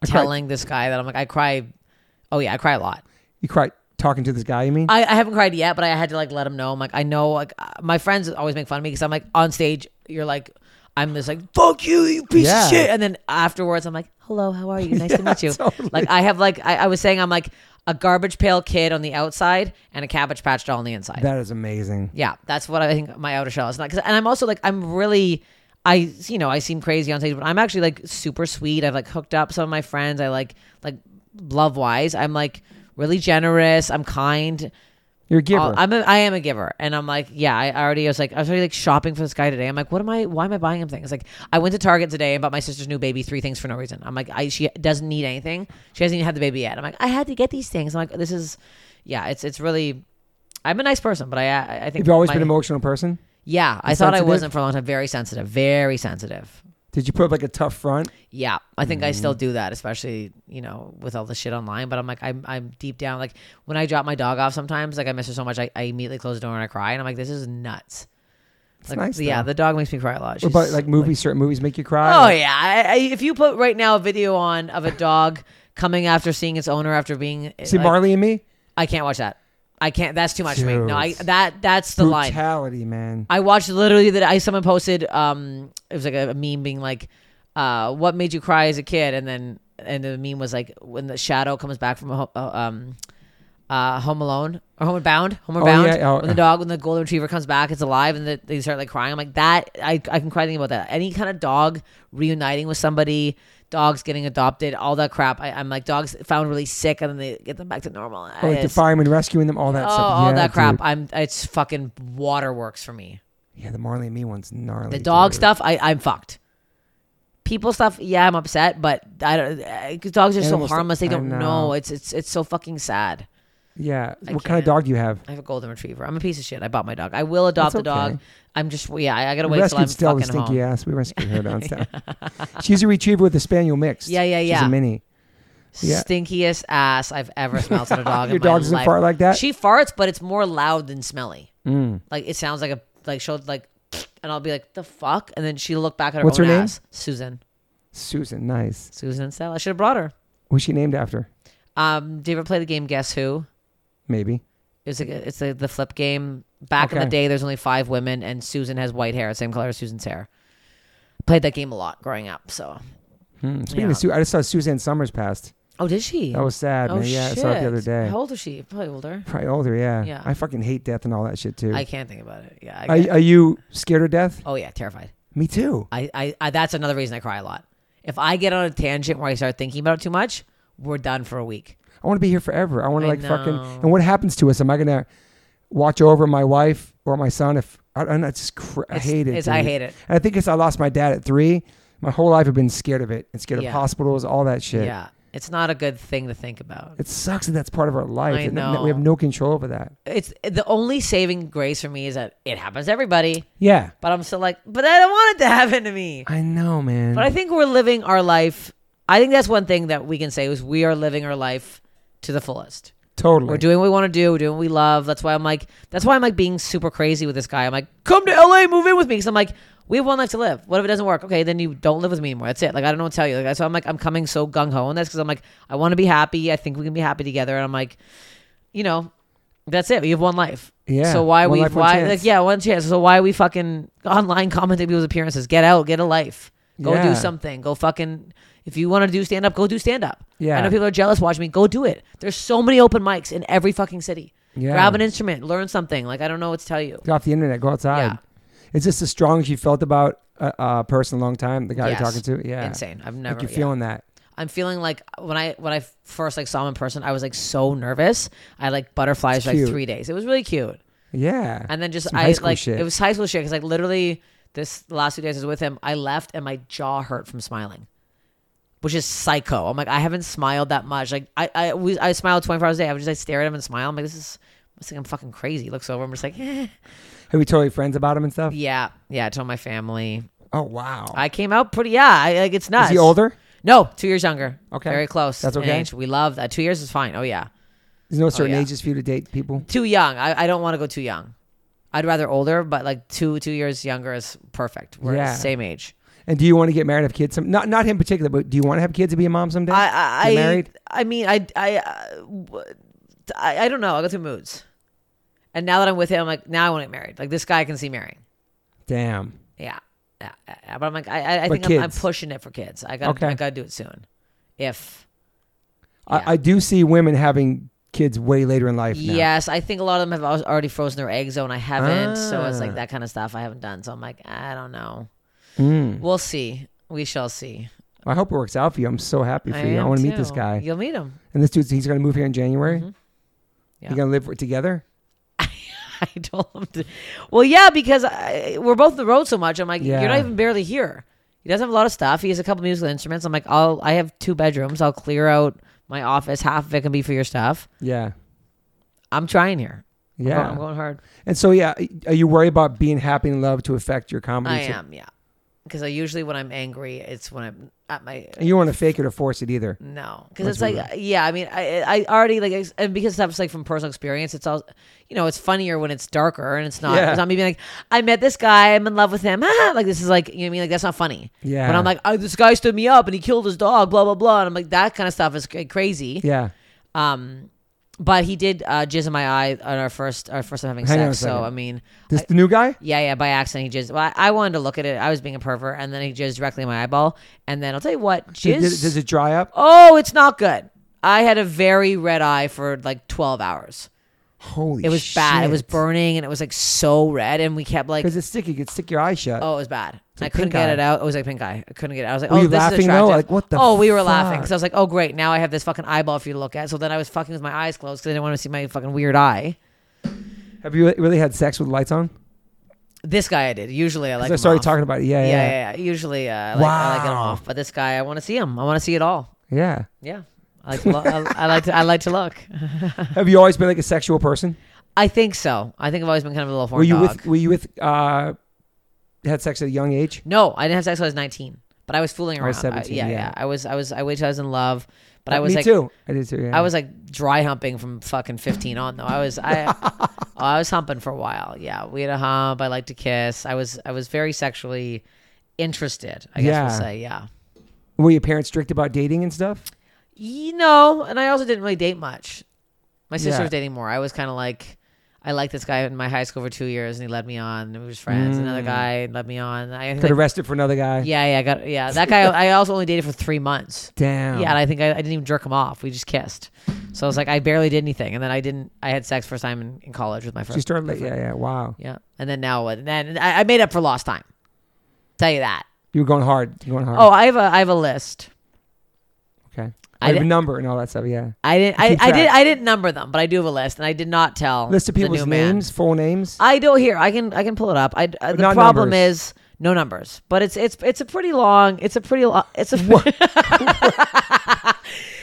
S1: cried.
S2: telling this guy that I'm like I cry. Oh yeah, I cry a lot.
S1: You cried talking to this guy. You mean?
S2: I, I haven't cried yet, but I had to like let him know. I'm like I know. Like uh, my friends always make fun of me because I'm like on stage. You're like I'm just like fuck you, you piece
S1: Yeah.
S2: of shit. And then afterwards, I'm like hello, how are you? Nice to meet you.
S1: totally.
S2: Like I have like I, I was saying, I'm like a garbage pail kid on the outside and a cabbage patch doll on the inside.
S1: that is amazing.
S2: Yeah, that's what I think my outer shell is not. Cause, and I'm also like, I'm really, I, you know, I seem crazy on stage, but I'm actually like super sweet. I've like hooked up some of my friends. I like, like, love wise. I'm like really generous. I'm kind.
S1: You're a giver.
S2: I'll- I'm a, I am a giver, and I'm like, yeah. I already was like, I was already like shopping for this guy today. I'm like, what am I? Why am I buying him things? Like, I went to Target today and bought my sister's new baby three things for no reason. I'm like, I she doesn't need anything. She hasn't even had the baby yet. I'm like, I had to get these things. I'm like, this is, yeah. It's it's really. I'm a nice person, but I I I think
S1: You've always
S2: my-
S1: been an emotional person.
S2: yeah, I thought I
S1: sensitive?
S2: wasn't for a long time. Very sensitive. Very sensitive.
S1: Did you put up like a tough front?
S2: Yeah, I think I still
S1: Mm-hmm.
S2: do that, especially you know with all the shit online. But I'm like, I'm I'm deep down like when I drop my dog off sometimes, like I miss her so much, I, I immediately close the door and I cry, and I'm like, this is nuts.
S1: It's
S2: Like,
S1: nice.
S2: Yeah,
S1: though.
S2: the dog makes me cry a lot.
S1: What
S2: She's
S1: about like movies? certain movies make you cry.
S2: Oh
S1: Like,
S2: yeah, I, I, if you put right now a video on of a dog coming after seeing its owner after being
S1: See
S2: like,
S1: Marley and Me.
S2: I can't watch that. I can't. That's too much for me. No, I
S1: Dude.
S2: that that's the line.
S1: Brutality, man.
S2: I watched literally that I someone posted um it was like a, meme being like uh what made you cry as a kid and then and the meme was like when the shadow comes back from a, ho- uh, um uh home alone or homeward bound homeward
S1: Oh,
S2: bound
S1: yeah, oh,
S2: when the dog when the golden retriever comes back it's alive and the, they start like crying I'm like that I I can cry thinking about that any kind of dog reuniting with somebody dogs getting adopted all that crap I, I'm like dogs found really sick and then they get them back to normal
S1: Oh, like the
S2: It's-
S1: firemen rescuing them, all that
S2: oh,
S1: stuff.
S2: all
S1: Yeah,
S2: that crap
S1: dude.
S2: I'm it's fucking waterworks for me.
S1: Yeah, the Marley and Me one's gnarly.
S2: The dog
S1: dude.
S2: stuff, I, I'm fucked. People stuff, yeah, I'm upset, but I don't. uh, Dogs are
S1: Animal
S2: so
S1: stuff,
S2: harmless; they
S1: I
S2: don't know.
S1: know.
S2: It's it's it's so fucking sad.
S1: Yeah.
S2: I
S1: what kind of
S2: can't.
S1: dog do you have?
S2: I have a golden retriever. I'm a piece of shit. I bought my dog. I will adopt
S1: That's
S2: a dog.
S1: okay.
S2: I'm just yeah. I, I gotta
S1: We
S2: wait till I'm
S1: rescued Stella, the
S2: fucking
S1: stinky
S2: home.
S1: ass. We rescued her downtown. She's a retriever with a spaniel mix.
S2: Yeah, yeah,
S1: She's
S2: yeah.
S1: a mini. Yeah.
S2: Stinkiest ass I've ever smelled in a dog.
S1: Your
S2: in my
S1: dog doesn't
S2: life.
S1: fart like that?
S2: She farts, but it's more loud than smelly.
S1: Mm.
S2: Like it sounds like a like she'll like, and I'll be like the fuck, and then she'll look back at her
S1: What's
S2: own
S1: her name?
S2: ass. Susan,
S1: Susan, nice.
S2: Susan Stella. I should have brought her.
S1: Who's she named after?
S2: Um, do you ever play the game Guess Who?
S1: Maybe.
S2: It's like a, it's a, the flip game. Back in
S1: Okay.
S2: the day, there's only five women, and Susan has white hair, same color as Susan's hair. Played that game a lot growing up. So,
S1: Hmm. Speaking
S2: Yeah.
S1: of Sue, I just saw Suzanne Summers passed.
S2: oh, did she?
S1: That was sad,
S2: oh
S1: man. Yeah, I saw it the other
S2: shit.
S1: day.
S2: How old is she? Probably older.
S1: Probably older, yeah.
S2: Yeah.
S1: I fucking hate death and all that shit too.
S2: I can't think about it. Yeah. I
S1: are,
S2: get-
S1: are you scared of death?
S2: oh yeah, terrified.
S1: Me too.
S2: I, I I that's another reason I cry a lot. If I get on a tangent where I start thinking about it too much, we're done for a week.
S1: I want to be here forever. I want to
S2: I
S1: like fucking.
S2: know.
S1: And what happens to us? Am I gonna watch over my wife or my son? If I, I just, cr- I
S2: It's-
S1: hate it.
S2: it's- I
S1: dude.
S2: hate it.
S1: And I think it's I lost my dad at three. My whole life I've been scared of it and scared
S2: Yeah.
S1: of hospitals, all that shit.
S2: Yeah, it's not a good thing to think about.
S1: It sucks that that's part of our life.
S2: I
S1: and that- that we have
S2: know.
S1: no control over that.
S2: It's the only saving grace for me is that it happens to everybody.
S1: Yeah,
S2: But I'm still like, but I don't want it to happen to me.
S1: I know, man.
S2: But I think we're living our life. I think that's one thing that we can say is we are living our life to the fullest.
S1: totally.
S2: We're doing what we want to do. We're doing what we love. That's why I'm like, that's why I'm like being super crazy with this guy. I'm like, come to LA, move in with me. Cause I'm like, we have one life to live. What if it doesn't work? Okay, then you don't live with me anymore. That's it. Like, I don't know what to tell you. Like, so I'm like, I'm coming so gung ho on this because I'm like, I want to be happy. I think we can be happy together. And I'm like, you know, that's it. You have one life.
S1: Yeah,
S2: So why
S1: one
S2: we
S1: life, one
S2: why
S1: chance.
S2: like yeah one chance. So why we fucking online commenting people's appearances? Get out. Get a life. Go
S1: Yeah.
S2: do something. Go fucking. If you want to do stand up, go do stand up.
S1: Yeah.
S2: I know people are jealous watching me. Go do it. There's so many open mics in every fucking city.
S1: Yeah.
S2: Grab an instrument, learn something. Like I don't know what to tell you.
S1: Get off the internet. Go outside.
S2: Yeah.
S1: Is this as strong as you felt about a, a person a long time? The guy
S2: Yes.
S1: you're talking to? Yeah.
S2: Insane. I've never.
S1: Like you're
S2: yeah.
S1: feeling that.
S2: I'm feeling like when I when I first like saw him in person, I was like so nervous. I had, like butterflies
S1: It's
S2: for like
S1: cute.
S2: three days. It was really cute.
S1: Yeah.
S2: And then just
S1: Some
S2: I
S1: high school
S2: like
S1: shit.
S2: it was high school shit because like literally this the last two days I was with him, I left and my jaw hurt from smiling, which is psycho. I'm like I haven't smiled that much. Like I I we, I smiled 24 hours a day. I would just like stare at him and smile. I'm like this is. It's like I'm fucking crazy. He looks over. I'm just like, eh.
S1: Have you told your friends about him and stuff?
S2: yeah, yeah. I told my family.
S1: Oh wow.
S2: I came out pretty. Yeah, I, like it's nuts.
S1: Is he older?
S2: No, two years younger.
S1: Okay.
S2: very close.
S1: That's
S2: in
S1: okay.
S2: Age. We love that. Two years is fine. Oh yeah,
S1: There's no certain
S2: Oh, yeah.
S1: ages for you to date people.
S2: too young. I, I don't want to go too young. I'd rather older, but like two two years younger is perfect. We're
S1: Yeah.
S2: the same age.
S1: And do you want to get married, have kids? Some, not not him in particular, but do you want to have kids and be a mom someday?
S2: I
S1: Get
S2: I
S1: married?
S2: I, I mean, I I, uh, w- I I don't know. I go through moods, and now that I'm with him, I'm like now I want to get married. Like this guy I can see marrying.
S1: Damn.
S2: Yeah, yeah. yeah, yeah. But I'm like I I, I
S1: But
S2: think I'm, I'm
S1: kids.
S2: pushing it for kids. I got
S1: Okay.
S2: to I got to do it soon. If Yeah.
S1: I, I do see women having kids way later in life. Now.
S2: yes, I think a lot of them have al- already frozen their eggs though, and I haven't. So it's
S1: Ah.
S2: like that kind of stuff I haven't done. So I'm like I don't know.
S1: Mm.
S2: We'll see. We shall see.
S1: I hope it works out for you. I'm so happy for you. I
S2: am
S1: want to meet this
S2: too.
S1: guy.
S2: You'll meet him.
S1: And this dude's he's gonna move here in January.
S2: Yeah.
S1: You're gonna live together.
S2: I told him to. Well, yeah, because I, we're both on the road so much. I'm like, you're
S1: Yeah.
S2: not even barely here. He doesn't have a lot of stuff. He has a couple musical instruments. I'm like, I'll. I have two bedrooms. I'll clear out my office. Half of it can be for your stuff.
S1: Yeah.
S2: I'm trying here. I'm
S1: Yeah.
S2: going- I'm going hard.
S1: and so yeah, are you worried about being happy in love to affect your comedy?
S2: I
S1: So-
S2: am. Yeah. because I usually when I'm angry, it's when I'm at my
S1: And you don't want to fake it or force it either.
S2: no, because it's
S1: What's
S2: like
S1: with
S2: yeah. I mean, I I already like ex- and because stuff's like from personal experience, it's all you know. It's funnier when it's darker and it's not.
S1: Yeah.
S2: It's not me being like, I met this guy, I'm in love with him. like this is like you know what I mean. Like that's not funny.
S1: Yeah.
S2: When I'm like, oh, this guy stood me up and he killed his dog, blah blah blah, and I'm like that kind of stuff is c- crazy.
S1: Yeah.
S2: Um, but he did uh, jizz in my eye on our first our first time having
S1: Hang on
S2: sex.
S1: a second.
S2: So I mean,
S1: This the new guy?
S2: yeah, yeah, by accident he jizzed. Well, I, I wanted to look at it. I was being a pervert, and then he jizzed directly in my eyeball. And then I'll tell you what, jizz.
S1: Did- did- does it dry up?
S2: oh, it's not good. I had a very red eye for like twelve hours.
S1: Holy
S2: It was bad. It was
S1: shit.
S2: burning, and it was like so red. And we kept like,
S1: Because it's sticky. You could stick your eye shut.
S2: oh, it was bad. I
S1: like
S2: couldn't
S1: pink
S2: get
S1: eye.
S2: it out. It was like pink eye. I couldn't get it. I was like,
S1: Were
S2: oh,
S1: you
S2: this is
S1: laughing, though? Like,
S2: attractive.
S1: what the
S2: Oh, we were laughing
S1: fuck?
S2: because I was like, oh, great. Now I have this fucking eyeball for you to look at. So then I was fucking with my eyes closed because I didn't want to see my fucking weird eye.
S1: Have you really had sex with lights on? 'Cause
S2: This guy I did. Usually I like.
S1: I
S2: him
S1: started
S2: off.
S1: talking about it. Yeah,
S2: yeah,
S1: yeah, yeah.
S2: yeah, yeah. Usually, uh, I like, I like it
S1: Wow.
S2: off, but this guy, I want to see him. I want to see it all.
S1: yeah.
S2: Yeah, I like to. Lo- I, I like to. I like to look.
S1: Have you always been like a sexual person?
S2: I think so. I think I've always been kind of a little
S1: Were
S2: horn
S1: you
S2: dog.
S1: with? Were you with? Uh, had sex at a young age?
S2: no, I didn't have sex till I was nineteen, but I was fooling
S1: I
S2: around.
S1: was 17,
S2: yeah,
S1: yeah. Uh,
S2: I was. I was. I waited till I was in love, but I was
S1: Me
S2: like.
S1: too. I did too. Yeah.
S2: I was like dry humping from fucking 15 on though. I was I oh, I was humping for a while. Yeah, we had a hump. I liked to kiss. I was I was very sexually interested. I guess
S1: Yeah.
S2: we'll say yeah.
S1: Were your parents strict about dating and stuff?
S2: You know, and I also didn't really date much. My sister
S1: Yeah.
S2: was dating more. I was kind of like, I liked this guy in my high school for two years, and he led me on. and We was friends. Another
S1: Mm.
S2: guy led me on. I
S1: Got
S2: think,
S1: arrested for another guy.
S2: yeah, yeah, I got yeah. That guy. I also only dated for three months.
S1: Damn.
S2: Yeah, and I think I, I didn't even jerk him off. We just kissed. So I was like, I barely did anything, and then I didn't. I had sex first time in, in college with my
S1: She
S2: first.
S1: started late. Yeah, yeah. Wow.
S2: Yeah, and then now, and then I, I made up for lost time. Tell you that.
S1: You were going hard. You were going hard.
S2: Oh, I have a I have a list.
S1: okay.
S2: I
S1: I have a
S2: did-
S1: number and all that stuff. Yeah.
S2: I didn't. I,
S1: Keep
S2: I did.
S1: track.
S2: I didn't number them, but I do have a list, and I did not tell
S1: List of
S2: the
S1: people's
S2: new man.
S1: names, full names.
S2: I don't here. I can I can pull it up. I uh, the
S1: not
S2: problem
S1: numbers.
S2: is no numbers, but it's it's it's a pretty long. It's a pretty long. It's a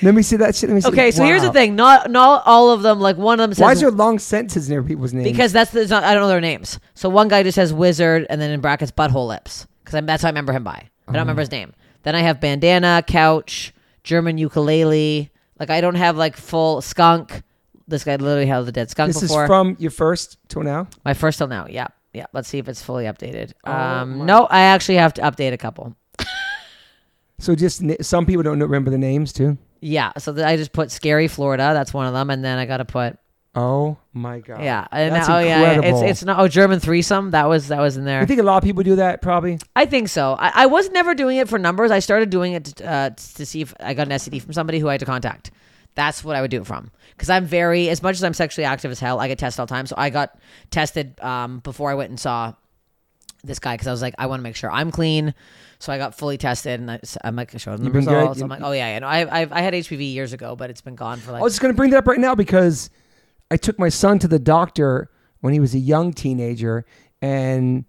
S1: Let me see that shit. Let me see.
S2: okay. So here's the
S1: Wow.
S2: thing. Not not all of them. Like one of them says
S1: Why is there long sentences near people's names?
S2: because that's the, it's not, I don't know their names. So one guy just says wizard, and then in brackets butthole lips because that's how I remember him by. I don't remember his name. Then I have bandana, couch, German ukulele. Like I don't have like full skunk. This guy literally held a dead skunk
S1: this
S2: before.
S1: is from your first till now.
S2: My first till now. Yeah. Yeah. Let's see if it's fully updated.
S1: Oh my-
S2: um, no, I actually have to update a couple.
S1: So just n- some people don't know- remember the names too.
S2: Yeah. So th- I just put scary Florida. That's one of them. And then I got to put,
S1: Oh my god.
S2: yeah. And
S1: That's
S2: now- oh yeah, yeah. It's,
S1: incredible.
S2: it's not, oh, German threesome. That was, that was in there.
S1: I think a lot of people do that probably.
S2: I think so. I, I was never doing it for numbers. I started doing it to, uh, to see if I got an STD from somebody who I had to contact. That's what I would do it from. Because I'm very, as much as I'm sexually active as hell, I get tested all the time. So I got tested um, before I went and saw this guy because I was like, I want to make sure I'm clean. So I got fully tested and I, am like, I showed him the
S1: been good?
S2: results.
S1: You-
S2: I'm like, oh yeah, yeah. No, I, I, I had HPV years ago, but it's been gone for like,
S1: I was just going to bring that up right now because I took my son to the doctor when he was a young teenager, and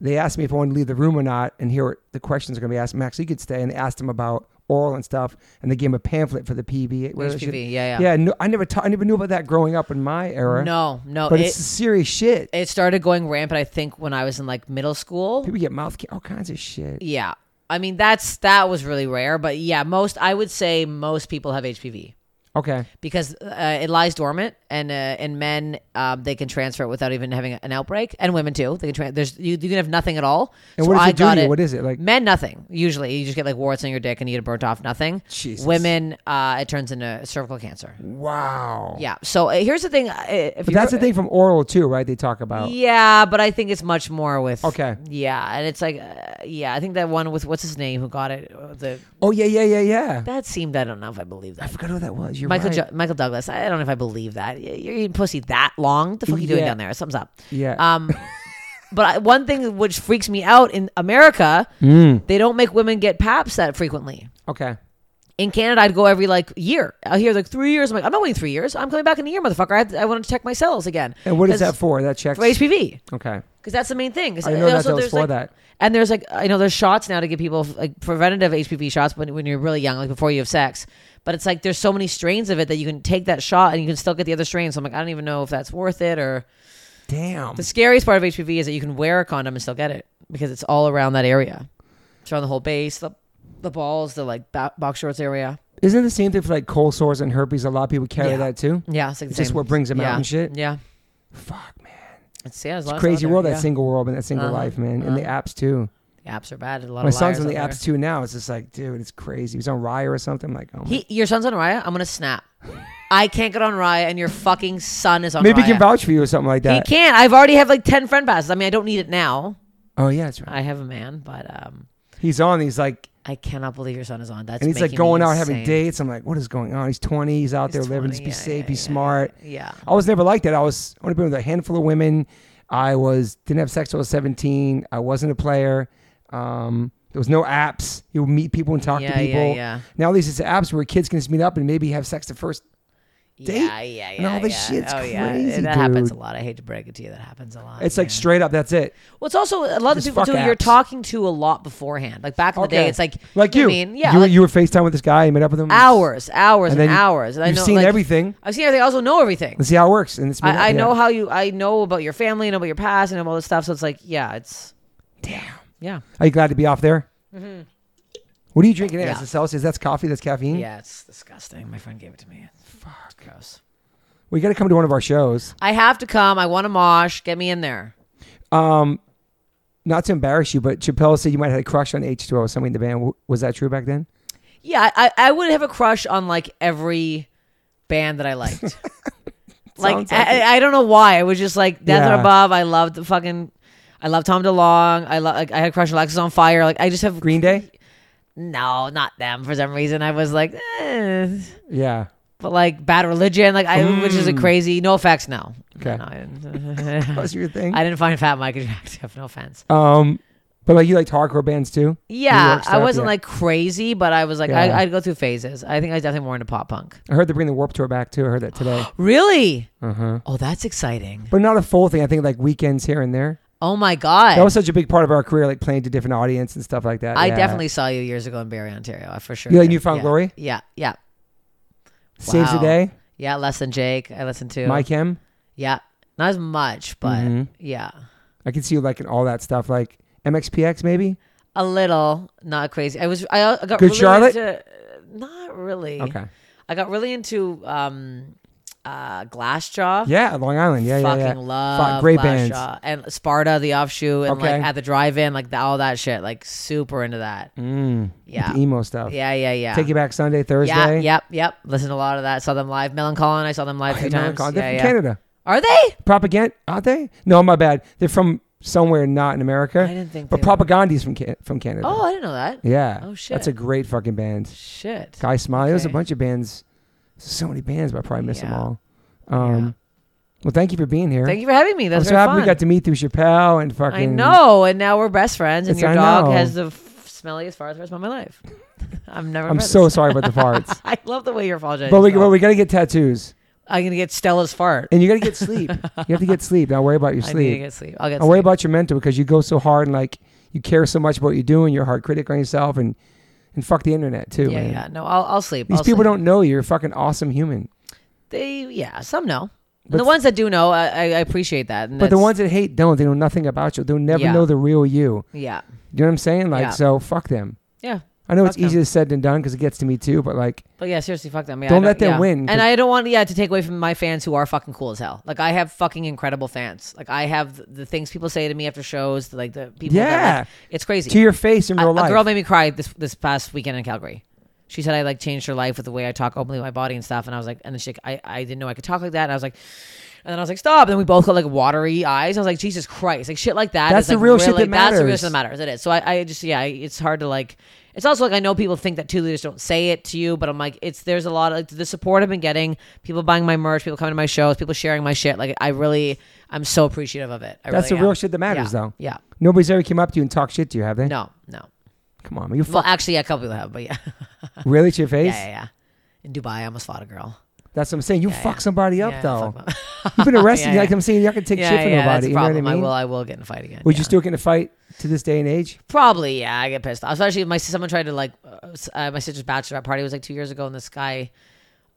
S1: they asked me if I wanted to leave the room or not. And here were the questions are going to be asked. Max, you could stay, and they asked him about oral and stuff, and they gave him a pamphlet for the PB. whatever that shit-
S2: HPV. Yeah, yeah.
S1: Yeah, no, I never, ta- I never knew about that growing up in my era.
S2: No, no.
S1: but
S2: it,
S1: it's serious shit.
S2: it started going rampant, I think, when I was in like middle school.
S1: People get mouth, ca- all kinds of shit.
S2: Yeah. I mean that's that was really rare, but yeah, most I would say most people have HPV
S1: Okay,
S2: because uh, it lies dormant, and uh, in men um, they can transfer it without even having an outbreak, and women too. They can tran there's you, you can have nothing at all.
S1: and
S2: So
S1: what does
S2: I
S1: it do
S2: got
S1: to you? What is it like?
S2: Men nothing usually. You just get like warts on your dick and you get burnt off. Nothing.
S1: Jesus.
S2: Women, uh, it turns into cervical cancer.
S1: Wow.
S2: Yeah. So uh, here's the thing. uh, If
S1: But
S2: you're-
S1: that's the thing from oral too, right? They talk about.
S2: yeah, but I think it's much more with.
S1: Okay.
S2: Yeah, and it's like, uh, yeah, I think that one with what's his name who got it. uh, The
S1: Oh yeah, yeah, yeah, yeah.
S2: that seemed I don't know if I believe
S1: I
S2: that.
S1: forgot who that was. You're
S2: Michael
S1: right.
S2: Jo- Michael Douglas. I don't know if I believe that. Y- You're eating pussy that long. The fuck you doing
S1: Yeah.
S2: down there? Something's up.
S1: yeah.
S2: Um, but I, one thing which freaks me out in America,
S1: Mm.
S2: they don't make women get paps that frequently.
S1: Okay.
S2: In Canada, I'd go every like year. I hear like three years. I'm like, I'm not waiting three years. I'm coming back in a year, motherfucker. I, have to- I want to check my cells again.
S1: And what is
S2: 'Cause-
S1: that for? That checks.
S2: For HPV.
S1: Okay.
S2: Because that's the main thing. 'Cause
S1: I didn't
S2: and
S1: know that
S2: also
S1: that was
S2: there's,
S1: for
S2: like-
S1: that.
S2: And there's like I know there's shots now to give people like preventative HPV shots when when you're really young, like before you have sex. But it's like there's so many strains of it that you can take that shot and you can still get the other strain. So I'm like, I don't even know if that's worth it or
S1: Damn.
S2: the scariest part of HPV is that you can wear a condom and still get it because it's all around that area. Throwing the whole base, the, the balls, the like bo- box shorts area.
S1: Isn't it the same thing for like cold sores and herpes? A lot of people carry
S2: Yeah.
S1: that too.
S2: Yeah, it's like the
S1: It's just
S2: same.
S1: what brings them
S2: yeah.
S1: out and shit.
S2: Yeah.
S1: Fuck, man.
S2: It's, yeah,
S1: It's
S2: there's a lot of
S1: a
S2: stuff
S1: crazy
S2: out there.
S1: world,
S2: yeah.
S1: that single world and that single
S2: Uh-huh.
S1: life, man. And the apps too.
S2: The apps are bad. A lot
S1: My
S2: of liars
S1: son's on the
S2: out there.
S1: apps too now. It's just like, dude, it's crazy. He's on Rye or something. I'm like, oh my
S2: He, your son's on Raya. I'm gonna snap. I can't get on Raya, and your fucking son is on.
S1: Maybe
S2: Raya.
S1: he can vouch for you or something like
S2: He
S1: that.
S2: can. I've already have like ten friend passes. I mean, I don't need it now.
S1: Oh yeah, that's right.
S2: I have a man, but um,
S1: He's on. He's like,
S2: I cannot believe your son is on. That's
S1: and he's like
S2: making
S1: going
S2: me
S1: out having
S2: insane.
S1: dates. I'm like, what is going on? He's 20. He's out there
S2: He's
S1: living.
S2: 20,
S1: Just be
S2: yeah,
S1: safe.
S2: yeah,
S1: be
S2: yeah,
S1: smart.
S2: Yeah,
S1: I was never like that. I was only been with a handful of women. I was didn't have sex till I was 17. I wasn't a player. Um, there was no apps. You would meet people and talk
S2: Yeah,
S1: to
S2: yeah,
S1: people.
S2: yeah.
S1: Now at least it's apps where kids can just meet up and maybe have sex the first. Date
S2: yeah, yeah, yeah.
S1: and all this
S2: yeah.
S1: shit's
S2: oh, yeah.
S1: crazy,
S2: That happens a
S1: dude.
S2: lot. I hate to break it to you. That happens a lot.
S1: It's like
S2: yeah.
S1: straight up. That's it.
S2: Well, it's also a lot of
S1: Just
S2: the people
S1: fuck
S2: too. You're
S1: apps.
S2: talking to a lot beforehand. Like back in the
S1: Okay.
S2: day, it's like
S1: like
S2: you.
S1: you.
S2: know what I mean, yeah,
S1: you,
S2: like
S1: you were Facetime with this guy. You met up with him.
S2: hours, hours,
S1: And
S2: and,
S1: then you-
S2: hours. And I
S1: You've
S2: know,
S1: seen
S2: like,
S1: everything.
S2: I've seen everything. I also know everything.
S1: Let's see how it works. And it's been-
S2: I, I
S1: yeah.
S2: know how you. I know about your family. I know about your past. I know about all this stuff. So it's like, yeah, it's
S1: Damn.
S2: yeah,
S1: Are you glad to be off there? What are you drinking? Yeah.
S2: Mm-hmm. Yeah.
S1: That's Celsius. That's coffee. That's caffeine.
S2: yeah. It's disgusting. My friend gave it to me. Fuck. Gross.
S1: We got to come to one of our shows.
S2: I have to come. I want to mosh. Get me in there.
S1: Not to embarrass you, but Chappelle said you might have had a crush on H2O or somebody in the band. W- Was that true back then?
S2: Yeah, I, I I would have a crush on like every band that I liked. like,
S1: Sounds like
S2: I, I I don't know why. I was just like Death
S1: Yeah.
S2: or Above. I loved the fucking. I love Tom DeLong. I love. Like, I had a crush on Alexis on Fire. Like I just have
S1: Green Day?
S2: No, not them. For some reason, I was like, eh.
S1: Yeah.
S2: but like Bad Religion. Like I, which is a crazy. No effects. No.
S1: Mm. Okay.
S2: No, I,
S1: That was your thing.
S2: I didn't find Fat Mike attractive. No offense.
S1: um, but like you liked hardcore bands too? New
S2: Yeah,
S1: York
S2: I
S1: stuff,
S2: wasn't
S1: yeah.
S2: like crazy, but I was like,
S1: Yeah.
S2: I, I'd go through phases. I think I was definitely more into pop punk.
S1: I heard they bring the Warp Tour back too. I heard that today.
S2: Really?
S1: Uh huh.
S2: Oh, that's exciting.
S1: But not a full thing. I think like weekends here and there.
S2: Oh my god.
S1: That was such a big part of our career, like playing to different audience and stuff like that.
S2: I
S1: Yeah.
S2: definitely saw you years ago in Barrie, Ontario. I for sure.
S1: You like
S2: did.
S1: New Found
S2: Yeah.
S1: Glory?
S2: Yeah, yeah,
S1: Saves the
S2: Wow.
S1: day.
S2: yeah. Less than Jake. I listened to.
S1: Mike M.
S2: Yeah, not as much, but
S1: Mhm.
S2: yeah,
S1: I can see you liking all that stuff, like MXPX maybe.
S2: a little. Not crazy. I was. I I got
S1: Good
S2: really
S1: Charlotte?
S2: Into, not really.
S1: Okay.
S2: I got really into um, uh, Glassjaw.
S1: Yeah, Long Island. Yeah,
S2: fucking
S1: yeah, yeah.
S2: love
S1: Fuck, great
S2: Last
S1: bands.
S2: Shot. and Sparta, the offshoot, and
S1: Okay.
S2: like at the drive-in, like the, all that shit, like super into that.
S1: Mm,
S2: Yeah,
S1: The emo stuff.
S2: yeah, yeah, yeah.
S1: Take you back Sunday,
S2: yeah,
S1: Thursday.
S2: yep, yep. Listen to a lot of that. Saw them live. Melancholy, I saw them live a
S1: Hey,
S2: few
S1: man,
S2: times.
S1: God, They're
S2: Yeah,
S1: from
S2: yeah.
S1: Canada.
S2: Are they?
S1: Propaganda, aren't they? No, my bad. They're from somewhere not in America.
S2: I didn't think.
S1: but
S2: they were.
S1: Propagandi's from Can- from Canada.
S2: Oh, I didn't know that.
S1: yeah.
S2: oh,
S1: That's a
S2: shit.
S1: great fucking band.
S2: Shit.
S1: Guy Smiley. There's a
S2: Okay.
S1: bunch of bands. So many bands, but I probably miss them
S2: Yeah.
S1: all. Um,
S2: Yeah.
S1: Well, thank you for being here.
S2: Thank you for having me.
S1: I'm
S2: That's
S1: so happy
S2: fun.
S1: we got to meet through Chappelle and fucking.
S2: I know, and now we're best friends, and
S1: Yes,
S2: your
S1: I
S2: dog
S1: know.
S2: has the f- smelliest farts for of my life. I'm never.
S1: I'm
S2: proud of
S1: so
S2: this.
S1: sorry about the farts.
S2: I love the way you're apologizing.
S1: but we
S2: though.
S1: but we got to get tattoos,
S2: I'm gonna get Stella's fart.
S1: and you got to get sleep. you have to get sleep. Don't worry about your
S2: I need to
S1: sleep.
S2: get sleep. I'll get
S1: I worry
S2: sleep.
S1: about your mental because you go so hard and like you care so much about what you do and you're a hard critic on yourself and and fuck the internet too.
S2: yeah,
S1: man.
S2: yeah. No, I'll, I'll sleep.
S1: These
S2: I'll
S1: people
S2: sleep.
S1: don't know you're a fucking awesome human.
S2: They, yeah, some know.
S1: But-
S2: And the ones that do know, I, I I appreciate that. And
S1: But the
S2: that's-
S1: ones that hate don't. They know nothing about you. They'll never
S2: Yeah.
S1: know the real you.
S2: yeah,
S1: You know what I'm saying? Like
S2: Yeah.
S1: so, fuck them.
S2: yeah.
S1: I know it's
S2: Fuck them.
S1: easier said than done because it gets to me too. But like,
S2: But yeah, seriously, fuck them. Yeah, I
S1: Don't let them
S2: yeah.
S1: win, 'cause-
S2: And I don't want yeah to take away from my fans who are fucking cool as hell. Like I have fucking incredible fans. Like I have the, the things people say to me after shows. the- Like the people.
S1: Yeah.
S2: That, like, it's crazy.
S1: to your face in
S2: a,
S1: real
S2: a
S1: life.
S2: girl made me cry this this past weekend in Calgary. She said I like changed her life with the way I talk openly with my body and stuff. And I was like, and then she, I, I didn't know I could talk like that. And I was like, and then I was like, stop. And then we both got like watery eyes. I was like, Jesus Christ, like shit like that.
S1: That's
S2: is,
S1: the
S2: like,
S1: real shit
S2: really-
S1: that
S2: That's the real
S1: matters.
S2: shit that matters. It is. So I, I just, yeah, I- it's hard to like. It's also like I know people think that two leaders don't say it to you, but I'm like, it's there's a lot of like, the support I've been getting, people buying my merch, people coming to my shows, people sharing my shit. Like I really, I'm so appreciative of it. I
S1: That's
S2: really
S1: the real
S2: am.
S1: shit that matters,
S2: Yeah.
S1: though.
S2: Yeah.
S1: Nobody's ever came up to you and talked shit to you, have they?
S2: No. No.
S1: Come on, man. you
S2: Well, actually, yeah, a couple people have, but yeah.
S1: fuck really to your face.
S2: Yeah, yeah, yeah. In Dubai, I almost fought a girl.
S1: That's what I'm saying. You fuck somebody up
S2: Yeah, yeah,
S1: though.
S2: fuck them.
S1: You've been arrested.
S2: Yeah,
S1: Like
S2: yeah.
S1: I'm saying, you can take
S2: yeah,
S1: shit from
S2: yeah,
S1: nobody.
S2: that's
S1: You
S2: a
S1: know what
S2: problem.
S1: I mean?
S2: I will. I will get in a fight again.
S1: Would
S2: yeah.
S1: you still get in a fight to this day and age?
S2: Probably, yeah. I get pissed off. Especially if my someone tried to like uh, s- uh, my sister's bachelorette party was like two years ago, and this guy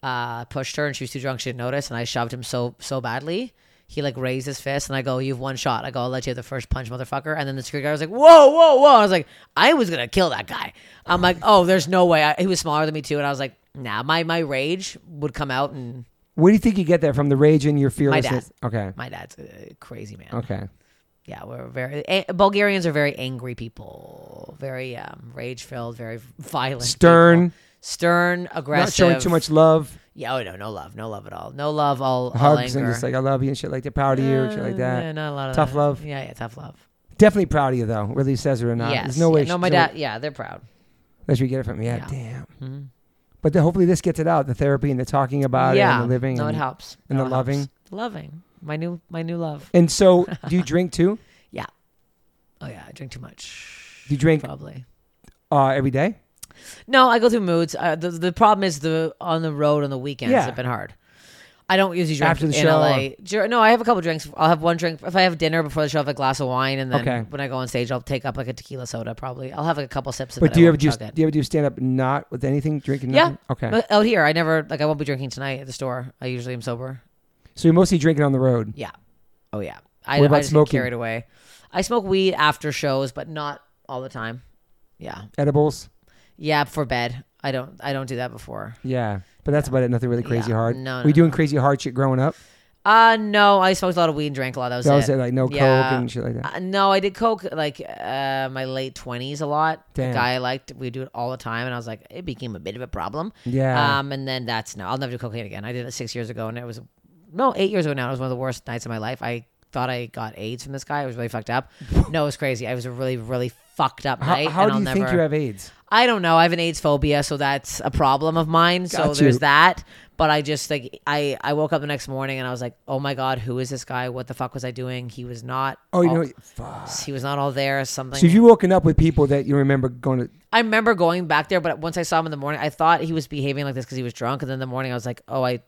S2: uh, pushed her, and she was too drunk, she didn't notice, and I shoved him so so badly. he like raised his fist and I go, You've one shot. I go, I'll let you have the first punch, motherfucker. And then the security guard was like, Whoa, whoa, whoa. I was like, I was gonna kill that guy. I'm like, Oh, there's no way. I, he was smaller than me too. And I was like, Nah, my, my rage would come out and
S1: Where do you think you get that from? The rage and your fearlessness. Okay.
S2: my dad's a crazy man.
S1: Okay.
S2: Yeah, we're very a- Bulgarians are very angry people, very um, rage filled, very violent,
S1: Stern.
S2: people. stern,
S1: Not
S2: aggressive.
S1: showing too much love,
S2: Yeah, oh no, no love, no love at all, no love, all, all
S1: hugs,
S2: anger.
S1: and just like I love you and shit like that. Proud of you and shit like that.
S2: Yeah, not a lot of
S1: Tough
S2: that.
S1: love.
S2: Yeah, yeah, tough love.
S1: Definitely proud of you though, whether he says it or not.
S2: yes.
S1: There's no way.
S2: Yeah, no,
S1: she-
S2: my
S1: there's no
S2: dad.
S1: way-
S2: Yeah, they're proud. Mm-hmm.
S1: That's where you get it from. Yeah.
S2: Yeah.
S1: Damn. But then hopefully this gets it out. The therapy and the talking about
S2: yeah,
S1: it and the living.
S2: No,
S1: and,
S2: it helps.
S1: and
S2: No,
S1: the
S2: it helps.
S1: loving.
S2: loving. My new, my new love.
S1: and so, do you drink too?
S2: Yeah. Oh yeah, I drink too much.
S1: You drink-
S2: probably.
S1: Uh, every day.
S2: No, I go through moods. Uh, the the problem is the on the road on the weekends
S1: Yeah.
S2: have been hard. I don't usually drink
S1: After the
S2: in
S1: show,
S2: LA. Dur- No, I have a couple drinks. I'll have one drink if I have dinner before the show. I have a glass of wine, and then
S1: Okay.
S2: when I go on stage, I'll take up like a tequila soda. Probably I'll have like a couple sips. Of
S1: But
S2: it.
S1: do
S2: I
S1: you ever
S2: won't
S1: do?
S2: chug
S1: Do
S2: it.
S1: you ever do stand up not with anything drinking?
S2: Yeah.
S1: Nothing? Okay.
S2: But out here, I never like. I won't be drinking tonight at the store. I usually am sober.
S1: so you're mostly drinking on the road.
S2: Yeah. Oh yeah. I,
S1: What about
S2: I just
S1: smoking?
S2: get carried away. I smoke weed after shows, but not all the time. Yeah.
S1: Edibles.
S2: Yeah. Before bed, I don't. I don't do that before.
S1: Yeah. But that's about it. Nothing really crazy
S2: Yeah.
S1: hard.
S2: No,
S1: Were you
S2: no,
S1: doing crazy hard shit growing up?
S2: Uh no, I smoked a lot of weed and drank a lot. That was
S1: That
S2: it.
S1: was it, like no coke
S2: Yeah.
S1: and shit like that.
S2: Uh, no, I did coke like uh, my late twenties a lot.
S1: Damn.
S2: The guy I liked, we do it all the time, and I was like, it became a bit of a problem.
S1: Yeah.
S2: Um, and then that's no, I'll never do cocaine again. I did it six years ago, and it was no eight years ago now. It was one of the worst nights of my life. I thought I got AIDS from this guy. It was really fucked up. no, it was crazy. I was a really, really fucked up
S1: How,
S2: night.
S1: how
S2: and
S1: do
S2: I'll
S1: you
S2: never,
S1: think you have AIDS?
S2: I don't know. I have an AIDS phobia, so that's a problem of mine. So
S1: Got you.
S2: there's that. But I just like I I woke up the next morning and I was like, oh my god, who is this guy? What the fuck was I doing? He was not.
S1: Oh, you
S2: all-
S1: know. Fuck.
S2: he was not all there. Something.
S1: So if you're woken up with people that you remember going to,
S2: I remember going back there, but once I saw him in the morning, I thought he was behaving like this because he was drunk. And then in the morning, I was like, oh, I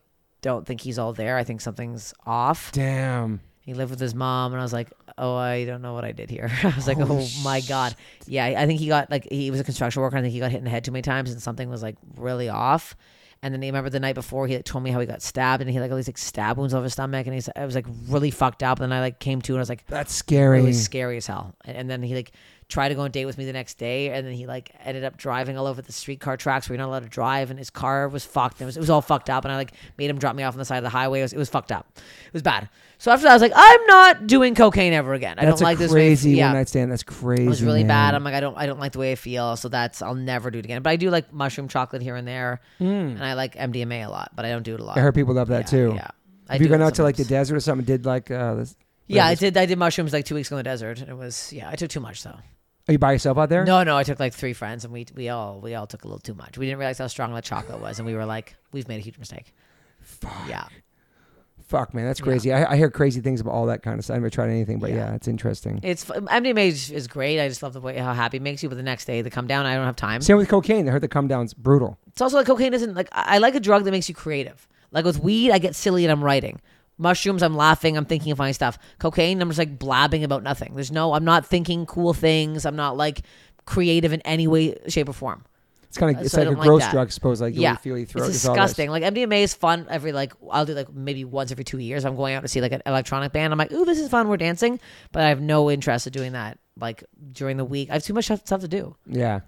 S2: don't think he's all there. I think something's off.
S1: damn.
S2: He lived with his mom, and I was like, oh, I don't know what I did here. I was like,
S1: Holy
S2: oh my god, yeah. I think he got like he was a construction worker. and I think he got hit in the head too many times, and something was like really off. And then he remember the night before he like, told me how he got stabbed, and he like all these like stab wounds over his stomach, and he's I was like really fucked up. And then I like came to, and I was like,
S1: That's scary.
S2: it was scary as hell. And, and then he like tried to go on a date with me the next day, and then he like ended up driving all over the streetcar tracks where you're not allowed to drive, and his car was fucked. And it was it was all fucked up, and I like made him drop me off on the side of the highway. It was, it was fucked up. It was bad. So after that, I was like, I'm not doing cocaine ever again. I
S1: That's
S2: don't
S1: a
S2: like this. way-
S1: crazy
S2: yeah.
S1: one night stand. That's crazy.
S2: It was really bad.
S1: man.
S2: I'm like, I don't, I don't like the way I feel. So that's, I'll never do it again. But I do like mushroom chocolate here and there, and I like MDMA a lot, but I don't do it a lot.
S1: Hmm. I heard people love that too.
S2: Yeah, I
S1: If you
S2: do
S1: gone
S2: it
S1: out to like the
S2: sometimes.
S1: desert or something, did like uh, this,
S2: Yeah, I
S1: this-
S2: did. I did mushrooms like two weeks ago in the desert. and It was yeah. I took too much though.
S1: are you by yourself out there?
S2: No, no, I took like three friends, and we we all we all took a little too much. We didn't realize how strong the chocolate was, and we were like, we've made a huge mistake. Yeah,
S1: Fuck, man, that's crazy. I, I hear crazy things about all that kind of stuff. I never tried anything, but yeah, it's interesting.
S2: it's fu- MDMA is, is great. I just love the way how happy it makes you. But the next day, the come down, I don't have time.
S1: Same with cocaine. I heard the come down's brutal.
S2: It's also like cocaine isn't like I I like a drug that makes you creative. Like with weed, I get silly and I'm writing. Mushrooms, I'm laughing, I'm thinking of funny stuff. Cocaine, I'm just like blabbing about nothing. There's no, I'm not thinking cool things. I'm not like creative in any way, shape, or form.
S1: It's kind of
S2: Uh,
S1: it's
S2: so I
S1: like a
S2: don't like
S1: gross
S2: that.
S1: drug, I suppose. Like
S2: yeah,
S1: you feel your throat.
S2: it's
S1: is all that
S2: disgusting. Like MDMA is fun every like I'll do like maybe once every two years. I'm going out to see like an electronic band. I'm like, ooh, this is fun. We're dancing, but I have no interest in doing that. Like during the week, I have too much stuff stuff to do.
S1: shit. Yeah.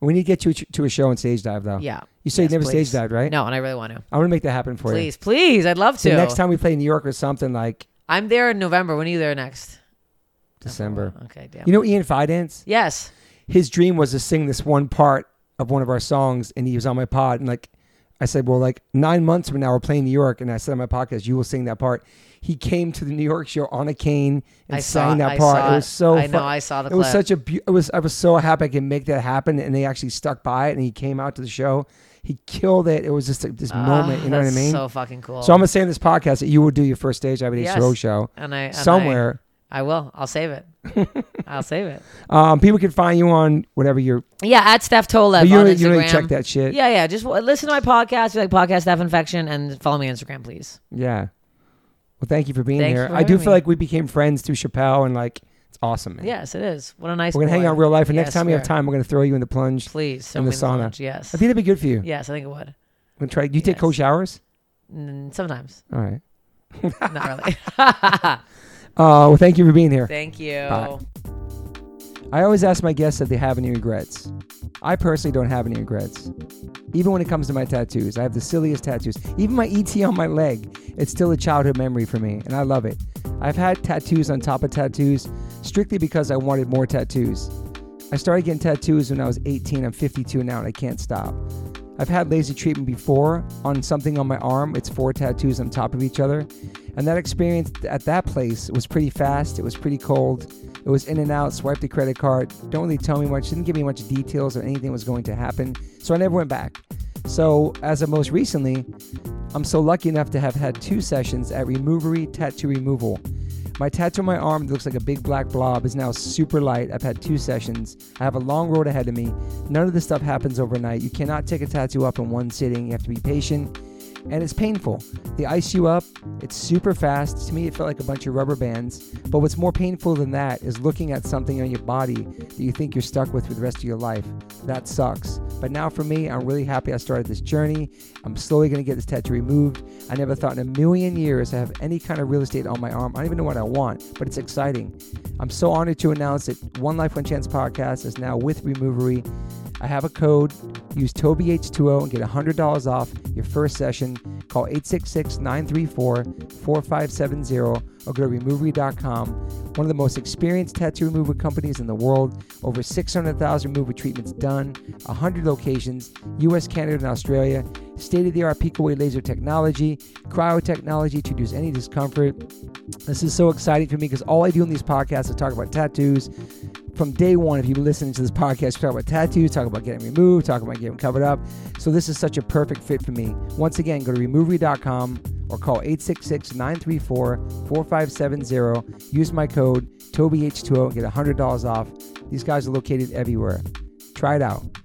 S1: We need to get you to a show and stage dive though.
S2: Yeah,
S1: You say
S2: Yes,
S1: you never
S2: please.
S1: stage dived, Oh. right?
S2: No, and I really want to.
S1: I want to make that happen for you.
S2: Please, please, I'd love
S1: So
S2: to.
S1: next time we play New York or something like
S2: I'm there in November. When are you there next?
S1: December.
S2: Okay, damn.
S1: You know Ian Fidance?
S2: yes.
S1: his dream was to sing this one part of one of our songs and he was on my pod and like I said, well, like nine months from now, we're playing New York, and I said on my podcast, you will sing that part. He came to the New York show on a cane and
S2: I saw
S1: sang
S2: it.
S1: that
S2: I
S1: part.
S2: saw
S1: it
S2: it.
S1: was so.
S2: I know.
S1: fun.
S2: I saw the
S1: It was
S2: clip.
S1: such a. Be- it was. I was so happy I could make that happen, and they actually stuck by it. And he came out to the show. He killed it. It was just like, this moment. You know what I
S2: Ah, That's
S1: mean?
S2: So fucking cool.
S1: So I'm gonna say in this podcast that you will do your first stage Abby
S2: Yes.
S1: Show show
S2: and I and I-
S1: somewhere.
S2: I, will. I'll save it. I'll save it.
S1: Um, people can find you on whatever you're.
S2: Yeah, at Steph Tolev
S1: But you
S2: on
S1: don't,
S2: Instagram.
S1: you don't even check that shit.
S2: Yeah, yeah. Just w- listen to my podcast. If you like podcast Staph infection, and follow me on Instagram, please.
S1: Yeah. Well, thank you for being
S2: Thanks
S1: here.
S2: for
S1: I do
S2: having
S1: feel
S2: me.
S1: like we became friends through Chappelle, and like it's awesome, man.
S2: Yes, it is. What a nice.
S1: We're gonna hang
S2: boy.
S1: out in real life, and next
S2: Yes,
S1: time we have
S2: we're-
S1: time, we're gonna throw you in the plunge.
S2: please
S1: in
S2: send
S1: the
S2: me the
S1: sauna.
S2: lunch. Yes.
S1: I think that'd be good for you.
S2: yes, I think it would.
S1: I'm gonna try. Do you take
S2: Yes.
S1: cold showers?
S2: Mm, sometimes.
S1: All right.
S2: Not really.
S1: Uh, well, thank you for being here.
S2: Thank you.
S1: Bye. I always ask my guests if they have any regrets. I personally don't have any regrets. Even when it comes to my tattoos, I have the silliest tattoos. Even my ET on my leg, it's still a childhood memory for me, and I love it. I've had tattoos on top of tattoos strictly because I wanted more tattoos. I started getting tattoos when I was 18. I'm 52 now, and I can't stop. I've had laser treatment before on something on my arm. It's four tattoos on top of each other. And that experience at that place was pretty fast. It was pretty cold. It was in and out, swiped the credit card. Don't really tell me much, didn't give me much details or anything was going to happen. So I never went back. So, as of most recently, I'm so lucky enough to have had two sessions at Removery Tattoo Removal. My tattoo on my arm that looks like a big black blob is now super light. I've had two sessions. I have a long road ahead of me. None of this stuff happens overnight. You cannot take a tattoo up in one sitting. You have to be patient. And it's painful. They ice you up. It's super fast. To me, it felt like a bunch of rubber bands. But what's more painful than that is looking at something on your body that you think you're stuck with for the rest of your life. That sucks. But now for me, I'm really happy I started this journey. I'm slowly going to get this tattoo removed. I never thought in a million years I have any kind of real estate on my arm. I don't even know what I want, but it's exciting. I'm so honored to announce that One Life One Chance podcast is now with Removery. I have a code. Use TobyH20 and get $100 off your first session. Call 866-934-4570 or go to removery.com. One of the most experienced tattoo removal companies in the world. Over 600,000 removal treatments done, 100 locations, US, Canada, and Australia. State-of-the-art Pico-Way laser technology, cryo technology to reduce any discomfort. This is so exciting for me because all I do in these podcasts is talk about tattoos, from day one, if you've been listening to this podcast, we talk about tattoos, talk about getting removed, talk about getting covered up. So this is such a perfect fit for me. Once again, go to removery.com or call 866-934-4570. Use my code TobyH20 and get $100 off. These guys are located everywhere. Try it out.